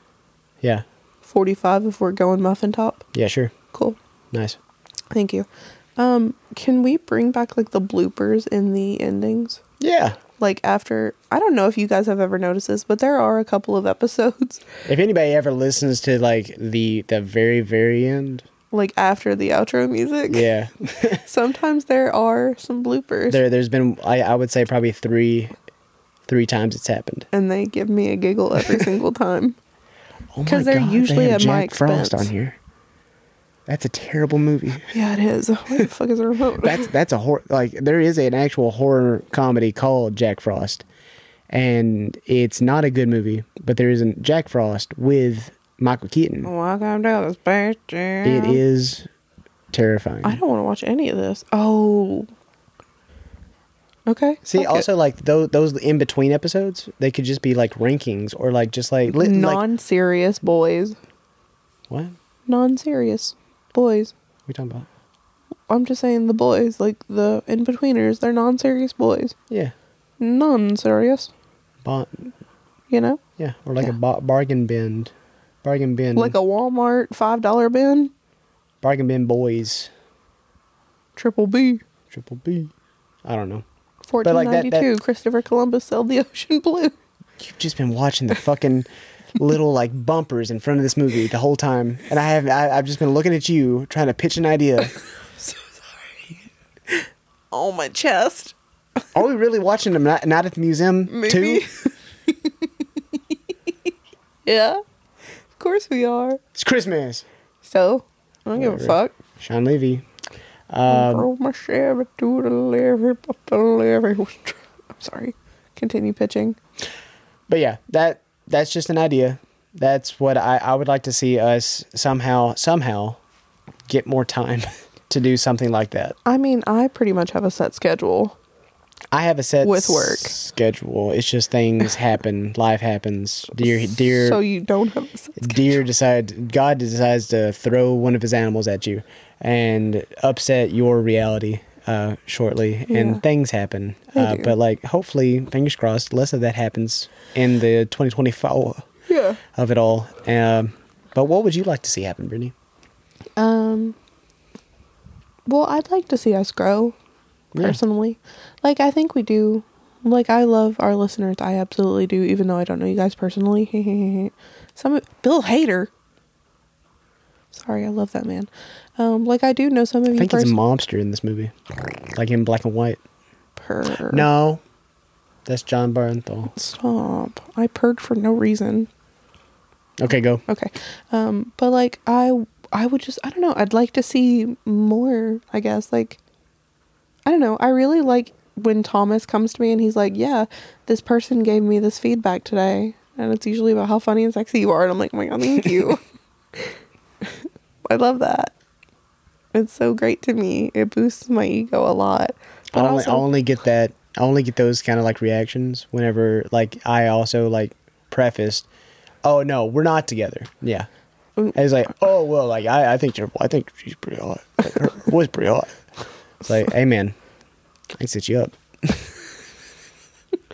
Speaker 1: Yeah,
Speaker 2: forty-five if we're going muffin top.
Speaker 1: yeah, sure,
Speaker 2: Cool.
Speaker 1: nice.
Speaker 2: Thank you. Um, can we bring back like the bloopers in the endings?
Speaker 1: Yeah.
Speaker 2: Like after I don't know if you guys have ever noticed this, but there are a couple of episodes
Speaker 1: If anybody ever listens to like the the very very end,
Speaker 2: like after the outro music.
Speaker 1: yeah,
Speaker 2: Sometimes there are some bloopers
Speaker 1: there there's been I I would say probably three, three times it's happened.
Speaker 2: and they give me a giggle every single time.
Speaker 1: Oh my
Speaker 2: 'Cause they're
Speaker 1: God,
Speaker 2: usually
Speaker 1: have
Speaker 2: at my
Speaker 1: Frost
Speaker 2: expense.
Speaker 1: on here. That's a terrible movie.
Speaker 2: Yeah, it is. Where the fuck is the remote?
Speaker 1: that's that's a horror like there is an actual horror comedy called Jack Frost and it's not a good movie but there is a Jack Frost with Michael Keaton
Speaker 2: Oh, Welcome to the space jam.
Speaker 1: it is terrifying
Speaker 2: I don't want to watch any of this. Oh. Okay.
Speaker 1: see
Speaker 2: fuck it.
Speaker 1: also like those those in between episodes they could just be like rankings or like just like, li- like
Speaker 2: non-serious boys.
Speaker 1: what are
Speaker 2: Non-serious boys.
Speaker 1: we talking about
Speaker 2: I'm just saying the boys, like the in-betweeners, they're non-serious boys.
Speaker 1: yeah
Speaker 2: Non-serious,
Speaker 1: bon-
Speaker 2: you know?
Speaker 1: yeah or like a
Speaker 2: Yeah.
Speaker 1: ba- bargain bend bargain bin
Speaker 2: Like a Walmart $5 bin,
Speaker 1: bargain bin boys
Speaker 2: triple B.
Speaker 1: triple B I don't know
Speaker 2: Fourteen
Speaker 1: like
Speaker 2: ninety two.
Speaker 1: that- that-
Speaker 2: Christopher Columbus sailed the ocean blue.
Speaker 1: You've just been watching the fucking little like bumpers in front of this movie the whole time, and I have I, I've just been looking at you trying to pitch an idea.
Speaker 2: Oh my chest.
Speaker 1: Are we really watching them not, not at the museum
Speaker 2: Maybe.
Speaker 1: too?
Speaker 2: Yeah. Of course we are.
Speaker 1: It's Christmas.
Speaker 2: So, I don't give a
Speaker 1: Whatever. Um,
Speaker 2: fuck.
Speaker 1: Sean Levy.
Speaker 2: Throw my Chevy to the levee, but the levee was dry. I'm sorry. Continue pitching.
Speaker 1: But yeah, that that's just an idea. That's what I, I would like to see us somehow somehow get more time to do something like that.
Speaker 2: I mean, I pretty much have a set schedule.
Speaker 1: I have a set
Speaker 2: With work.
Speaker 1: schedule. It's just things happen, life happens. Dear dear
Speaker 2: So you don't have a set
Speaker 1: deer decide God decides to throw one of his animals at you and upset your reality uh, shortly,
Speaker 2: Yeah.
Speaker 1: and things happen.
Speaker 2: They
Speaker 1: Uh,
Speaker 2: do.
Speaker 1: but like, hopefully, fingers crossed, less of that happens in the 2024
Speaker 2: Yeah.
Speaker 1: of it all. Um, but what would you like to see happen, Brittany?
Speaker 2: Um. Well, I'd like to see us grow
Speaker 1: Yeah.
Speaker 2: personally. Like, I think we do Like I love our listeners, I absolutely do. Even though I don't know you guys personally, some of, Bill Hader. Sorry, I love that man. Um, like I do know some of
Speaker 1: I
Speaker 2: you.
Speaker 1: think it's a
Speaker 2: person-
Speaker 1: mobster in this movie, like in black and white.
Speaker 2: Purr.
Speaker 1: No, that's John Barenthal.
Speaker 2: Stop. I purred for no reason.
Speaker 1: Okay, go.
Speaker 2: Okay. Um, but like I I would just I don't know, I'd like to see more, I guess. Like I don't know. I really like when Thomas comes to me and he's like, "Yeah, this person gave me this feedback today." And it's usually about how funny and sexy you are, and I'm like, "Oh my god, thank you." I love that. It's so great to me. It boosts my ego a lot.
Speaker 1: I
Speaker 2: But
Speaker 1: only,
Speaker 2: also,
Speaker 1: I only get that. I only get those kind of like reactions whenever like I also like prefaced, "Oh no, we're not together." Yeah,
Speaker 2: Mm.
Speaker 1: it's like, "Oh well, like I, I think you're, I think she's pretty hot. Like, her was pretty hot." It's like, "Hey man, I can set you up."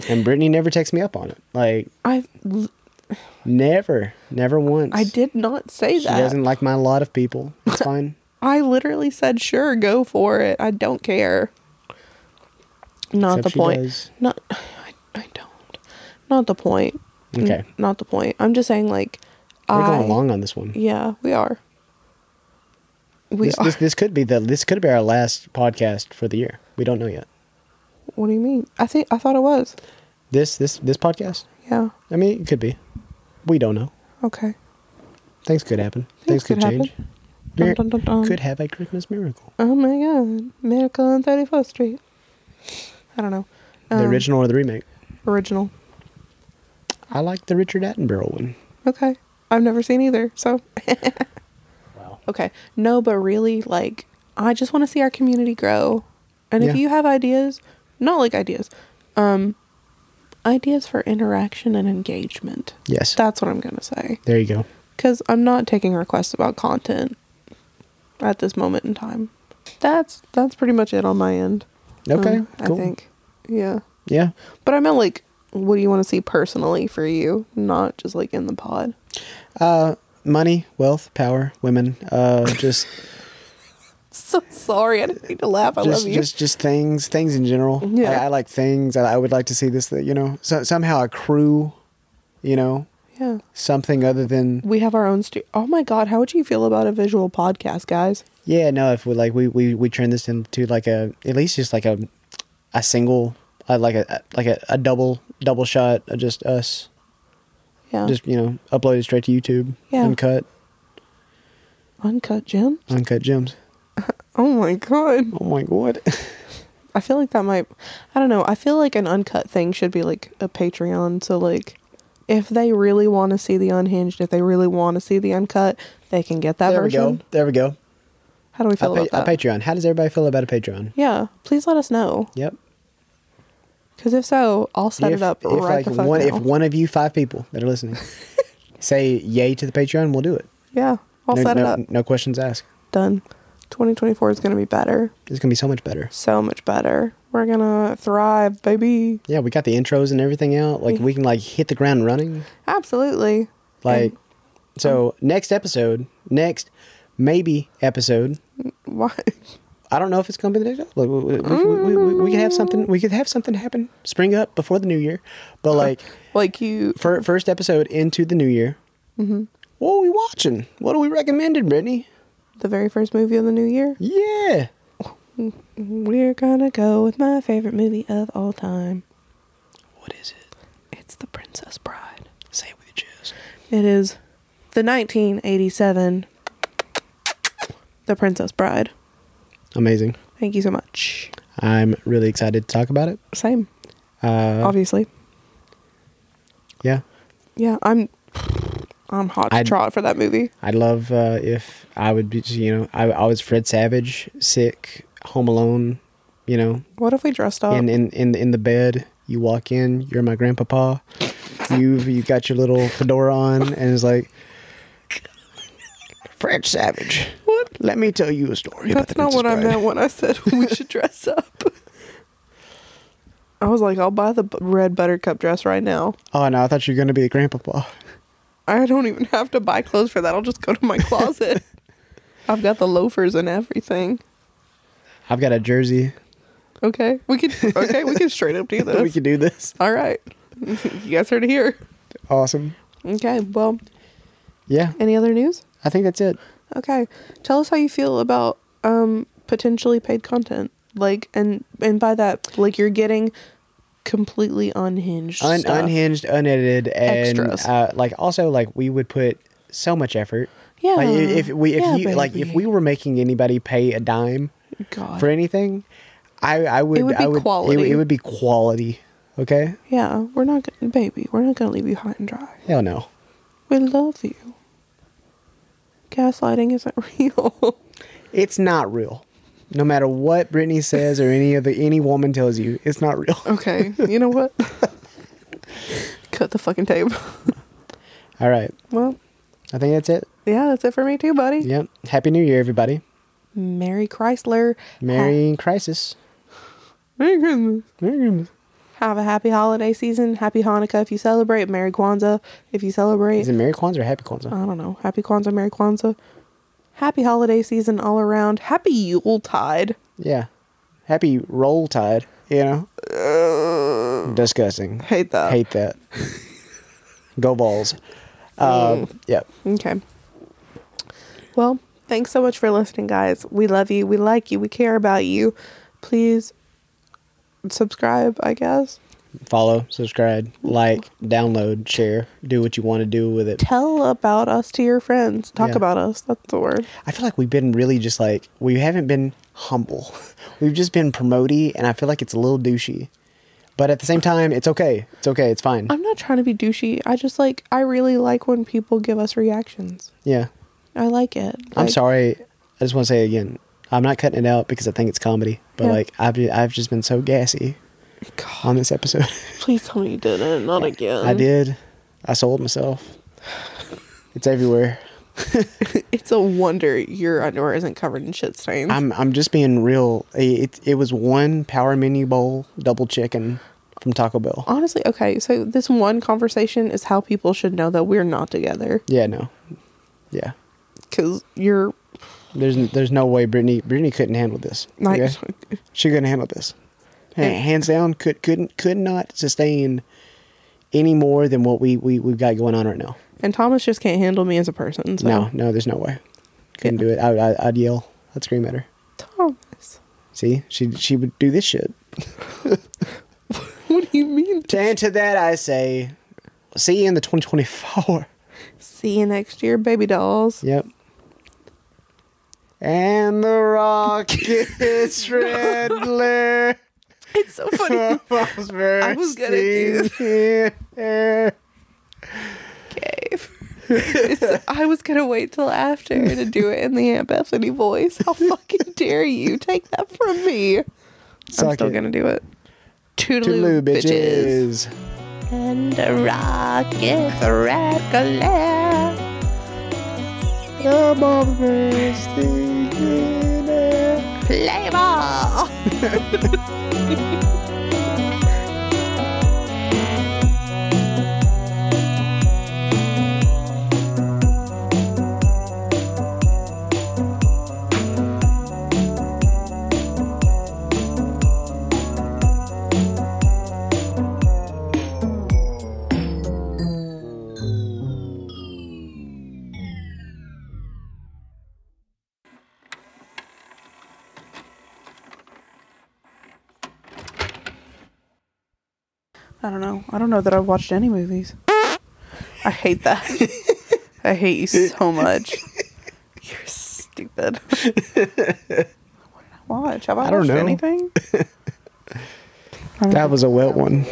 Speaker 1: and Brittany never texts me up on it. Like
Speaker 2: I
Speaker 1: never, never once.
Speaker 2: I did not say
Speaker 1: She
Speaker 2: that.
Speaker 1: doesn't like my lot of people. It's fine.
Speaker 2: I literally said, "Sure, go for it. I don't care." Not
Speaker 1: Except
Speaker 2: the
Speaker 1: she
Speaker 2: point.
Speaker 1: does.
Speaker 2: Not, I, I don't. Not the point. N-
Speaker 1: Okay.
Speaker 2: Not the point. I'm just saying, like,
Speaker 1: We're
Speaker 2: Mm. I.
Speaker 1: going long on this one.
Speaker 2: Yeah, we are. We
Speaker 1: this,
Speaker 2: are.
Speaker 1: this this could be the this could be our last podcast for the year. We don't know yet.
Speaker 2: what do you mean? I think I thought it was.
Speaker 1: This this this podcast.
Speaker 2: Yeah.
Speaker 1: I mean, it could be. We don't know.
Speaker 2: Okay.
Speaker 1: Things could happen. Things, could,
Speaker 2: could
Speaker 1: change.
Speaker 2: happen. Dun,
Speaker 1: Mir-
Speaker 2: dun, dun, dun.
Speaker 1: Could have a Christmas miracle.
Speaker 2: Oh my God! Miracle on Thirty Fourth Street. I don't know.
Speaker 1: the
Speaker 2: Um,
Speaker 1: original or the remake.
Speaker 2: Original.
Speaker 1: I like the Richard Attenborough one.
Speaker 2: Okay. I've never seen either, so.
Speaker 1: Wow.
Speaker 2: Okay. No, but really, like, I just want to see our community grow. And if
Speaker 1: Yeah.
Speaker 2: you have ideas, not like ideas, um, ideas for interaction and engagement.
Speaker 1: Yes.
Speaker 2: That's what I'm going to say.
Speaker 1: There you go.
Speaker 2: Because I'm not taking requests about content at this moment in time. That's that's pretty much it on my end.
Speaker 1: Okay.
Speaker 2: um,
Speaker 1: cool.
Speaker 2: I think. Yeah.
Speaker 1: Yeah.
Speaker 2: But I meant, like, what do you want to see personally for you? Not just like in the pod.
Speaker 1: Money, wealth, power, women. Uh, just
Speaker 2: So sorry. I didn't mean to laugh. I
Speaker 1: just
Speaker 2: love you.
Speaker 1: just just things things in general.
Speaker 2: Yeah.
Speaker 1: I, I like things. I, I would like to see this. You know, so, somehow accrue. You know,
Speaker 2: yeah.
Speaker 1: something other than
Speaker 2: We have our own studio. Oh my god, how would you feel about a visual podcast, guys?
Speaker 1: Yeah, no, if we like we we we turn this into like a at least just like a a single uh, like a like a, a double double shot of just us
Speaker 2: Yeah,
Speaker 1: just you know uploaded straight to YouTube
Speaker 2: Yeah.
Speaker 1: uncut
Speaker 2: uncut gems.
Speaker 1: uncut gems.
Speaker 2: Oh my god,
Speaker 1: Oh my god.
Speaker 2: I feel like that might. I don't know. I feel like an uncut thing should be like a Patreon. So like, if they really want to see the unhinged, if they really want to see the uncut, they can get that
Speaker 1: there we
Speaker 2: version.
Speaker 1: go. There we go.
Speaker 2: How do we
Speaker 1: A,
Speaker 2: feel
Speaker 1: pa- a
Speaker 2: about that?
Speaker 1: Patreon. How does everybody feel about a Patreon?
Speaker 2: yeah, please let us know.
Speaker 1: Yep.
Speaker 2: Because if so, I'll set
Speaker 1: if,
Speaker 2: it up
Speaker 1: if
Speaker 2: right
Speaker 1: like
Speaker 2: the fuck
Speaker 1: one
Speaker 2: now.
Speaker 1: if one of you five people that are listening say yay to the Patreon, we'll do it.
Speaker 2: yeah, I'll
Speaker 1: no,
Speaker 2: set
Speaker 1: no,
Speaker 2: it up.
Speaker 1: no questions asked.
Speaker 2: Done. 2024 is gonna be better.
Speaker 1: It's gonna be so much better.
Speaker 2: So much better. We're gonna thrive, baby.
Speaker 1: Yeah, we got the intros and everything out. Like we can like hit the ground running.
Speaker 2: Absolutely.
Speaker 1: Like, so next episode, next maybe episode.
Speaker 2: Why?
Speaker 1: I don't know if it's going to be the next. Like, we, we, we, we, we could have something. We could have something happen. Spring up before the new year, but like
Speaker 2: Like you?
Speaker 1: fir- first episode into the new year. Mm-hmm. What are we watching? What are we recommended, Brittany?
Speaker 2: The very first movie of the new year.
Speaker 1: Yeah,
Speaker 2: We're gonna go with my favorite movie of all time. What is it? It's The Princess Bride.
Speaker 1: say it with your chest.
Speaker 2: It is the 1987 The Princess Bride.
Speaker 1: Amazing.
Speaker 2: Thank you so much.
Speaker 1: I'm really excited to talk about it.
Speaker 2: Same,
Speaker 1: Uh,
Speaker 2: obviously.
Speaker 1: yeah,
Speaker 2: Yeah, I'm. I'm hot to
Speaker 1: I'd-
Speaker 2: trot for that movie.
Speaker 1: I'd love uh, if I would be. You know, I, I was Fred Savage, sick, home alone. You know,
Speaker 2: What if we dressed up?
Speaker 1: in, in in in the bed. You walk in. You're my grandpapa. You've you got your little fedora on, and it's like Fred Savage. What? Let me tell you a story. about
Speaker 2: That's
Speaker 1: the
Speaker 2: not what I
Speaker 1: Princess
Speaker 2: meant
Speaker 1: Bride.
Speaker 2: when I said we should dress up. I was like, I'll buy the bu- red buttercup dress right now.
Speaker 1: Oh no, I thought you were gonna be a grandpapa.
Speaker 2: I don't even have to buy clothes for that. I'll just go to my closet. I've got the loafers and everything.
Speaker 1: I've got a jersey
Speaker 2: Okay, we could. Okay, we can straight up do this.
Speaker 1: we could do this.
Speaker 2: All right, you guys heard it here.
Speaker 1: Awesome.
Speaker 2: Okay, well,
Speaker 1: Yeah,
Speaker 2: any other news?
Speaker 1: I think that's it.
Speaker 2: Okay, tell us how you feel about um potentially paid content, like and and by that, like you're getting completely unhinged,
Speaker 1: Un-
Speaker 2: stuff.
Speaker 1: unhinged, unedited, and
Speaker 2: uh, Extras.
Speaker 1: uh, like also like we would put so much effort.
Speaker 2: Yeah.
Speaker 1: Like i- if we if
Speaker 2: Yeah,
Speaker 1: you like if
Speaker 2: baby.
Speaker 1: we were making anybody pay a dime
Speaker 2: God.
Speaker 1: for anything, I I would
Speaker 2: would be
Speaker 1: I would It, would-
Speaker 2: quality.
Speaker 1: it would be quality. Okay.
Speaker 2: yeah, we're not gonna, baby. We're not gonna leave you hot and dry.
Speaker 1: Hell no.
Speaker 2: We love you. Gaslighting isn't real.
Speaker 1: It's not real. No matter what Brittany says or any of the any woman tells you, it's not real.
Speaker 2: okay, you know what? Cut the fucking tape.
Speaker 1: All right.
Speaker 2: Well,
Speaker 1: I think that's it.
Speaker 2: yeah, that's it for me too, buddy.
Speaker 1: Yep. Happy New Year, everybody.
Speaker 2: Merry Chrysler.
Speaker 1: Merry crisis.
Speaker 2: Merry Christmas.
Speaker 1: Merry Christmas.
Speaker 2: Have a happy holiday season. Happy Hanukkah if you celebrate. Merry Kwanzaa if you celebrate.
Speaker 1: Is it Merry Kwanzaa or Happy Kwanzaa?
Speaker 2: I don't know. Happy Kwanzaa, Merry Kwanzaa. Happy holiday season all around. Happy Yuletide.
Speaker 1: Yeah. Happy roll tide, you know? Disgusting.
Speaker 2: Hate that.
Speaker 1: Hate that. Go balls.
Speaker 2: Mm.
Speaker 1: Um, yep.
Speaker 2: Okay. Well, thanks so much for listening, guys. We love you. We like you. We care about you. Please subscribe, I guess.
Speaker 1: Follow, subscribe, like, download, share, do what you want to do with it.
Speaker 2: Tell about us to your friends. Talk
Speaker 1: Yeah.
Speaker 2: about us. That's the word.
Speaker 1: I feel like we've been really just like, we haven't been humble. We've just been promoty, and I feel like it's a little douchey. But at the same time, it's okay. It's okay. It's fine.
Speaker 2: I'm not trying to be douchey. I just like, I really like when people give us reactions.
Speaker 1: Yeah.
Speaker 2: I like it.
Speaker 1: I'm
Speaker 2: Like,
Speaker 1: sorry. I just want to say again, I'm not cutting it out because I think it's comedy. But
Speaker 2: Yeah.
Speaker 1: like, I've ju- I've just been so gassy on this episode.
Speaker 2: Please tell me you didn't. Not again.
Speaker 1: I did. I sold myself. It's everywhere.
Speaker 2: It's a wonder your underwear isn't covered in shit stains.
Speaker 1: I'm I'm just being real. It it, it was one power menu bowl double chicken from Taco Bell.
Speaker 2: Honestly, okay. So this one conversation is how people should know that we're not together.
Speaker 1: Yeah, no. Yeah.
Speaker 2: Because you're
Speaker 1: There's n- there's no way Brittany Brittany couldn't handle this.
Speaker 2: Like-
Speaker 1: okay? She couldn't handle this. Ha-
Speaker 2: It-
Speaker 1: Hands down, could couldn't could not sustain any more than what we we we've got going on right now.
Speaker 2: and Thomas just can't handle me as a person. So.
Speaker 1: No, no, there's no way. Couldn't do it. I, would- I, I'd yell. I'd scream at her.
Speaker 2: Thomas,
Speaker 1: See, she she would do this shit.
Speaker 2: what do you mean?
Speaker 1: To answer that, I say, see you in the 2024.
Speaker 2: See you next year, baby dolls.
Speaker 1: Yep. And the rocket's red glare
Speaker 2: It's so funny.
Speaker 1: was bursting
Speaker 2: was gonna do-
Speaker 1: in air.
Speaker 2: Dave. It's- I was gonna wait till after to do it in the Aunt Bethany voice. How fucking dare you take that from me? I'm
Speaker 1: Suck
Speaker 2: still
Speaker 1: it.
Speaker 2: gonna do it.
Speaker 1: Toodaloo,
Speaker 2: Toodaloo, bitches.
Speaker 1: bitches.
Speaker 2: And a rocket red glare.
Speaker 1: I'm all bursting in air.
Speaker 2: Play ball. I don't know. I don't know that I've watched any movies. I hate that. I hate you so much. You're stupid. what did I watch? Have I,
Speaker 1: don't
Speaker 2: watched
Speaker 1: know.
Speaker 2: anything?
Speaker 1: That was a wet one.